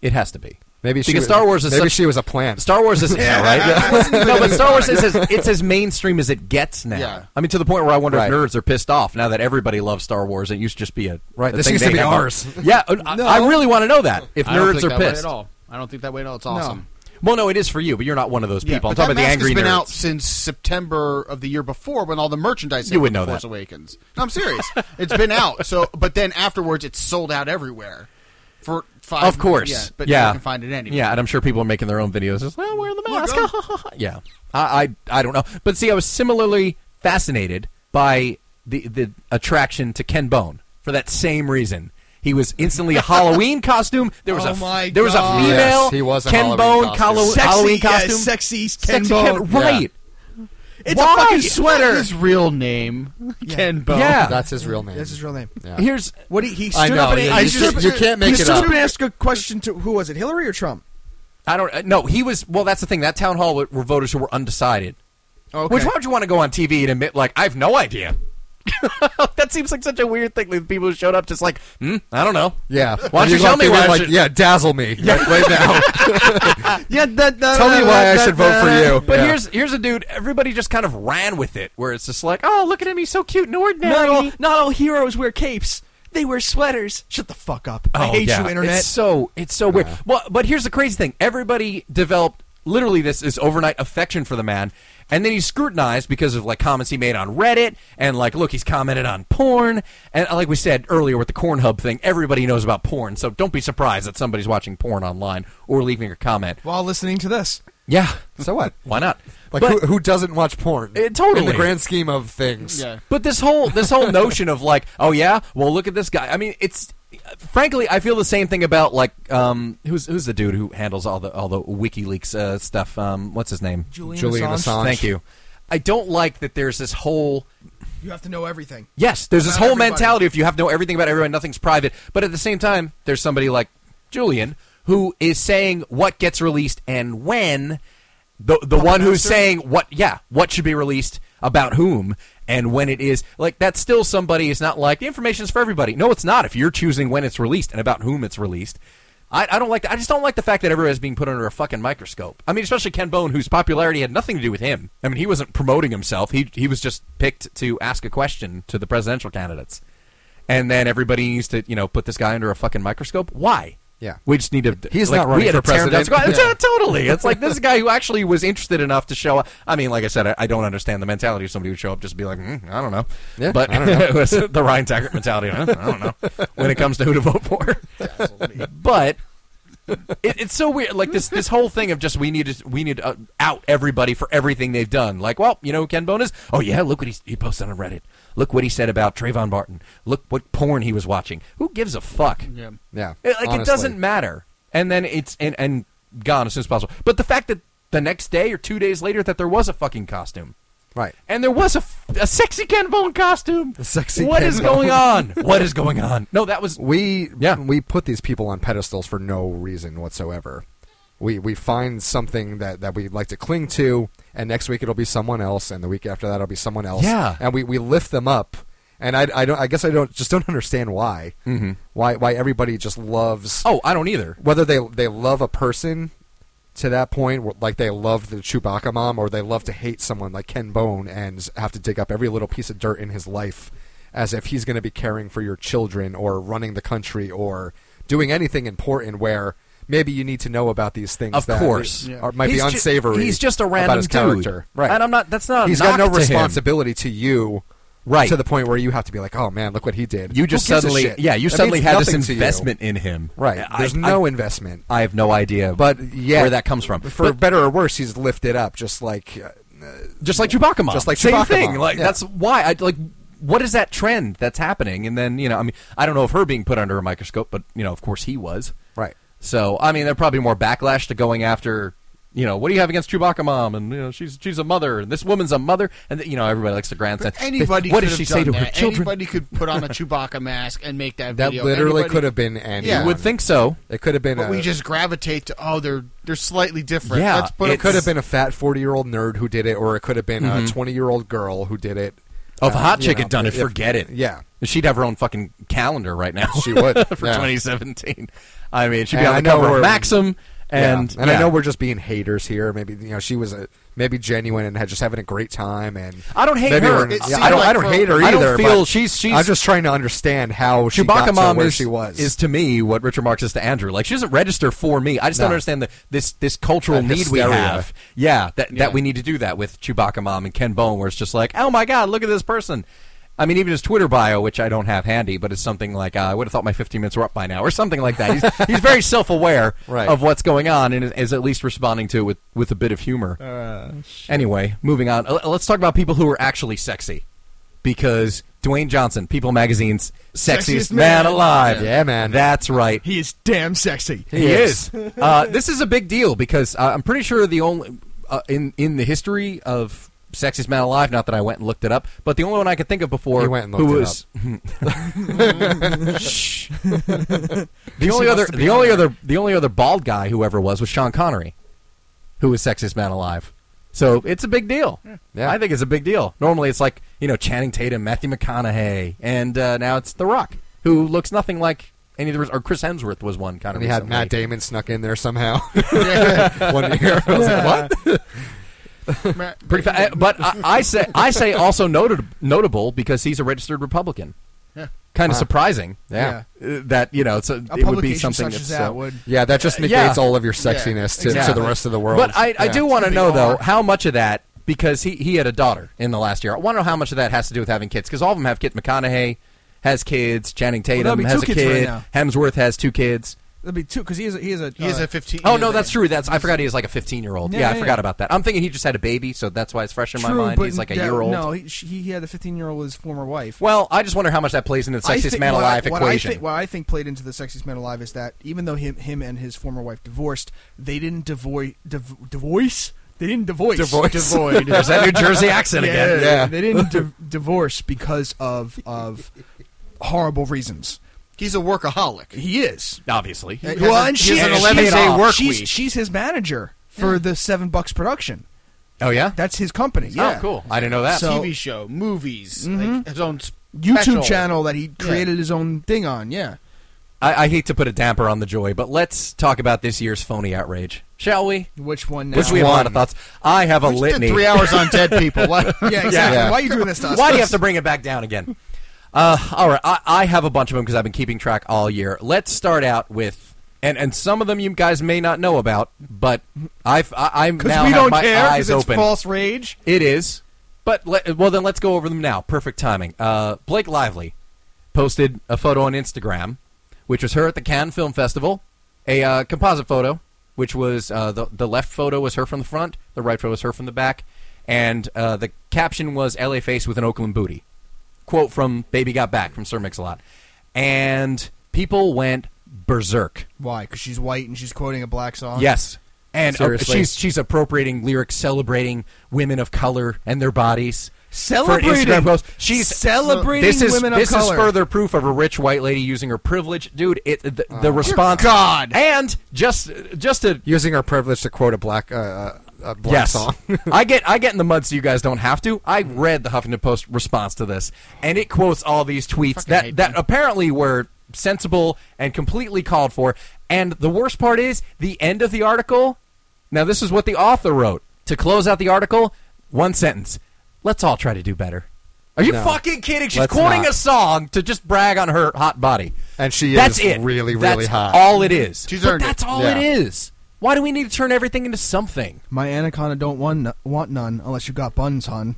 it has to be Maybe she Because was, Star Wars is maybe such- she was a plan. Star Wars *laughs* is yeah, right. no, but Star Wars is as, it's as mainstream as it gets now. Yeah. I mean, to the point where I wonder Right. if nerds are pissed off now that everybody loves Star Wars. It used to just be a Right, a this thing used they to be have on- ours. Yeah, uh, I- I really want to know that if I don't nerds think are that way pissed at all. I don't think that way at all. It's awesome. Well, no, it is for you, but you're not one of those people. Yeah, I'm but talking about the that mask angry has been nerds. out since September of the year before when all the merchandise You hit would with know The Force that. Awakens. No, I'm serious. it's been out. So, but then afterwards, it's sold out everywhere for five. Of course, yeah, but yeah, you can find it anyway. Yeah, and I'm sure people are making their own videos. Just, well, wear the mask. Look, *laughs* yeah, I, I, I don't know, but see, I was similarly fascinated by the the attraction to Ken Bone for that same reason. He was instantly a Halloween costume. There was Oh a my there was a God. female Yes, he was a Ken Halloween Bone costume. Hallow- Sexy, Halloween yeah, costume. sexy Ken sexy Bone. Yeah. right? It's Why? a fucking sweater. His real name, Ken Bone. Yeah. That's his real name. That's his real name. Yeah. Here's What he, he stood I know, up and yeah, he you stood just- up- you can't he make stood it up up. and asked a question to who was it, Hillary or Trump? I don't uh, no. He was well. That's the thing. That town hall were, were voters who were undecided. Okay. Which why would you want to go on TV and admit like I have no idea? *laughs* that seems like such a weird thing. Like people who showed up just like, hmm, I don't know. yeah. Why don't you You're tell me like, why I like, should- Yeah, *laughs* dazzle me right, right now. Yeah, that, that, tell that- me why I that- should vote for you. But Yeah. here's here's a dude. Everybody just kind of ran with it, where it's just like, oh, look at him, he's so cute and ordinary. Not all, not all heroes wear capes. They wear sweaters. Shut the fuck up. I Oh, hate yeah. you, internet. It's so it's so weird. Well, but here's the crazy thing: everybody developed literally this is overnight affection for the man, and then he's scrutinized because of like comments he made on Reddit, and like look, he's commented on porn, and uh, like we said earlier with the Cornhub thing, everybody knows about porn, so don't be surprised that somebody's watching porn online or leaving a comment. While listening to this, Yeah, so what? why not? Like But- who, who doesn't watch porn? It- totally. In the grand scheme of things. Yeah. But this whole this whole notion of like, oh yeah, well look at this guy. I mean, it's frankly, I feel the same thing about like um, who's who's the dude who handles all the all the WikiLeaks uh, stuff. Um, what's his name? Julian, Julian Assange, Assange. Thank you. I don't like that. There's this whole you have to know everything. yes. There's this About whole everybody. mentality if you have to know everything about everyone, nothing's private. But at the same time, there's somebody like Julian who is saying what gets released and when. The the one who's master? saying what yeah what should be released about whom and when it is like that's still somebody is not like the information is for everybody no it's not if you're choosing when it's released and about whom it's released I, I don't like that. I just don't like the fact that everybody's being put under a fucking microscope. I mean, especially Ken Bone, whose popularity had nothing to do with him. I mean, he wasn't promoting himself. He he was just picked to ask a question to the presidential candidates, and then everybody needs to you know put this guy under a fucking microscope. Why? Yeah. we just need to. He's like, not we running had for to tear him down. president. Yeah, Yeah. totally. It's like this is a guy who actually was interested enough to show up. I mean, like I said, I, I don't understand the mentality of somebody who would show up just to be like, mm, I don't know. Yeah, but I don't know. *laughs* it was the Ryan Taggart mentality. I don't, I don't know when it comes to who to vote for. but it, it's so weird. Like this this whole thing of just we need to we need to uh, out everybody for everything they've done. Like, well, you know, who Ken Bone is. Oh yeah, look what he he posted on Reddit. Look what he said about Trayvon Martin. Look what porn he was watching. Who gives a fuck? Yeah. Yeah. It- like it honestly. doesn't matter. And then it's and, and gone as soon as possible. But the fact that the next day or two days later that there was a fucking costume. Right. And there was a, f- a sexy Ken Bone costume. A sexy What Ken is Bone. going on? What is going on? No, that was We Yeah. we put these people on pedestals for no reason whatsoever. We we find something that that we like to cling to, and next week it'll be someone else, and the week after that it'll be someone else. Yeah. and we we lift them up. and I, I don't. I guess I don't just don't understand why. Mm-hmm. Why why everybody just loves Oh, I don't either. whether they they love a person to that point, wh- like they love the Chewbacca mom, or they love to hate someone like Ken Bone and have to dig up every little piece of dirt in his life, as if he's going to be caring for your children or running the country or doing anything important where. Maybe you need to know about these things. Of that course. are, might He's be ju- unsavory. he's just a random about his dude. character, right? And I'm not- that's not a He's knock got no to him. responsibility to you, Right. To the point where you have to be like, "Oh man, look what he did." You just Who gives a suddenly, shit? yeah, you That suddenly means had this nothing to you. investment in him, right? I- There's I- no investment. I have no idea, But yeah, where that comes from. For But better or worse, he's lifted up, just like uh, just like Chewbacca, mom. Just like same Chewbacca thing. mom, Like yeah. that's why I like. What is that trend that's happening? And then you know, I mean, I don't know if her being put under a microscope, but you know, of course he was. right. So I mean, there probably more backlash to going after. You know, what do you have against Chewbacca mom? And you know, she's she's a mother, and this woman's a mother, and you know, everybody likes to grandstand. Anybody what could does she have say done to her that. children? Anybody could *laughs* put on a Chewbacca mask and make that, That video. literally Anybody- could have been Andy. Yeah. You would think so. it could have been. But a, we just gravitate to oh they're they're slightly different. Yeah, Let's put It *laughs* it could have been a fat forty-year-old nerd who did it, or it could have been a twenty-year-old girl who did it. uh, Oh, if a Mm-hmm. hot you chick know, had done it, if- forget it. yeah. she'd have her own fucking calendar right now. *laughs* She would, for yeah. 2017. I mean, she'd be And on I the know cover we're- of Maxim, and yeah. and yeah. I know we're just being haters here. Maybe you know she was a, maybe genuine and had just having a great time. And I don't hate maybe her. we're- It yeah, seemed I don't. like I don't for- hate her either. I don't feel but she's- she's- I'm just trying to understand how she got to Chewbacca mom where is she was. is to me what Richard Marx is to Andrew. Like she doesn't register for me. I just don't No. understand the, this this cultural That need hysteria. we have. Yeah, that Yeah. that we need to do that with Chewbacca mom and Ken Bone, where it's just like, oh my god, look at this person. I mean, even his Twitter bio, which I don't have handy, but it's something like uh, I would have thought my 15 minutes were up by now, or something like that. *laughs* He's, he's very self-aware Right. of what's going on, and is- is at least responding to it with, with a bit of humor. Anyway, moving on. Uh, Let's talk about people who are actually sexy. Because Dwayne Johnson, People Magazine's sexiest, Sexiest man. man, alive. Yeah, man. That's right. He is damn sexy. He is. *laughs* uh, this is a big deal because uh, I'm pretty sure the only uh, in in the history of sexiest man alive. Not that I went and looked it up, but the only one I could think of before He went and who looked it was *laughs* *laughs* Shh. the only other the only other the only other bald guy who ever was was Sean Connery, who was sexiest man alive. So it's a big deal. Yeah. I think it's a big deal. Normally it's like you know Channing Tatum, Matthew McConaughey, and uh, now it's The Rock, who looks nothing like. Any of the, or Chris Hemsworth was one kind of. and he had recently. *laughs* Matt Damon snuck in there somehow. *laughs* One year, I was like, "What?" Pretty fa- I- but I, I say I say also noted, notable because he's a registered Republican. Yeah. Kind of surprising. Yeah. uh, That you know, it's a, A it would be publication something such that's as that uh, would. Yeah, that just Uh, negates yeah. all of your sexiness to, to exactly. the rest of the world. But I, I Yeah. do want to It's a know big though R. how much of that because he he had a daughter in the last year. I want to know how much of that has to do with having kids because all of them have kids. McConaughey has kids. Channing that'd Tatum be has a two kids right kid. now. Hemsworth has two kids. That'd be two because he is a, he is a he is uh, a fifteen Oh no, that's true. That's I forgot he was like a fifteen-year-old. Yeah, Yeah, I yeah, forgot yeah. about that. I'm thinking he just had a baby, so that's why it's fresh in my true, mind. but He's like a that- year-old. No, he, she- he had a fifteen year old with his former wife. Well, I just wonder how much that plays into the I sexiest think- man what I- alive what equation. I *laughs* think, what I think played into the sexiest man alive is that even though him him and his former wife divorced, they didn't divorce div- divorce. They didn't divorce. *laughs* devoid. There's that New Jersey accent Yeah, again. Yeah. They didn't di- divorce because of of horrible reasons. He's a workaholic. He is. Obviously. Well, and he she, has an she's- 11-day she's- work she's, week. she's his manager for the Seven Bucks production. Oh, yeah? That's his company. Yeah. Oh, cool. I didn't know that. So- TV show, movies, like his own YouTube special. channel that he created his own thing on. Yeah. I, I hate to put a damper on the joy, but let's talk about this year's phony outrage, shall we? Which one? Now? Which we have a lot of one. thoughts. I have a We just litany. did three hours on *laughs* dead people. *laughs* What? Yeah, exactly. Yeah. Why are you doing this to us? Why do you have to bring it back down again? Uh, all right, I, I have a bunch of them because I've been keeping track all year. Let's start out with, and and some of them you guys may not know about, but I've I, I'm now Because we have don't my care. 'cause eyes It's open. false rage. It is. But let, well, then let's go over them now. Perfect timing. Uh, Blake Lively posted a photo on Instagram, which was her at the Cannes Film Festival. A uh, composite photo, which was uh, the the left photo was her from the front, the right photo was her from the back, and uh, the caption was "L.A. face with an Oakland booty." Quote from Baby Got Back from Sir Mix-a-Lot, and people went berserk. Why? Because she's white and she's quoting a black song. Yes. And uh, Seriously. she's she's appropriating lyrics celebrating women of color and their bodies. for an Celebrating. Instagram post. She's Celebrating this is, women of this color. is further proof of a rich white lady using her privilege, dude. It the, the response, God. and just just to using our privilege to quote a black uh, uh, uh, black yes. *laughs* song. I get I get in the mud so you guys don't have to. I read the Huffington Post response to this, and it quotes all these tweets that, that apparently were sensible and completely called for. And the worst part is the end of the article. Now this is what the author wrote. To close out the article, one sentence. Let's all try to do better. Are you No. fucking kidding? She's Let's quoting not. a song to just brag on her hot body. And she That's is it. really, That's really hot. all it is. She's but earned it. that's all Yeah. it is. Why do we need to turn everything into something? My anaconda don't want, want none unless you got buns, hon.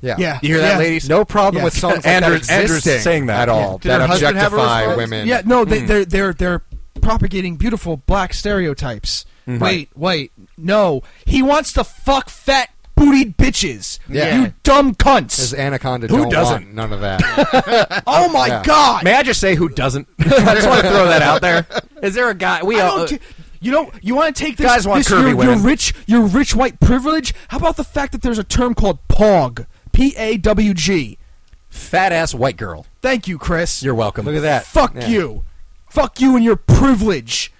Yeah. Yeah. You hear that, Yeah. ladies? No problem Yeah. with songs like Andrew- that Andrew's existing saying that. at all Did her that husband have a objectify response? Hmm. women. Yeah, no, they, they're they're they're propagating beautiful black stereotypes. Hmm. Wait, wait, no, he wants to fuck fat bootied bitches. Yeah. you dumb His cunts. anaconda Who don't doesn't? want none of that. *laughs* Oh my Yeah. god! May I just say who *laughs* doesn't? I just want to throw that out there. Is there a guy? We I all, uh, don't ca- you know, you want to take this, Guys want this curvy your, your women. rich, your rich white privilege. How about the fact that there's a term called POG, P A W G? fat ass white girl. Thank you, Chris. You're welcome. Look at that. Fuck Yeah. you, fuck you and your privilege.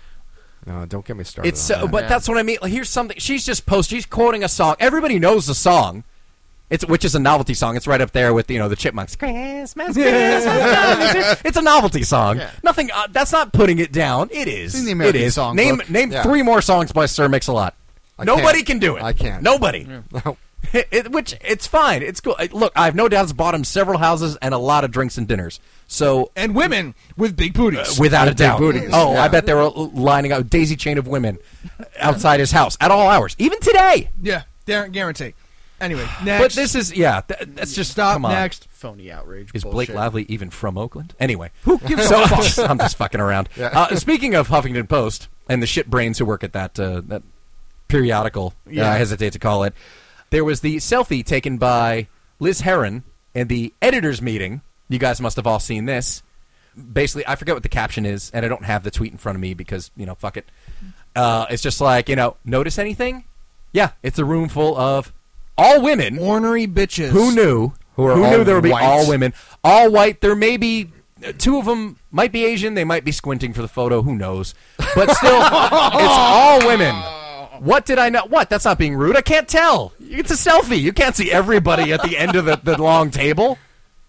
No, don't get me started. It's on so, that. but that's what I mean. Like, here's something. She's just posting. She's quoting a song. Everybody knows the song. It's which is a novelty song. It's right up there with you know the Chipmunks. Christmas, Christmas. it's a novelty song. Nothing. Uh, that's not putting it down. It is. in the American it is. songbook. Name name Yeah. three more songs by Sir Mix-a-Lot. I Nobody can't. can do it. I can't. Nobody. No. *laughs* It- which it's fine. It's cool. Uh, Look, I have no doubt it's bought him several houses and a lot of drinks and dinners. So And women with big booties. Uh, without a big doubt. booties, Oh, yeah. I bet they were lining up daisy chain of women outside his house at all hours, even today. yeah, guar- guarantee. *sighs* Anyway, next. But this is yeah. That, that's just Stop Come on. next. Phony outrage. Is bullshit. Blake Lively even from Oakland? Anyway, who gives so, a fuck? *laughs* I'm just fucking around. Uh, speaking of Huffington Post and the shit brains who work at that uh, that periodical, yeah. Yeah. I hesitate to call it. There was the selfie taken by Liz Heron in the editors' meeting. You guys must have all seen this. Basically, I forget what the caption is, and I don't have the tweet in front of me because you know, fuck it. Uh, it's just like you know, notice anything? Yeah, it's a room full of all women. Ornery bitches. Who knew? Who are all knew there would be white. all women, all white? There may be uh, two of them might be Asian. They might be squinting for the photo. Who knows? But *laughs* still, it's all women. What did I know? What? That's not being rude. I can't tell. It's a selfie. You can't see everybody at the end of the, the long table.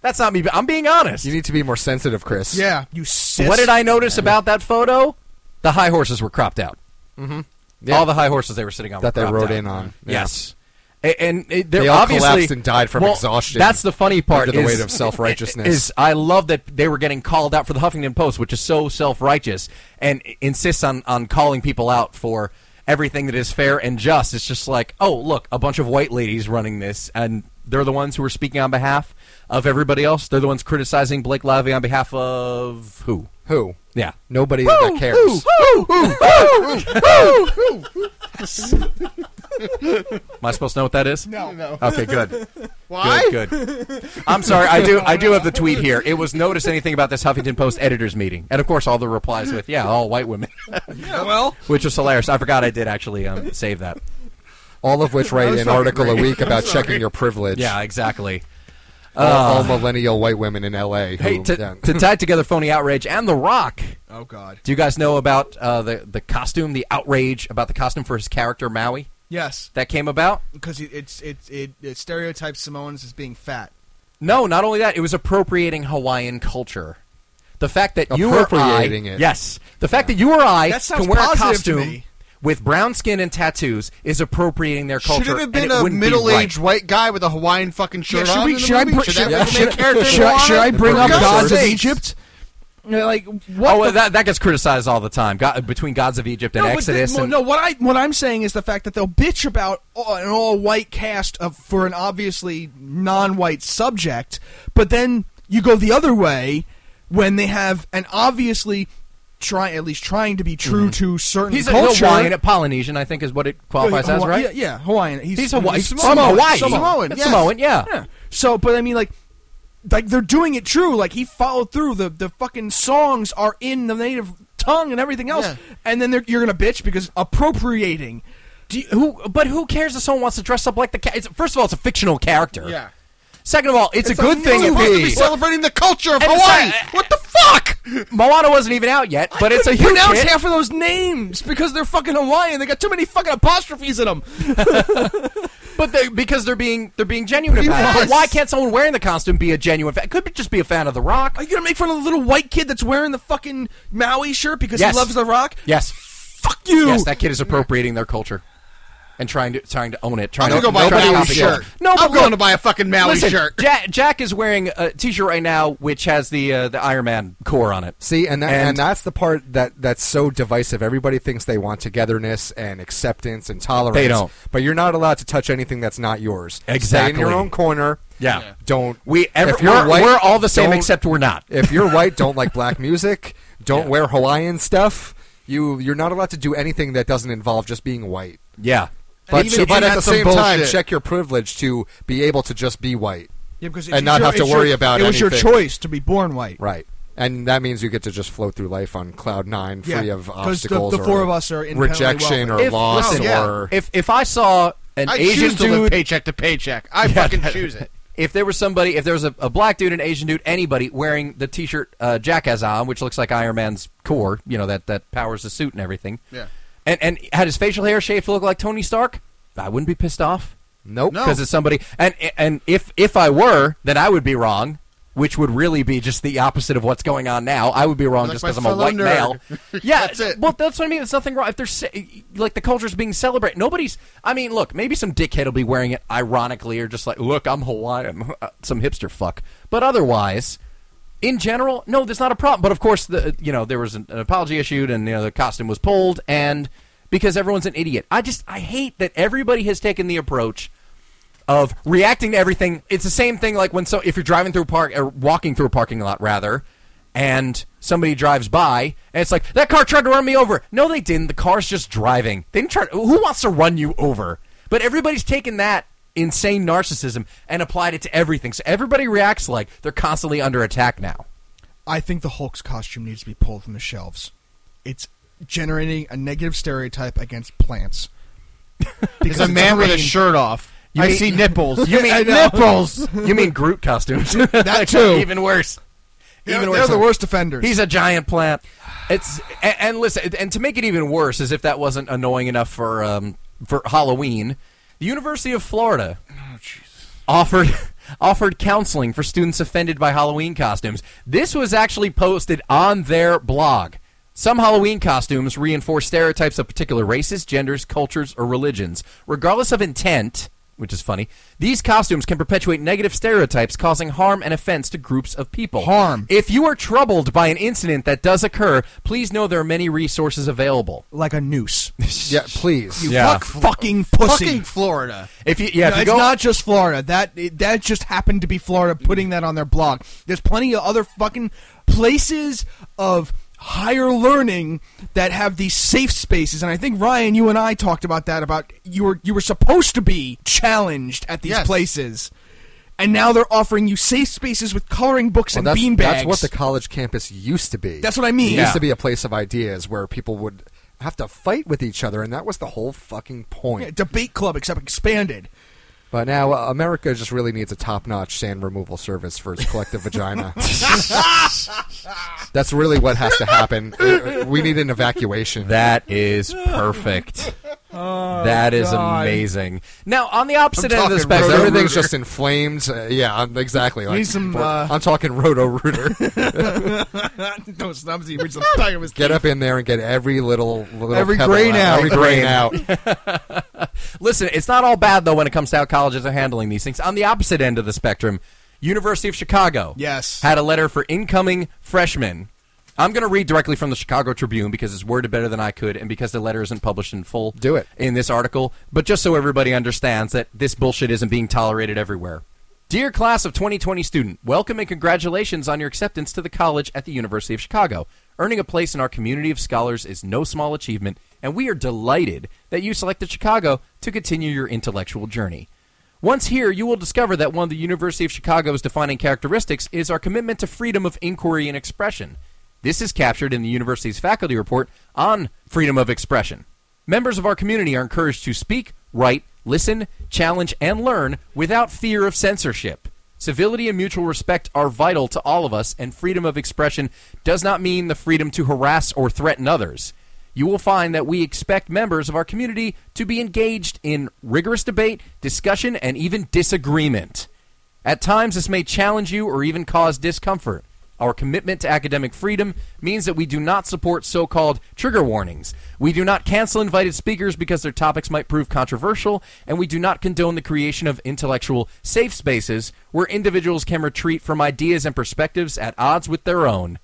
That's not me. I'm being honest. You need to be more sensitive, Chris. Yeah, you sis. What did I notice about that photo? The high horses were cropped out. Mm-hmm. Yeah. All the high horses they were sitting on That were they cropped rode out. in on. Yeah. Yes, A- and, it- they're They all obviously collapsed and died from well, exhaustion That's the funny part. under the is- weight of self-righteousness. Is I love that they were getting called out for the Huffington Post, which is so self-righteous and i- insists on on calling people out for everything that is fair and just. It's just like, oh, look, a bunch of white ladies running this, and they're the ones who are speaking on behalf of everybody else. They're the ones criticizing Blake Lively on behalf of who? Who? Yeah. Nobody that cares. Am I supposed to know what that is? No. no. Okay, *laughs* good. Why? Good, good. I'm sorry. I do. I do have the tweet here. It was notice anything about this Huffington Post editors meeting, and of course, all the replies with "Yeah, all white women," well, which was hilarious. I forgot I did actually um, save that. All of which write an fucking article great. a week *laughs* about checking your privilege. Yeah, exactly. All, all millennial white women in L.A. Who, Hey, yeah. to, to tie together phony outrage and The Rock. oh god. Do you guys know about uh, the the costume, the outrage about the costume for his character Maui Yes, that came about? because it, it's it, it it stereotypes Samoans as being fat. No, not only that, it was appropriating Hawaiian culture. The fact that you or I, Appropriating it. yes, the fact that you or I That sounds can wear a positive to costume me. with brown skin and tattoos is appropriating their culture. Should it have and been it a wouldn't be middle-aged right. white guy with a Hawaiian fucking shirt should on? we- in the should I movie? br- should should- that yeah, be the main should- character Should I, want should it? I bring up God's gods of sakes. Egypt? You're Like what? Oh, well, the- that that gets criticized all the time. God, between Gods of Egypt and no, but the- Exodus. well, and, no, what I what I'm saying is the fact that they'll bitch about all- an all white cast of for an obviously non-white subject, but then you go the other way when they have an obviously try at least trying to be true to certain Mm-hmm. He's a culture. Hawaiian, a Polynesian, I think, is what it qualifies as, Hawaii- right? Yeah, yeah, Hawaiian. He's, He's Hawaii. He's Samoan. from Hawaii. Samoan. That's yes. Samoan, yeah. Yeah. So, but I mean, like, like they're doing it true. Like he followed through. The the fucking songs are in the native tongue and everything else. Yeah. And then they're, you're gonna bitch because appropriating. Do you- who? But who cares if someone wants to dress up like the cat? First of all, it's a fictional character. Yeah. Second of all, it's, It's a a good thing. supposed to it- be celebrating the culture of And it's Hawaii. like- what the fuck? Moana wasn't even out yet, but it's a huge pronounce hit. half of those names because they're fucking Hawaiian. They got too many fucking apostrophes in them. But they, because they're being they're being genuine about it. But was. why can't someone wearing the costume be a genuine fan? Could be- just be a fan of The Rock. Are you gonna make fun of the little white kid that's wearing the fucking Maui shirt because Yes. he loves The Rock? Yes, Fuck you. yes, that kid is appropriating their culture and trying to trying to own it. Trying I'm gonna to go buy a trying to Maui copy shirt. it. No, I'm but going look, to buy a fucking Maui Listen, shirt. Jack, Jack is wearing a T-shirt right now, which has the uh, the Iron Man core on it. See, and, that, And- and that's the part that that's so divisive. Everybody thinks they want togetherness and acceptance and tolerance. They don't. But you're not allowed to touch anything that's not yours. Stay in Exactly. your own corner. Yeah. Yeah. Don't We ever, if you're we're, white, we're all the same don't- except we're not. if you're white, don't like black music. Don't wear Hawaiian stuff. You you're not allowed to do anything that doesn't involve just being white. Yeah, But, even so- if but you at had the some same time, bullshit. check your privilege to be able to just be white. Yeah, because And not have to it's worry about it. was your anything. choice to be born white. Right. And that means you get to just float through life on cloud nine, Yeah, free of 'cause the- obstacles. the or four of us are independently rejection or wealthy. If- loss listen, yeah. or if if I saw an I Asian choose to live dude paycheck to paycheck. *laughs* I fucking choose *laughs* it. If there was somebody, if there was a, a black dude, an Asian dude, anybody wearing the T-shirt uh, Jack has on, which looks like Iron Man's core, you know that that powers the suit and everything. Yeah. And and had his facial hair shaved to look like Tony Stark, I wouldn't be pissed off nope. No. because it's somebody. And and if if I were, then I would be wrong, which would really be just the opposite of what's going on now. I would be wrong Like just my because I'm a fellow white nerd. male. *laughs* Yeah, That's it. well, that's what I mean. There's nothing wrong if they're ce- like the culture's being celebrated. Nobody's. I mean, look, maybe some dickhead will be wearing it ironically or just like, look, I'm Hawaiian, *laughs* Uh, some hipster fuck. But otherwise. In general, no, there's not a problem. But of course, the you know there was an, an apology issued, and you know the costume was pulled, and because everyone's an idiot, I just I hate that everybody has taken the approach of reacting to everything. It's the same thing like when so if you're driving through a park or walking through a parking lot rather, and somebody drives by and it's like that car tried to run me over. No, they didn't. The car's just driving. They didn't try. To, who wants to run you over? But everybody's taken that insane narcissism and applied it to everything. So everybody reacts like they're constantly under *laughs* attack now. I think the Hulk's costume needs to be pulled from the shelves. It's generating a negative stereotype against *laughs* plants. Because a man with a green. shirt off. You I mean- see *laughs* nipples. You mean- I I know. nipples? You mean Groot costumes? *laughs* That too. Even worse. They're, they're the worst offenders. He's a giant plant. It's and, and listen, and to make it even worse, as if that wasn't annoying enough for um, for Halloween, the University of Florida offered *laughs* offered counseling for students offended by Halloween costumes. This was actually posted on their blog. Some Halloween costumes reinforce stereotypes of particular races, genders, cultures, or religions, regardless of intent. Which is funny. These costumes can perpetuate negative stereotypes, causing harm and offense to groups of people. Harm. If you are troubled by an incident that does occur, please know there are many resources available. like a noose. yeah, please. You Yeah. fuck fucking pussy. Fucking Florida. If you, No, yeah, if you it's go, not just Florida. That it- that just happened to be Florida putting that on their blog. There's plenty of other fucking places of higher learning that have these safe spaces, and I think Ryan, you and I talked about that. About you were you were supposed to be challenged at these Yes. places, and now they're offering you safe spaces with coloring books Well, and that's, beanbags. that's what the college campus used to be. That's what I mean. It Yeah. used to be a place of ideas where people would have to fight with each other, and that was the whole fucking point. Yeah, debate club, except expanded. *laughs* But now uh, America just really needs a top-notch sand removal service for its collective *laughs* vagina. That's really what has to happen. Uh, We need an evacuation. that is perfect. that is God. amazing. Now, on the opposite I'm end of the talking spectrum, road- Everything's just in flames. Uh, yeah, I'm, exactly. Like, Need some, but uh, I'm talking roto *laughs* rooter. no snubs. He reads *laughs* the back of his get up in there and get every little, little Every pebble grain out. Every grain out. Listen, it's not all bad though when it comes to how colleges are handling these things. On the opposite end of the spectrum, University of Chicago Yes. had a letter for incoming freshmen. I'm going to read directly from the Chicago Tribune because it's worded better than I could, and because the letter isn't published in full. Do it. in this article, but just so everybody understands that this bullshit isn't being tolerated everywhere. Dear class of 2020 student, welcome and congratulations on your acceptance to the college at the University of Chicago. Earning a place in our community of scholars is no small achievement, and we are delighted that you selected Chicago to continue your intellectual journey. Once here, you will discover that one of the University of Chicago's defining characteristics is our commitment to freedom of inquiry and expression. This is captured in the university's faculty report on freedom of expression. Members of our community are encouraged to speak, write, listen, challenge, and learn without fear of censorship. Civility and mutual respect are vital to all of us, and freedom of expression does not mean the freedom to harass or threaten others. You will find that we expect members of our community to be engaged in rigorous debate, discussion, and even disagreement. At times, this may challenge you or even cause discomfort. Our commitment to academic freedom means that we do not support so called trigger warnings. We do not cancel invited speakers because their topics might prove controversial, and we do not condone the creation of intellectual safe spaces where individuals can retreat from ideas and perspectives at odds with their own.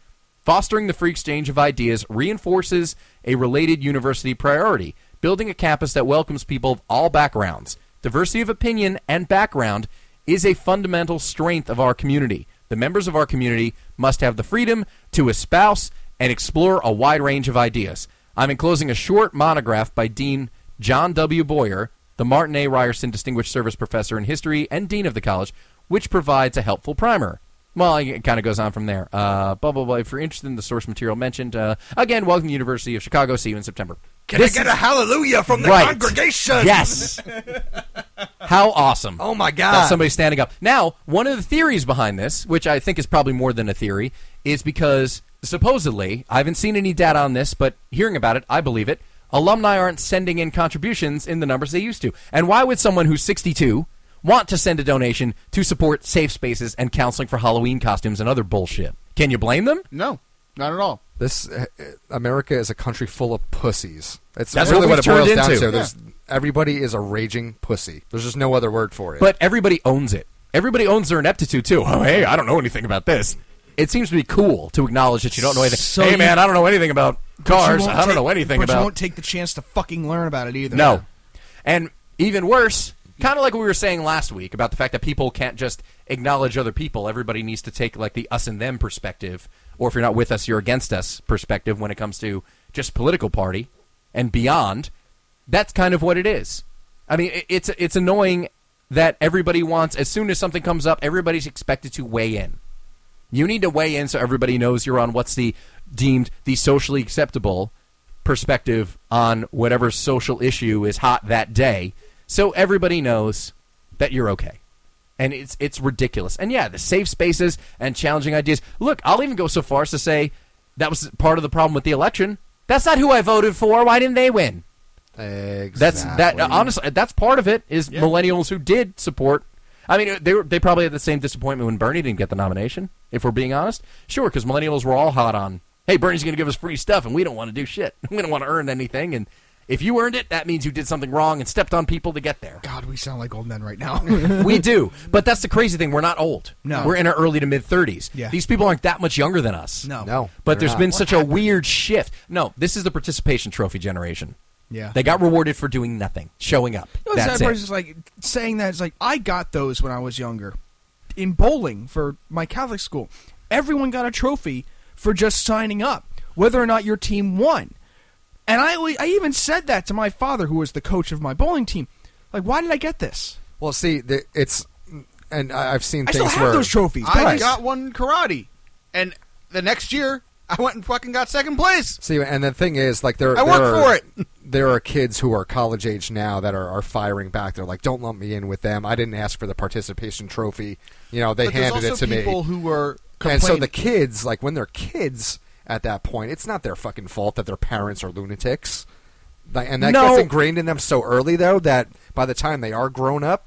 Fostering the free exchange of ideas reinforces a related university priority, building a campus that welcomes people of all backgrounds. Diversity of opinion and background is a fundamental strength of our community. The members of our community must have the freedom to espouse and explore a wide range of ideas. I'm enclosing a short monograph by Dean John W. Boyer, the Martin A. Ryerson Distinguished Service Professor in History and Dean of the College, which provides a helpful primer. Well, it kind of goes on from there. Uh, blah, blah, blah. If you're interested in the source material mentioned, uh, again, welcome to the University of Chicago. See you in September. Can This I get is- a hallelujah from the Right. congregation? *laughs* Yes. How awesome. Oh my God. That's somebody standing up. Now, one of the theories behind this, which I think is probably more than a theory, is because supposedly, I haven't seen any data on this, but hearing about it, I believe it. Alumni aren't sending in contributions in the numbers they used to. And why would someone who's 62 want to send a donation to support safe spaces and counseling for Halloween costumes and other bullshit? Can you blame them? No, not at all. This uh, uh, America is a country full of pussies. It's That's really what what, it we've boils turned down into. to. There's, everybody is a raging pussy. There's just no other word for it. But everybody owns it. Everybody owns their ineptitude too. Oh, hey, I don't know anything about this. It seems to be cool to acknowledge that you don't know anything. So hey, you- man, I don't know anything about But you cars. won't I don't take- know anything but about. You won't take the chance to fucking learn about it either. No. And even worse, kind of like what we were saying last week about the fact that people can't just acknowledge other people. Everybody needs to take like the us and them perspective, or if you're not with us, you're against us perspective when it comes to just political party and beyond. That's kind of what it is. I mean, it- it's it's annoying that everybody wants as soon as something comes up, everybody's expected to weigh in. You need to weigh in so everybody knows you're on what's the deemed the socially acceptable perspective on whatever social issue is hot that day, so everybody knows that you're okay. And it's it's ridiculous. And yeah, the safe spaces and challenging ideas. Look, I'll even go so far as to say that was part of the problem with the election. That's not who I voted for. Why didn't they win? exactly. That's that honestly that's part of it is millennials who did support. I mean they were, they probably had the same disappointment when Bernie didn't get the nomination, if we're being honest. Sure, cuz millennials were all hot on, hey, Bernie's going to give us free stuff and we don't want to do shit. *laughs* We don't want to earn anything and if you earned it, that means you did something wrong and stepped on people to get there. God, we sound like old men right *laughs* now. we do. But that's the crazy thing. We're not old. No. We're in our early to mid 30s. Yeah. These people aren't that much younger than us. No. No, But they're there's not. been such a weird shift. No, this is the participation trophy generation. Yeah. They got rewarded for doing nothing, showing up. You know, the That's sad part is it. just, like saying that. It's like I got those when I was younger in bowling for my Catholic school. Everyone got a trophy for just signing up, whether or not your team won. And I, always- I even said that to my father, who was the coach of my bowling team. Like, why did I get this? Well, see, the, it's and I, I've seen I still things have where those trophies. I guys. got one karate, and the next year I went and fucking got second place. See, and the thing is, like there, there I work are, for it. *laughs* There are kids who are college age now that are, are firing back. They're like, "Don't lump me in with them. I didn't ask for the participation trophy. You know, they But there's handed it also to me." people who were and so complaining. the kids, like when they're kids at that point, it's not their fucking fault that their parents are lunatics, Like, and that No. gets ingrained in them so early though that by the time they are grown up,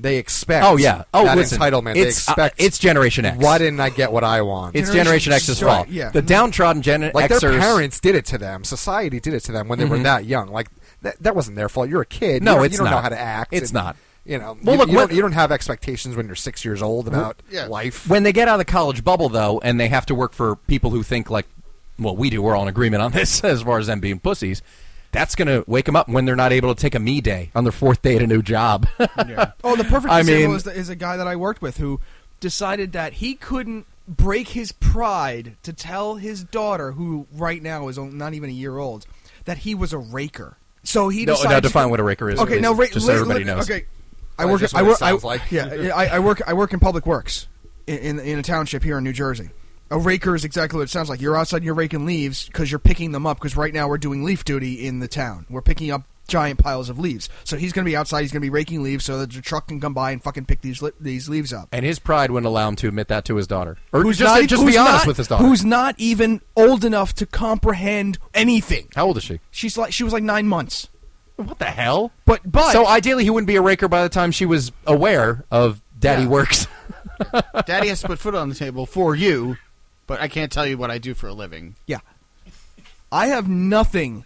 they expect. Oh, yeah. Oh, that listen, entitlement. they it's, uh, expect. it's Generation X. Why didn't I get what I want? It's Generation Generation X's X, right, fault. yeah. Mm-hmm. The downtrodden Gen like Xers. Mm-hmm. their parents did it to them. Society did it to them when they were that young. Like that, that wasn't their fault. You're a kid. No, you don't, it's you don't know not. how to act. It's not. You know. Well, you, look, you, when- don't, you don't have expectations when you're six years old about yeah. life. When they get out of the college bubble, though, and they have to work for people who think like, well, we do. We're all in agreement on this *laughs* as far as them being pussies. That's going to wake them up when they're not able to take a me day on their fourth day at a new job. *laughs* Oh, the perfect I example mean- is, the, is a guy that I worked with who decided that he couldn't break his pride to tell his daughter, who right now is on- not even a year old, that he was a raker. So he No, decided now to- define what a raker is. Okay, please, now ra- just so li- everybody li- knows. Okay, I That's work. just I what it work. I, sounds *laughs* like. Yeah, yeah, I, I work. I work in public works in, in in a township here in New Jersey. A raker is exactly what it sounds like. You're outside and you're raking leaves because you're picking them up. Because right now we're doing leaf duty in the town. We're picking up giant piles of leaves. So he's going to be outside. He's going to be raking leaves so that the truck can come by and fucking pick these li- these leaves up. And his pride wouldn't allow him to admit that to his daughter. Or Who's just, not- just who's be honest not- with his daughter. Who's not even old enough to comprehend anything. How old is she? She's like she was like nine months. What the hell? But but so ideally, he wouldn't be a raker by the time she was aware of daddy Yeah. works. *laughs* *laughs* Daddy has to put food on the table for you, but I can't tell you what I do for a living. yeah, I have nothing.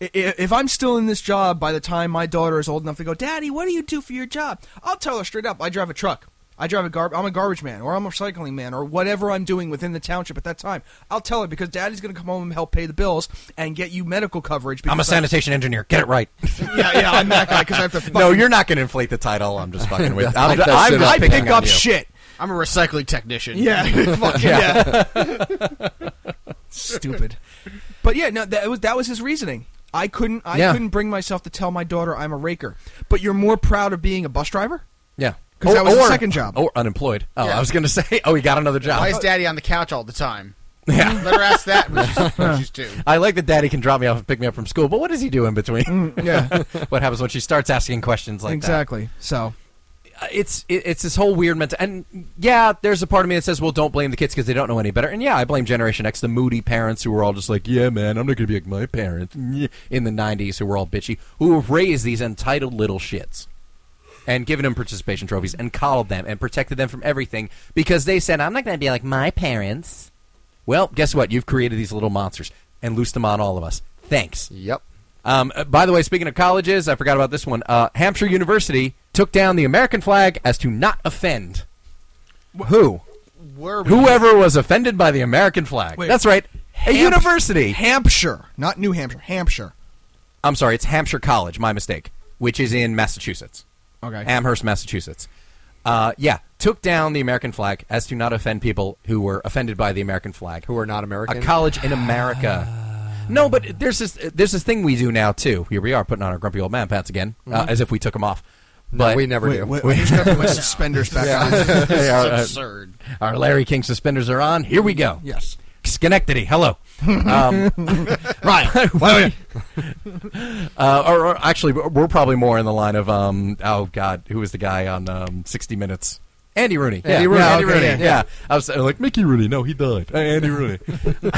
I- i- If I'm still in this job by the time my daughter is old enough to go, Daddy, what do you do for your job? I'll tell her straight up. I drive a truck. I drive a garb. I'm a garbage man, or I'm a recycling man, or whatever I'm doing within the township at that time. I'll tell her because Daddy's going to come home and help pay the bills and get you medical coverage. Because I'm a sanitation engineer. Get it right. Yeah, yeah, I'm that guy because I have to. Fucking, *laughs* no, you're not going to inflate the title. I'm just fucking *laughs* with. I'm, That's- I'm that's just I picking pick on up you. shit. I'm a recycling technician. *laughs* *laughs* Yeah, fucking yeah. Stupid. But yeah, no, that was that was his reasoning. I couldn't I Yeah. couldn't bring myself to tell my daughter I'm a raker. But you're more proud of being a bus driver? Yeah, 'Cause Or- that was his or- second job. Or unemployed. Oh, Yeah. I was going to *laughs* say. Oh, he got another job. Why is Daddy on the couch all the time? Yeah. Let her ask that when she's, when she's two. I like that daddy can drop me off and pick me up from school, but what does he do in between? Mm, Yeah, *laughs* what happens when she starts asking questions like that? exactly. So it's it, it's this whole weird mental and yeah there's a part of me that says well don't blame the kids because they don't know any better and yeah i blame generation x the moody parents who were all just like yeah man i'm not gonna be like my parents in the 90s who were all bitchy who have raised these entitled little shits and given them participation trophies and coddled them and protected them from everything because they said i'm not gonna be like my parents well guess what you've created these little monsters and loosed them on all of us thanks Yep. um, uh, by the way, speaking of colleges, I forgot about this one. Uh, Hampshire University took down the American flag as to not offend. Who? Were we? Whoever was offended by the American flag. Wait. That's right. A Hamp- university. Hampshire, not New Hampshire, Hampshire. I'm sorry, it's Hampshire College, my mistake, which is in Massachusetts. Okay. Amherst, Massachusetts. Uh, yeah, took down the American flag as to not offend people who were offended by the American flag. Who are not American. Ah. A college in America. no, but there's this there's this thing we do now too. Here we are putting on our grumpy old man pats again, uh, as if we took them off. But Mm-hmm. we never Wait, do. wait, I'm just gonna *laughs* put my suspenders back on. *laughs* This is Yeah, uh, absurd. our Larry King suspenders are on. Here we go. Yes. Schenectady, *laughs* hello. Um, Ryan, uh, or, or actually, we're probably more in the line of um, oh god, who was the guy on um, 60 Minutes? Andy Rooney. Andy yeah. Rooney. Yeah, Andy okay, Rooney, yeah. yeah. I was uh, like Mickey Rooney. No, he died. Uh, Andy Rooney. *laughs*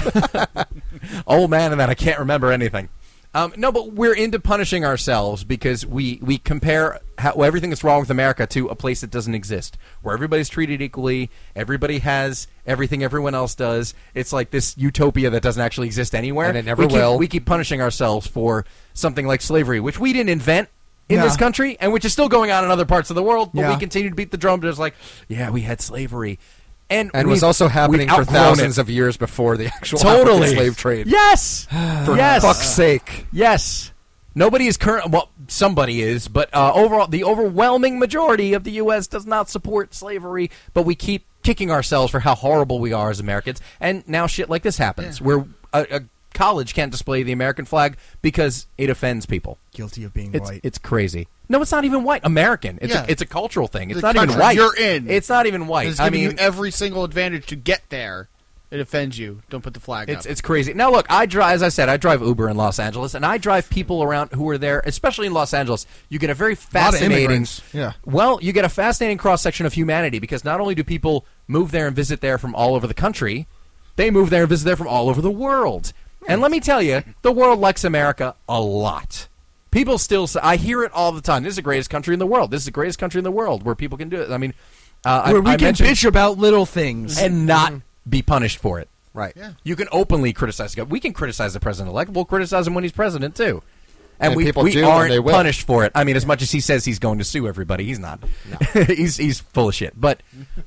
Old man, and that I can't remember anything. Um, no, but we're into punishing ourselves because we we compare how, everything that's wrong with America to a place that doesn't exist, where everybody's treated equally, everybody has everything everyone else does. It's like this utopia that doesn't actually exist anywhere, And it never we keep- will. we keep punishing ourselves for something like slavery, which we didn't invent in Yeah. this country and which is still going on in other parts of the world, but we Yeah. continue to beat the drum just like, yeah, we had slavery. And and we've- was also happening we've for outgrown thousands it. of years before the *laughs* actual totally African slave trade. Yes. *sighs* For yes. fuck's sake. Yes. Nobody is current. Well, somebody is, but uh, overall, the overwhelming majority of the U.S. does not support slavery. But we keep kicking ourselves for how horrible we are as Americans, and now shit like this happens, where a, a college can't display the American flag because it offends people. guilty of being It's white. it's crazy. No, it's not even white. American. It's Yeah. a, it's a cultural thing. It's The not even country white. you're in. It's not even It's white. I giving mean, you every single advantage to get there. It offends you. Don't put the flag It's up. it's crazy. Now look, I drive as I said, I drive Uber in Los Angeles and I drive people around who are there, especially in Los Angeles. You get a very lot of fascinating immigrants, yeah. Well, you get a fascinating cross section of humanity because not only do people move there and visit there from all over the country, they move there and visit there from all over the world. And let me tell you, the world likes America a lot. People still say, I hear it all the time. This is the greatest country in the world. This is the greatest country in the world where people can do it. I mean, uh, Where I, we I can mentioned- bitch Mm-hmm. about little things. and not be punished for it. Right. Yeah. You can openly criticize. the gov- We can criticize the president elect. We'll criticize him when he's president too. And, And we, people we do, and aren't they will. punished for it. I mean, as much as he says he's going to sue everybody, he's not. *laughs* he's he's full of shit. *laughs* But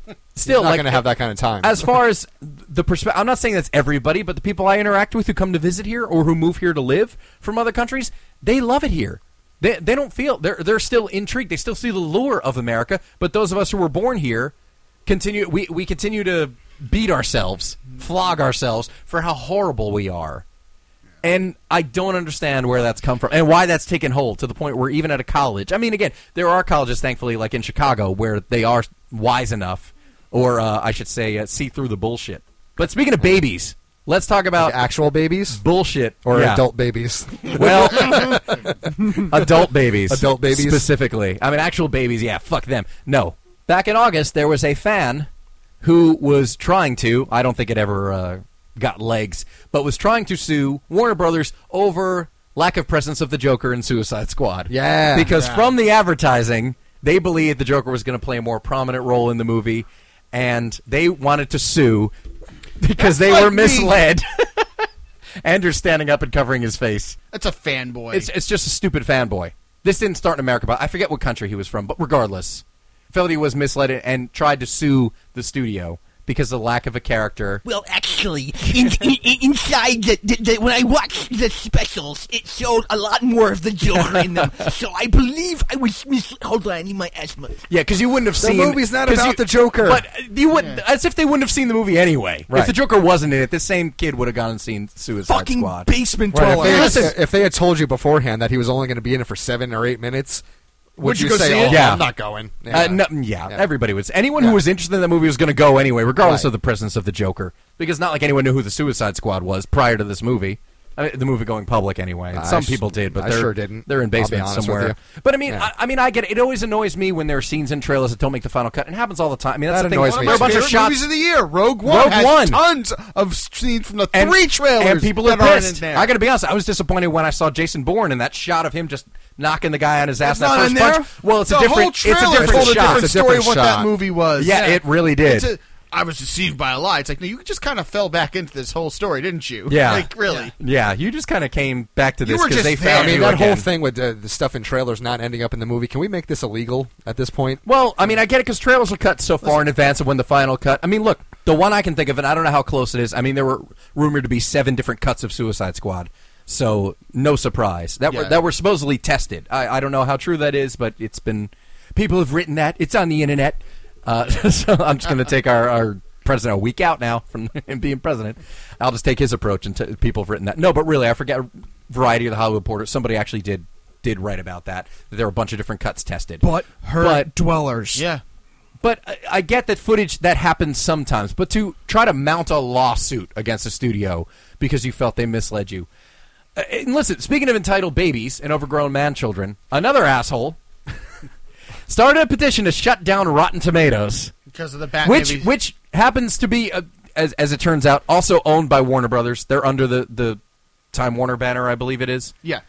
still, Still not like going to have that kind of time. as far as the perspective, I'm not saying that's everybody, but the people I interact with who come to visit here or who move here to live from other countries, they love it here. They, they don't feel they're they're still intrigued. They still see the lure of America. But those of us who were born here continue we, we continue to beat ourselves, flog ourselves for how horrible we are. And I don't understand where that's come from and why that's taken hold to the point where even at a college, I mean, again, there are colleges, thankfully, like in Chicago, where they are wise enough, or uh, I should say, uh, see through the bullshit. But speaking of babies, Let's talk about Actual babies bullshit or Yeah. adult *laughs* babies? *laughs* Well, *laughs* adult babies. Adult babies. Specifically. I mean, actual babies, yeah, fuck them. No. Back in August, there was a fan who was trying to, I don't think it ever uh, got legs, but was trying to sue Warner Brothers over lack of presence of the Joker in Suicide Squad. Yeah. Because from the advertising, they believed the Joker was going to play a more prominent role in the movie, and they wanted to sue because they were misled. *laughs* Andrew's standing up and covering his face. That's a fanboy. It's it's just a stupid fanboy. This didn't start in America, but I forget what country he was from. But regardless, Feldy was misled and tried to sue the studio because of the lack of a character. Well, actually, in, in, in- inside the, the, the when I watched the specials, it showed a lot more of the Joker in them. So I believe I was mis. Hold on, I need my asthma. Yeah, because you wouldn't have The seen movie's not 'cause about you- the Joker. But you would as if they wouldn't have seen the movie anyway. If Right. the Joker wasn't in it, this same kid would have gone and seen Suicide Fucking Squad. basement Right, Oh, dweller. if, they Listen. had, if they had told you beforehand that he was only going to be in it for seven or eight minutes, would, Would you go see say, it? "Oh, Yeah. I'm not going"? Uh, no, yeah, everybody was. Anyone who was interested in that movie was going to go anyway, regardless Right. of the presence of the Joker, because not like anyone knew who the Suicide Squad was prior to this movie. I mean, the movie going public anyway. And I Some sh- people did, but I they're sure didn't. They're in I'll be basements honest with somewhere. you. But I mean, Yeah. I, I mean, I get it. It always annoys me when there are scenes in trailers that don't make the final cut. It happens all the time. I mean, that's That the thing. annoys there me are a too. bunch of favorite shots. movies of the year. Rogue One Rogue has One. tons of scenes from the and- three trailers and people are that aren't pissed. in there. I got to be honest. I was disappointed when I saw Jason Bourne and that shot of him just knocking the guy on his ass. It's that not first in there. punch. Well, it's the a different. Whole it's a trailer different told shot. A different It's a story different what that shot. movie was. Yeah, it really did. It's a- I was deceived by a lie. It's like no, you just kind of fell back into this whole story, didn't you? Yeah. *laughs* like really. Yeah, you just kind of came back to You this were because just they there. found I mean you that again. whole thing with the, the stuff in trailers not ending up in the movie. Can we make this illegal at this point? Well, I mean, I get it because trailers are cut so far in advance of when the final cut. I mean, look, the one I can think of, and I don't know how close it is. I mean, there were rumored to be seven different cuts of Suicide Squad, so no surprise that were Yeah. that were supposedly tested. I, I don't know how true that is, but it's been people have written that it's on the internet. Uh, *laughs* so I'm just going to take our, our president a week out now from *laughs* him being president. I'll just take his approach, and t- people have written that. No, but really, I forget. Variety of the Hollywood Reporter. Somebody actually did did write about that. that There were a bunch of different cuts tested, But her But- dwellers. Yeah, but I, I get that footage that happens sometimes. But to try to mount a lawsuit against a studio because you felt they misled you. Uh, and listen, speaking of entitled babies and overgrown man children, another asshole *laughs* started a petition to shut down Rotten Tomatoes, because of the Batman. which movies. which happens to be, uh, as as it turns out, also owned by Warner Brothers. They're under the the Time Warner banner, I believe it is. yeah,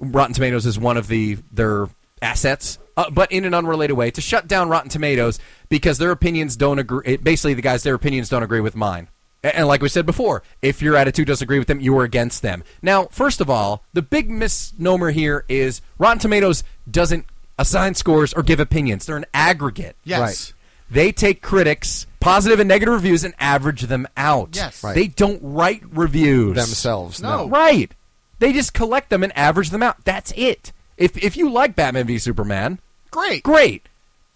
Rotten Tomatoes is one of the their assets, uh, but in an unrelated way, to shut down Rotten Tomatoes because their opinions don't agree. It, basically, the guys their opinions don't agree with mine. A- And like we said before, if your attitude doesn't agree with them, you are against them. Now, first of all, the big misnomer here is Rotten Tomatoes doesn't assign scores or give opinions. They're an aggregate. yes, They take critics, positive and negative reviews, and average them out. Yes. Right. They don't write reviews Themselves, No. no. Right. They just collect them and average them out. That's it. If if you like Batman v Superman, great. great.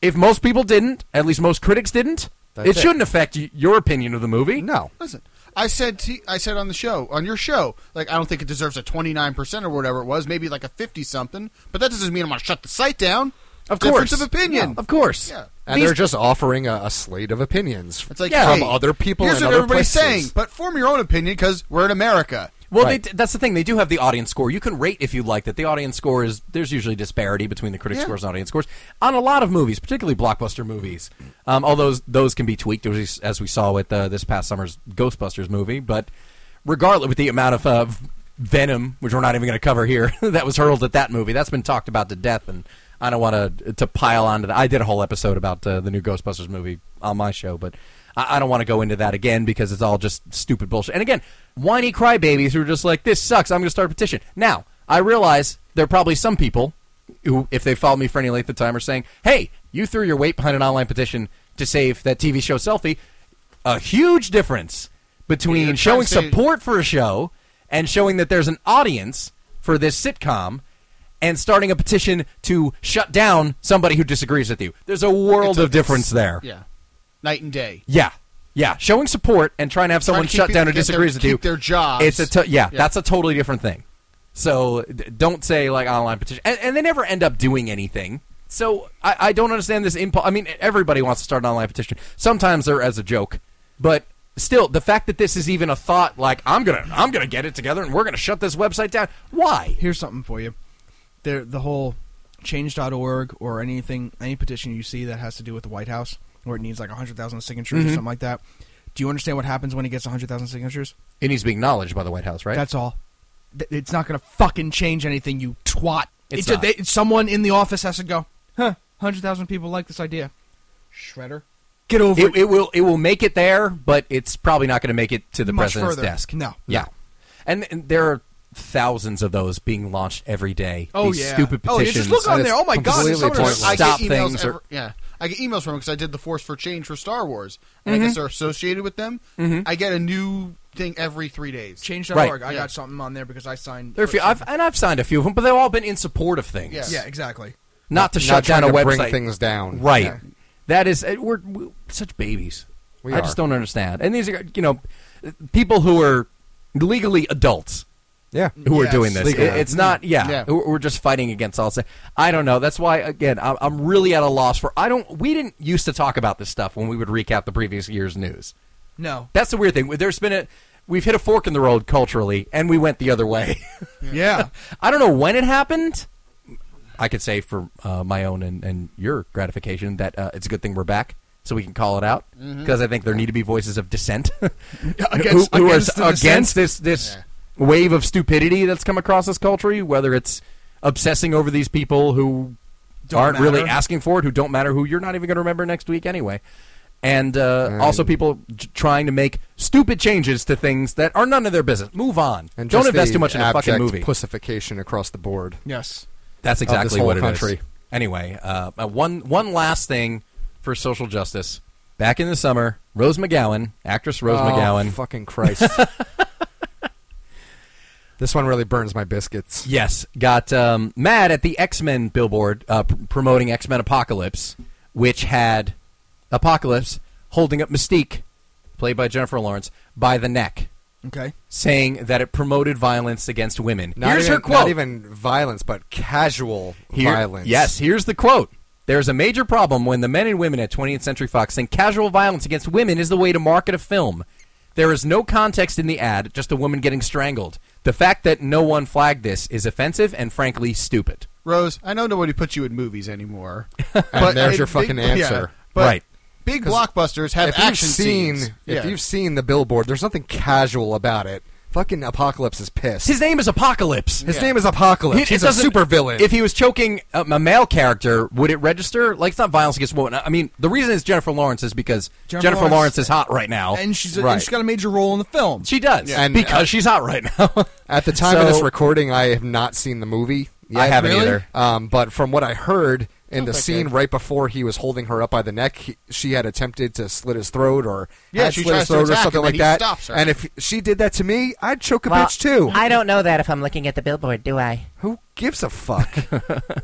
If most people didn't, at least most critics didn't, That's it it. shouldn't affect y- your opinion of the movie. no. Listen, I said to, I said on the show on your show, like I don't think it deserves a twenty nine percent or whatever it was, maybe like a fifty something. But that doesn't mean I'm gonna shut the site down. Of Difference course. of opinion. Of course. Yeah. And These- they're just offering a, a slate of opinions. It's like Yeah. hey, From other people Here's and what other everybody's places. saying, but form your own opinion because we're in America. Well, Right. they, that's the thing. They do have the audience score. You can rate if you like that. The audience score is there's usually disparity between the critic Yeah. scores and audience scores on a lot of movies, particularly blockbuster movies. Um, although those can be tweaked as we- as we saw with uh, this past summer's Ghostbusters movie. But regardless, with the amount of uh, venom, which we're not even going to cover here, *laughs* that was hurled at that movie, that's been talked about to death. And I don't want to to pile onto that. I did a whole episode about uh, the new Ghostbusters movie on my show, but I, I don't want to go into that again because it's all just stupid bullshit. And again, whiny crybabies who are just like, "This sucks. I'm going to start a petition." Now, I realize there are probably some people who, if they follow me for any length of time, are saying, "Hey, you threw your weight behind an online petition to save that TV show selfie." A huge difference between You're showing trying to say- support for a show and showing that there's an audience for this sitcom. And starting a petition to shut down somebody who disagrees with you. There's a world It's a- of difference there. Yeah, night and day. Yeah. Yeah, showing support and trying to have someone to keep shut down who people- get their- disagrees with you. keep their jobs. It's a to- yeah, Yeah. that's a totally different thing. So d- don't say like online petition, and, and they never end up doing anything. So I, I don't understand this impulse. I mean, everybody wants to start an online petition. Sometimes they're as a joke, but still, the fact that this is even a thought, like I'm gonna, I'm gonna get it together, and we're gonna shut this website down. Why? Here's something for you. There, the whole change.org or anything, any petition you see that has to do with the White House, where it needs like 100,000 signatures Mm-hmm. or something like that. Do you understand what happens when it gets 100,000 signatures? It needs to be acknowledged by the White House, right? That's all. Th- It's not going to fucking change anything, you twat. It's just- not. they- someone in the office has to go, huh, 100,000 people like this idea. Shredder. Get over it, it will it will make it there, but it's probably not going to make it to the Much president's further. desk. No. yeah, and, and there are thousands of those being launched every day. Oh, These yeah. stupid Oh, petitions. yeah, just look on and there. it's Oh, my God. there's completely someone- pointless. I stop get emails things every- or- yeah, I get emails from because I did the Force for Change for Star Wars, and I guess they're associated with them. I get a new thing every three days. Change.org. Right, I yeah. got something on there because I signed. There are a few, I've, and I've signed a few of them, but they've all been in support of things. Yeah. yeah, exactly. Not to Not shut trying down a to website. bring things down. Right. Yeah. That is, eh, we're, we're such babies. We I are. just don't understand. And these are, you know, people who are legally adults Yeah. who are Yes. doing this. Legal. It- it's not, yeah, Yeah. We're we're just fighting against all. this. I don't know. That's why, again, I'm, I'm really at a loss for. I don't. We didn't used to talk about this stuff when we would recap the previous year's news. No. That's the weird thing. There's been a, we've hit a fork in the road culturally, and we went the other way. *laughs* Yeah. *laughs* I don't know when it happened. I could say for uh, my own and, and your gratification that uh, it's a good thing we're back so we can call it out because I think there need to be voices of dissent Mm-hmm. *laughs* Against- who, who against the are s- dissent. against this this wave of stupidity that's come across this country, whether it's obsessing over these people who Don't aren't really matter. asking for it, who don't matter, who you're not even going to remember next week anyway. And uh, also, people j- trying to make stupid changes to things that are none of their business. Move on. And Don't just invest the too much in a fucking abject movie. Pussification across the board. yes. That's this exactly whole what it is. country. Anyway, uh, uh, one one last thing for social justice. Back in the summer, Rose McGowan, actress Rose oh, McGowan. Fucking Christ. *laughs* this one really burns my biscuits. Yes, got um, mad at the X Men billboard uh, pr- promoting X Men Apocalypse, which had Apocalypse holding up Mystique, played by Jennifer Lawrence, by the neck, Okay. saying that it promoted violence against women. Not Here's even, her quote. Not even violence, but casual Here- violence. Yes, here's the quote. There's a major problem when the men and women at 20th Century Fox think casual violence against women is the way to market a film. There is no context in the ad, just a woman getting strangled. The fact that no one flagged this is offensive and frankly stupid. Rose, I know nobody puts you in *laughs* movies anymore, there's I- your fucking yeah, answer. but Right. Big blockbusters have if you've action seen scenes. if Yeah. you've seen the billboard, there's nothing casual about it. Fucking Apocalypse is pissed. His name is Apocalypse. His name is Apocalypse. It- it He's a doesn't- supervillain. If he was choking a, a male character, would it register? Like, it's not violence against women. I mean, the reason it's Jennifer Lawrence is because Jennifer, Jennifer Lawrence, Lawrence- is hot right now. And she's, right. and she's got a major role in the film. she does. And, because uh, she's hot right now. *laughs* At the time of this So- recording, I have not seen the movie. I haven't Really? either. Um, but from what I heard in the scene right before he was holding her up by the neck, he, she had attempted to slit his throat or Yeah, had she slit his tries to throat or attack something him, like and he that. stops her. And if she did that to me, I'd choke a bitch too. I don't know that if I'm looking at the billboard, do I? Who gives a fuck?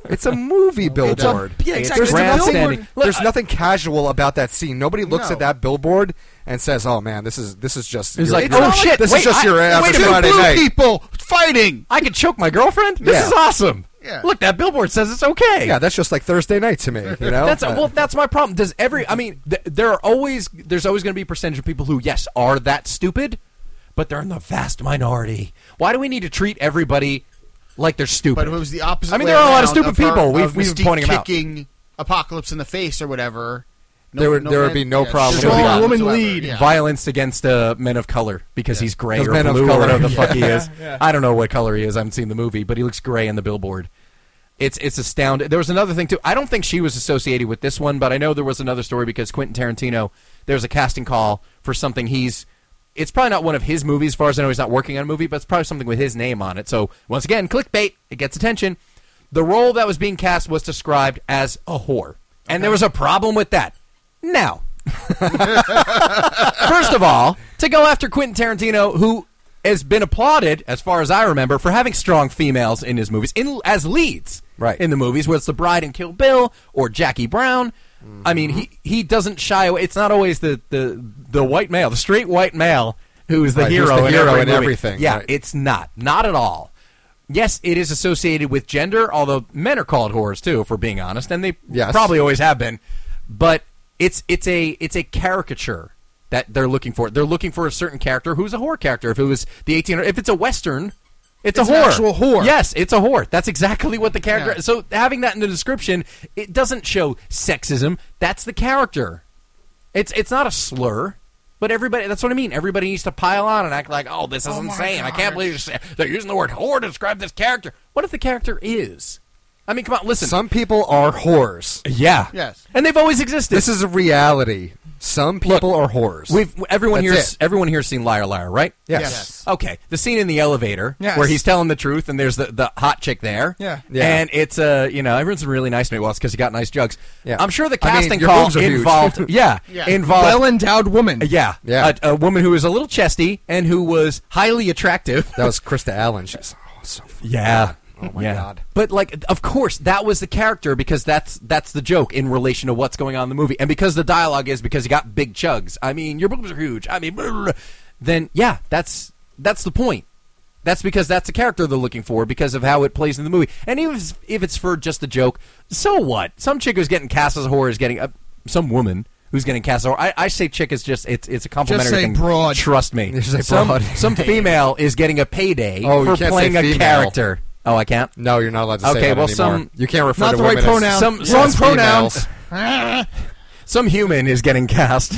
it's a movie billboard. yeah, It's exactly. It's a grandstanding. billboard. Look, There's I- nothing casual about that scene. Nobody looks No. at that billboard and says, "Oh man, this is this is just It's your- like, oh, shit, this wait, is just I- your wait average a minute, Friday blue night." people fighting. I could choke my girlfriend. This Yeah. is awesome. Yeah. Look, that billboard says it's okay. Yeah, that's just like Thursday night to me. *laughs* You know, that's Uh, well, that's my problem. Does every? I mean, th- there are always there's always going to be a percentage of people who yes are that stupid, but they're in the vast minority. Why do we need to treat everybody like they're stupid? But if it was the opposite. I mean, way there are a lot of around stupid her- people. We've- of we've been Mystique pointing 'em out. kicking apocalypse in the face or whatever. No, There would- there would man- be no problem sure. with that. Woman Whatsoever. lead. Yeah. Violence against uh, men of color because he's gray Those or men of blue or color. whatever the *laughs* Yeah. fuck he is. Yeah. I don't know what color he is. I haven't seen the movie, but he looks gray in the billboard. It's it's astounding. There was another thing too. I don't think she was associated with this one, but I know there was another story because Quentin Tarantino. There was a casting call for something he's. It's probably not one of his movies, as far as I know. He's not working on a movie, but it's probably something with his name on it. So once again, clickbait. It gets attention. The role that was being cast was described as a whore, and there was a problem with that. Now, First of all, to go after Quentin Tarantino, who has been applauded, as far as I remember, for having strong females in his movies, in, as leads Right. in the movies, whether it's The Bride and Kill Bill or Jackie Brown. I mean, he, Mm-hmm. he doesn't shy away. It's not always the, the, the white male, the straight white male, who is the Right, who's hero, the in, hero every in movie. everything, Yeah, right. it's not. Not at all. Yes, it is associated with gender, although men are called whores too, if we're being honest, and they Yes. probably always have been. But it's it's a it's a caricature that they're looking for. They're looking for a certain character who's a whore character. If it was the 18, if it's a western, it's, It's a an whore. actual whore. Yes, it's a whore. That's exactly what the character. Yeah. So having that in the description, it doesn't show sexism. That's the character. It's it's not a slur. But everybody, that's what I mean. Everybody needs to pile on and act like, oh, this is insane. I can't believe you're, sa- they're using the word whore to describe this character. What if the character is? I mean, come on, listen. Some people are whores. yeah. Yes. And they've always existed. This is a reality. Some people are whores. We've everyone That's here's it. everyone here's seen Liar Liar, right? yes. Yes. Okay, the scene in the elevator Yes. where he's telling the truth, and there's the, the hot chick there. Yeah. Yeah. And it's uh, you know everyone's really nice to me. Well, it's because he got nice jugs. Yeah. I'm sure the I mean, casting your call boobs are huge. involved. *laughs* Yeah, Yeah. involved. well endowed woman. yeah, Yeah. A, a woman who was a little chesty and who was highly attractive. That was Krista Allen. She's oh, so fucking Yeah. hot. Oh my Yeah. god. But like of course that was the character because that's that's the joke in relation to what's going on in the movie. And because the dialogue is because you got big chugs. I mean, your boobs are huge. I mean, blah, blah, blah. then yeah, that's that's the point. That's because that's the character they're looking for because of how it plays in the movie. And even if it's, if it's for just a joke, so what? Some chick who's getting cast as a whore is getting uh, some woman who's getting cast as a whore. I, I say chick is just it's it's a complimentary say thing. broad. Trust me. Just say some, broad. some female is getting a payday Oh, you for can't say playing a female. character. Oh, I can't. No, you're not allowed to say Okay, that well, anymore. some- you can't refer Not to the right women pronoun. as- Some- as wrong pronoun. females. *laughs* Some human is getting cast.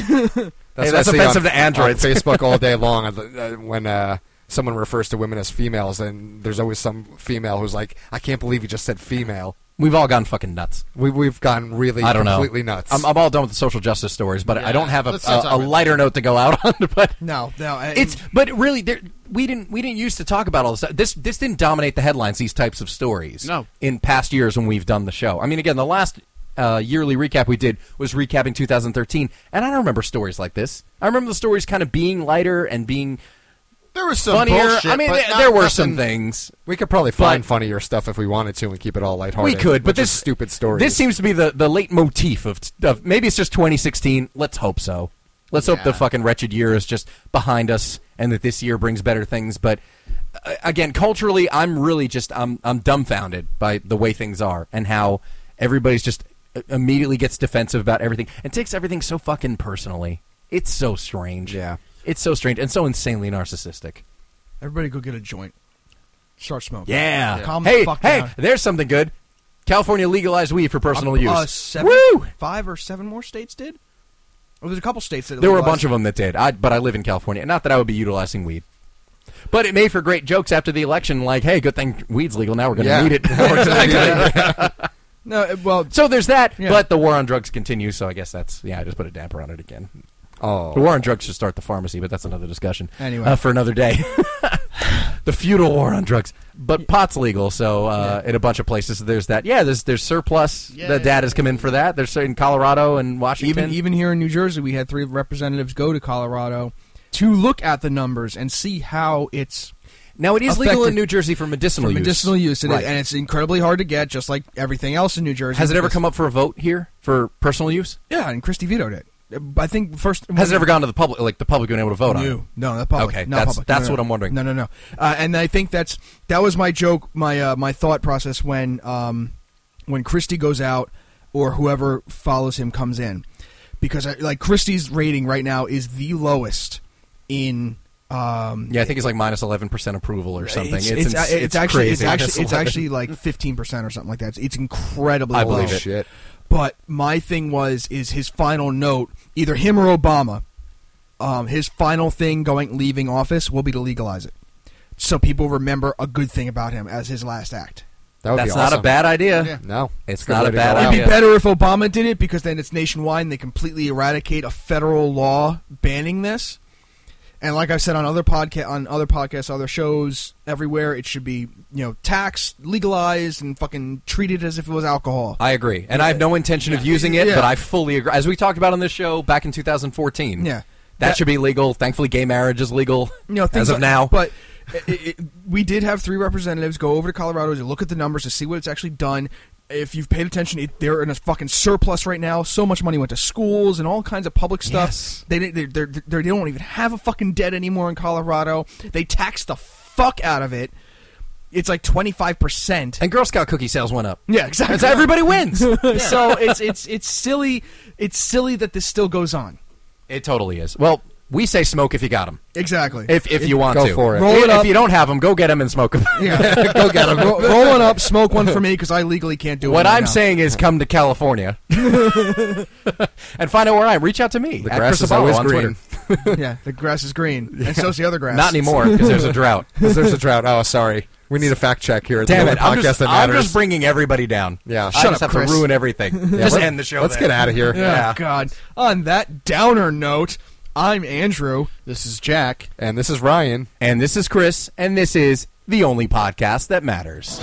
*laughs* Hey, what that's I see offensive on- to androids. On Facebook all *laughs* day long uh, when uh, someone refers to women as females, and there's always some female who's like, "I can't believe you just said female." We've all gone fucking nuts. We, we've gotten really I don't know. completely nuts. I'm, I'm all done with the social justice stories, but I don't have a, Let's not a, talk a about lighter note to go out *laughs* on. But No, no. I- it's but really there, we didn't we didn't used to talk about all this. This this didn't dominate the headlines. These types of stories. No. In past years when we've done the show, I mean, again, the last uh, yearly recap we did was recapping 2013, and I don't remember stories like this. I remember the stories kind of being lighter and being There was some funnier. bullshit. I mean, but there, not there were some nothing- things. we could probably find But- funnier stuff if we wanted to and keep it all lighthearted. We could, but which this is stupid story. This seems to be the the late motif of, of maybe it's just 2016. Let's hope so. Let's hope the Yeah. fucking wretched year is just behind us and that this year brings better things. But uh, again, culturally, I'm really just I'm I'm dumbfounded by the way things are and how everybody's just uh, immediately gets defensive about everything and takes everything so fucking personally. It's so strange. Yeah. It's so strange and so insanely narcissistic. everybody go get a joint. Start smoking. Yeah. Calm hey, the fuck hey, down. there's something good. California legalized weed for personal use. Uh, seven, Woo! Five or seven more states did. Or there's a couple states that There were a legalized bunch of them that did. I, but I live in California. Not that I would be utilizing weed. But it made for great jokes after the election, like, hey, good thing weed's legal. Now we're going to Yeah. need it. *laughs* *laughs* it. No, uh, well, so there's that. Yeah. But the war on drugs continues. So I guess that's, yeah, I just put a damper on it again. The oh, war on drugs should start the pharmacy, but that's another discussion. Anyway. Uh, for another day. *laughs* the feudal war on drugs. But pot's legal, so uh, in a bunch of places there's that. Yeah, there's there's surplus. The data's come in for that. There's in Colorado and Washington. even even here in New Jersey, we had three representatives go to Colorado to look at the numbers and see how it's now it is legal affected- in New Jersey for medicinal for use. medicinal use, and, it- Right. and it's incredibly hard to get, just like everything else in New Jersey. Has it ever Because- come up for a vote here for personal use? Yeah, and Christy vetoed it. I think first Has it ever gone to the public, like the public being able to vote on? it? No, no, not public. Okay, not that's- public. that's No, no, what no. I'm wondering. No, no, no. Uh, and I think that's that was my joke, my uh, my thought process when um, when Christie goes out or whoever follows him comes in, because I, like Christie's rating right now is the lowest in. Um, Yeah, I think it's like minus eleven percent approval or something. It's it's, ins- uh, it's actually crazy. it's actually *laughs* it's actually like fifteen percent or something like that. It's, it's incredibly. I low. believe it. shit. But my thing was is his final note, either him or Obama, um, his final thing going leaving office will be to legalize it, so people remember a good thing about him as his last act. That would That's be not awesome. a bad idea. Yeah. No, It's Good not way a to bad go It'd out. be idea. better if Obama did it because then it's nationwide and they completely eradicate a federal law banning this. And like I've said on other podcast on other podcasts, other shows, everywhere, it should be you know taxed, legalized, and fucking treated as if it was alcohol. I agree, and I have no intention of using it, Yeah. but I fully agree. As we talked about on this show back in 2014, Yeah. that, That- should be legal. Thankfully, gay marriage is legal you know, things as of like- now. But i i it, we did have three representatives go over to Colorado to look at the numbers to see what it's actually done. If you've paid attention, it, they're in a fucking surplus right now. So much money went to schools and all kinds of public stuff. Yes. They, didn't- they're, they're, they're, they don't even have a fucking debt anymore in Colorado. They tax the fuck out of it. It's like twenty five percent. and Girl Scout cookie sales *laughs* went up. Yeah, exactly. And *laughs* so everybody wins. so it's it's it's silly. It's silly that this still goes on. It totally is. Well, we say smoke if you got them. Exactly. *laughs* If if you want Go to, for it. Roll it if up. you don't have them, go get them and smoke them. Yeah, go get him. Ro- roll one up, smoke one for me because I legally can't do it. what right I'm now. saying is, come *laughs* to California *laughs* and find out where I am. Reach out to me. The at grass Chris is Abalo always on green. Twitter. yeah, the grass is green, and so's the other grass. Not anymore because there's *laughs* a drought. 'Cause there's a drought. Oh, sorry. We need a fact check here. at the Damn only it! I'm podcast just, that I'm matters. just bringing everybody down. Yeah. I Shut just up, have Chris. to ruin *laughs* everything. Yeah, just let- end the show. Let's then. get out of here. Oh, God. On that downer note, I'm Andrew. This is Jack. And this is Ryan. And this is Chris, and this is the only podcast that matters.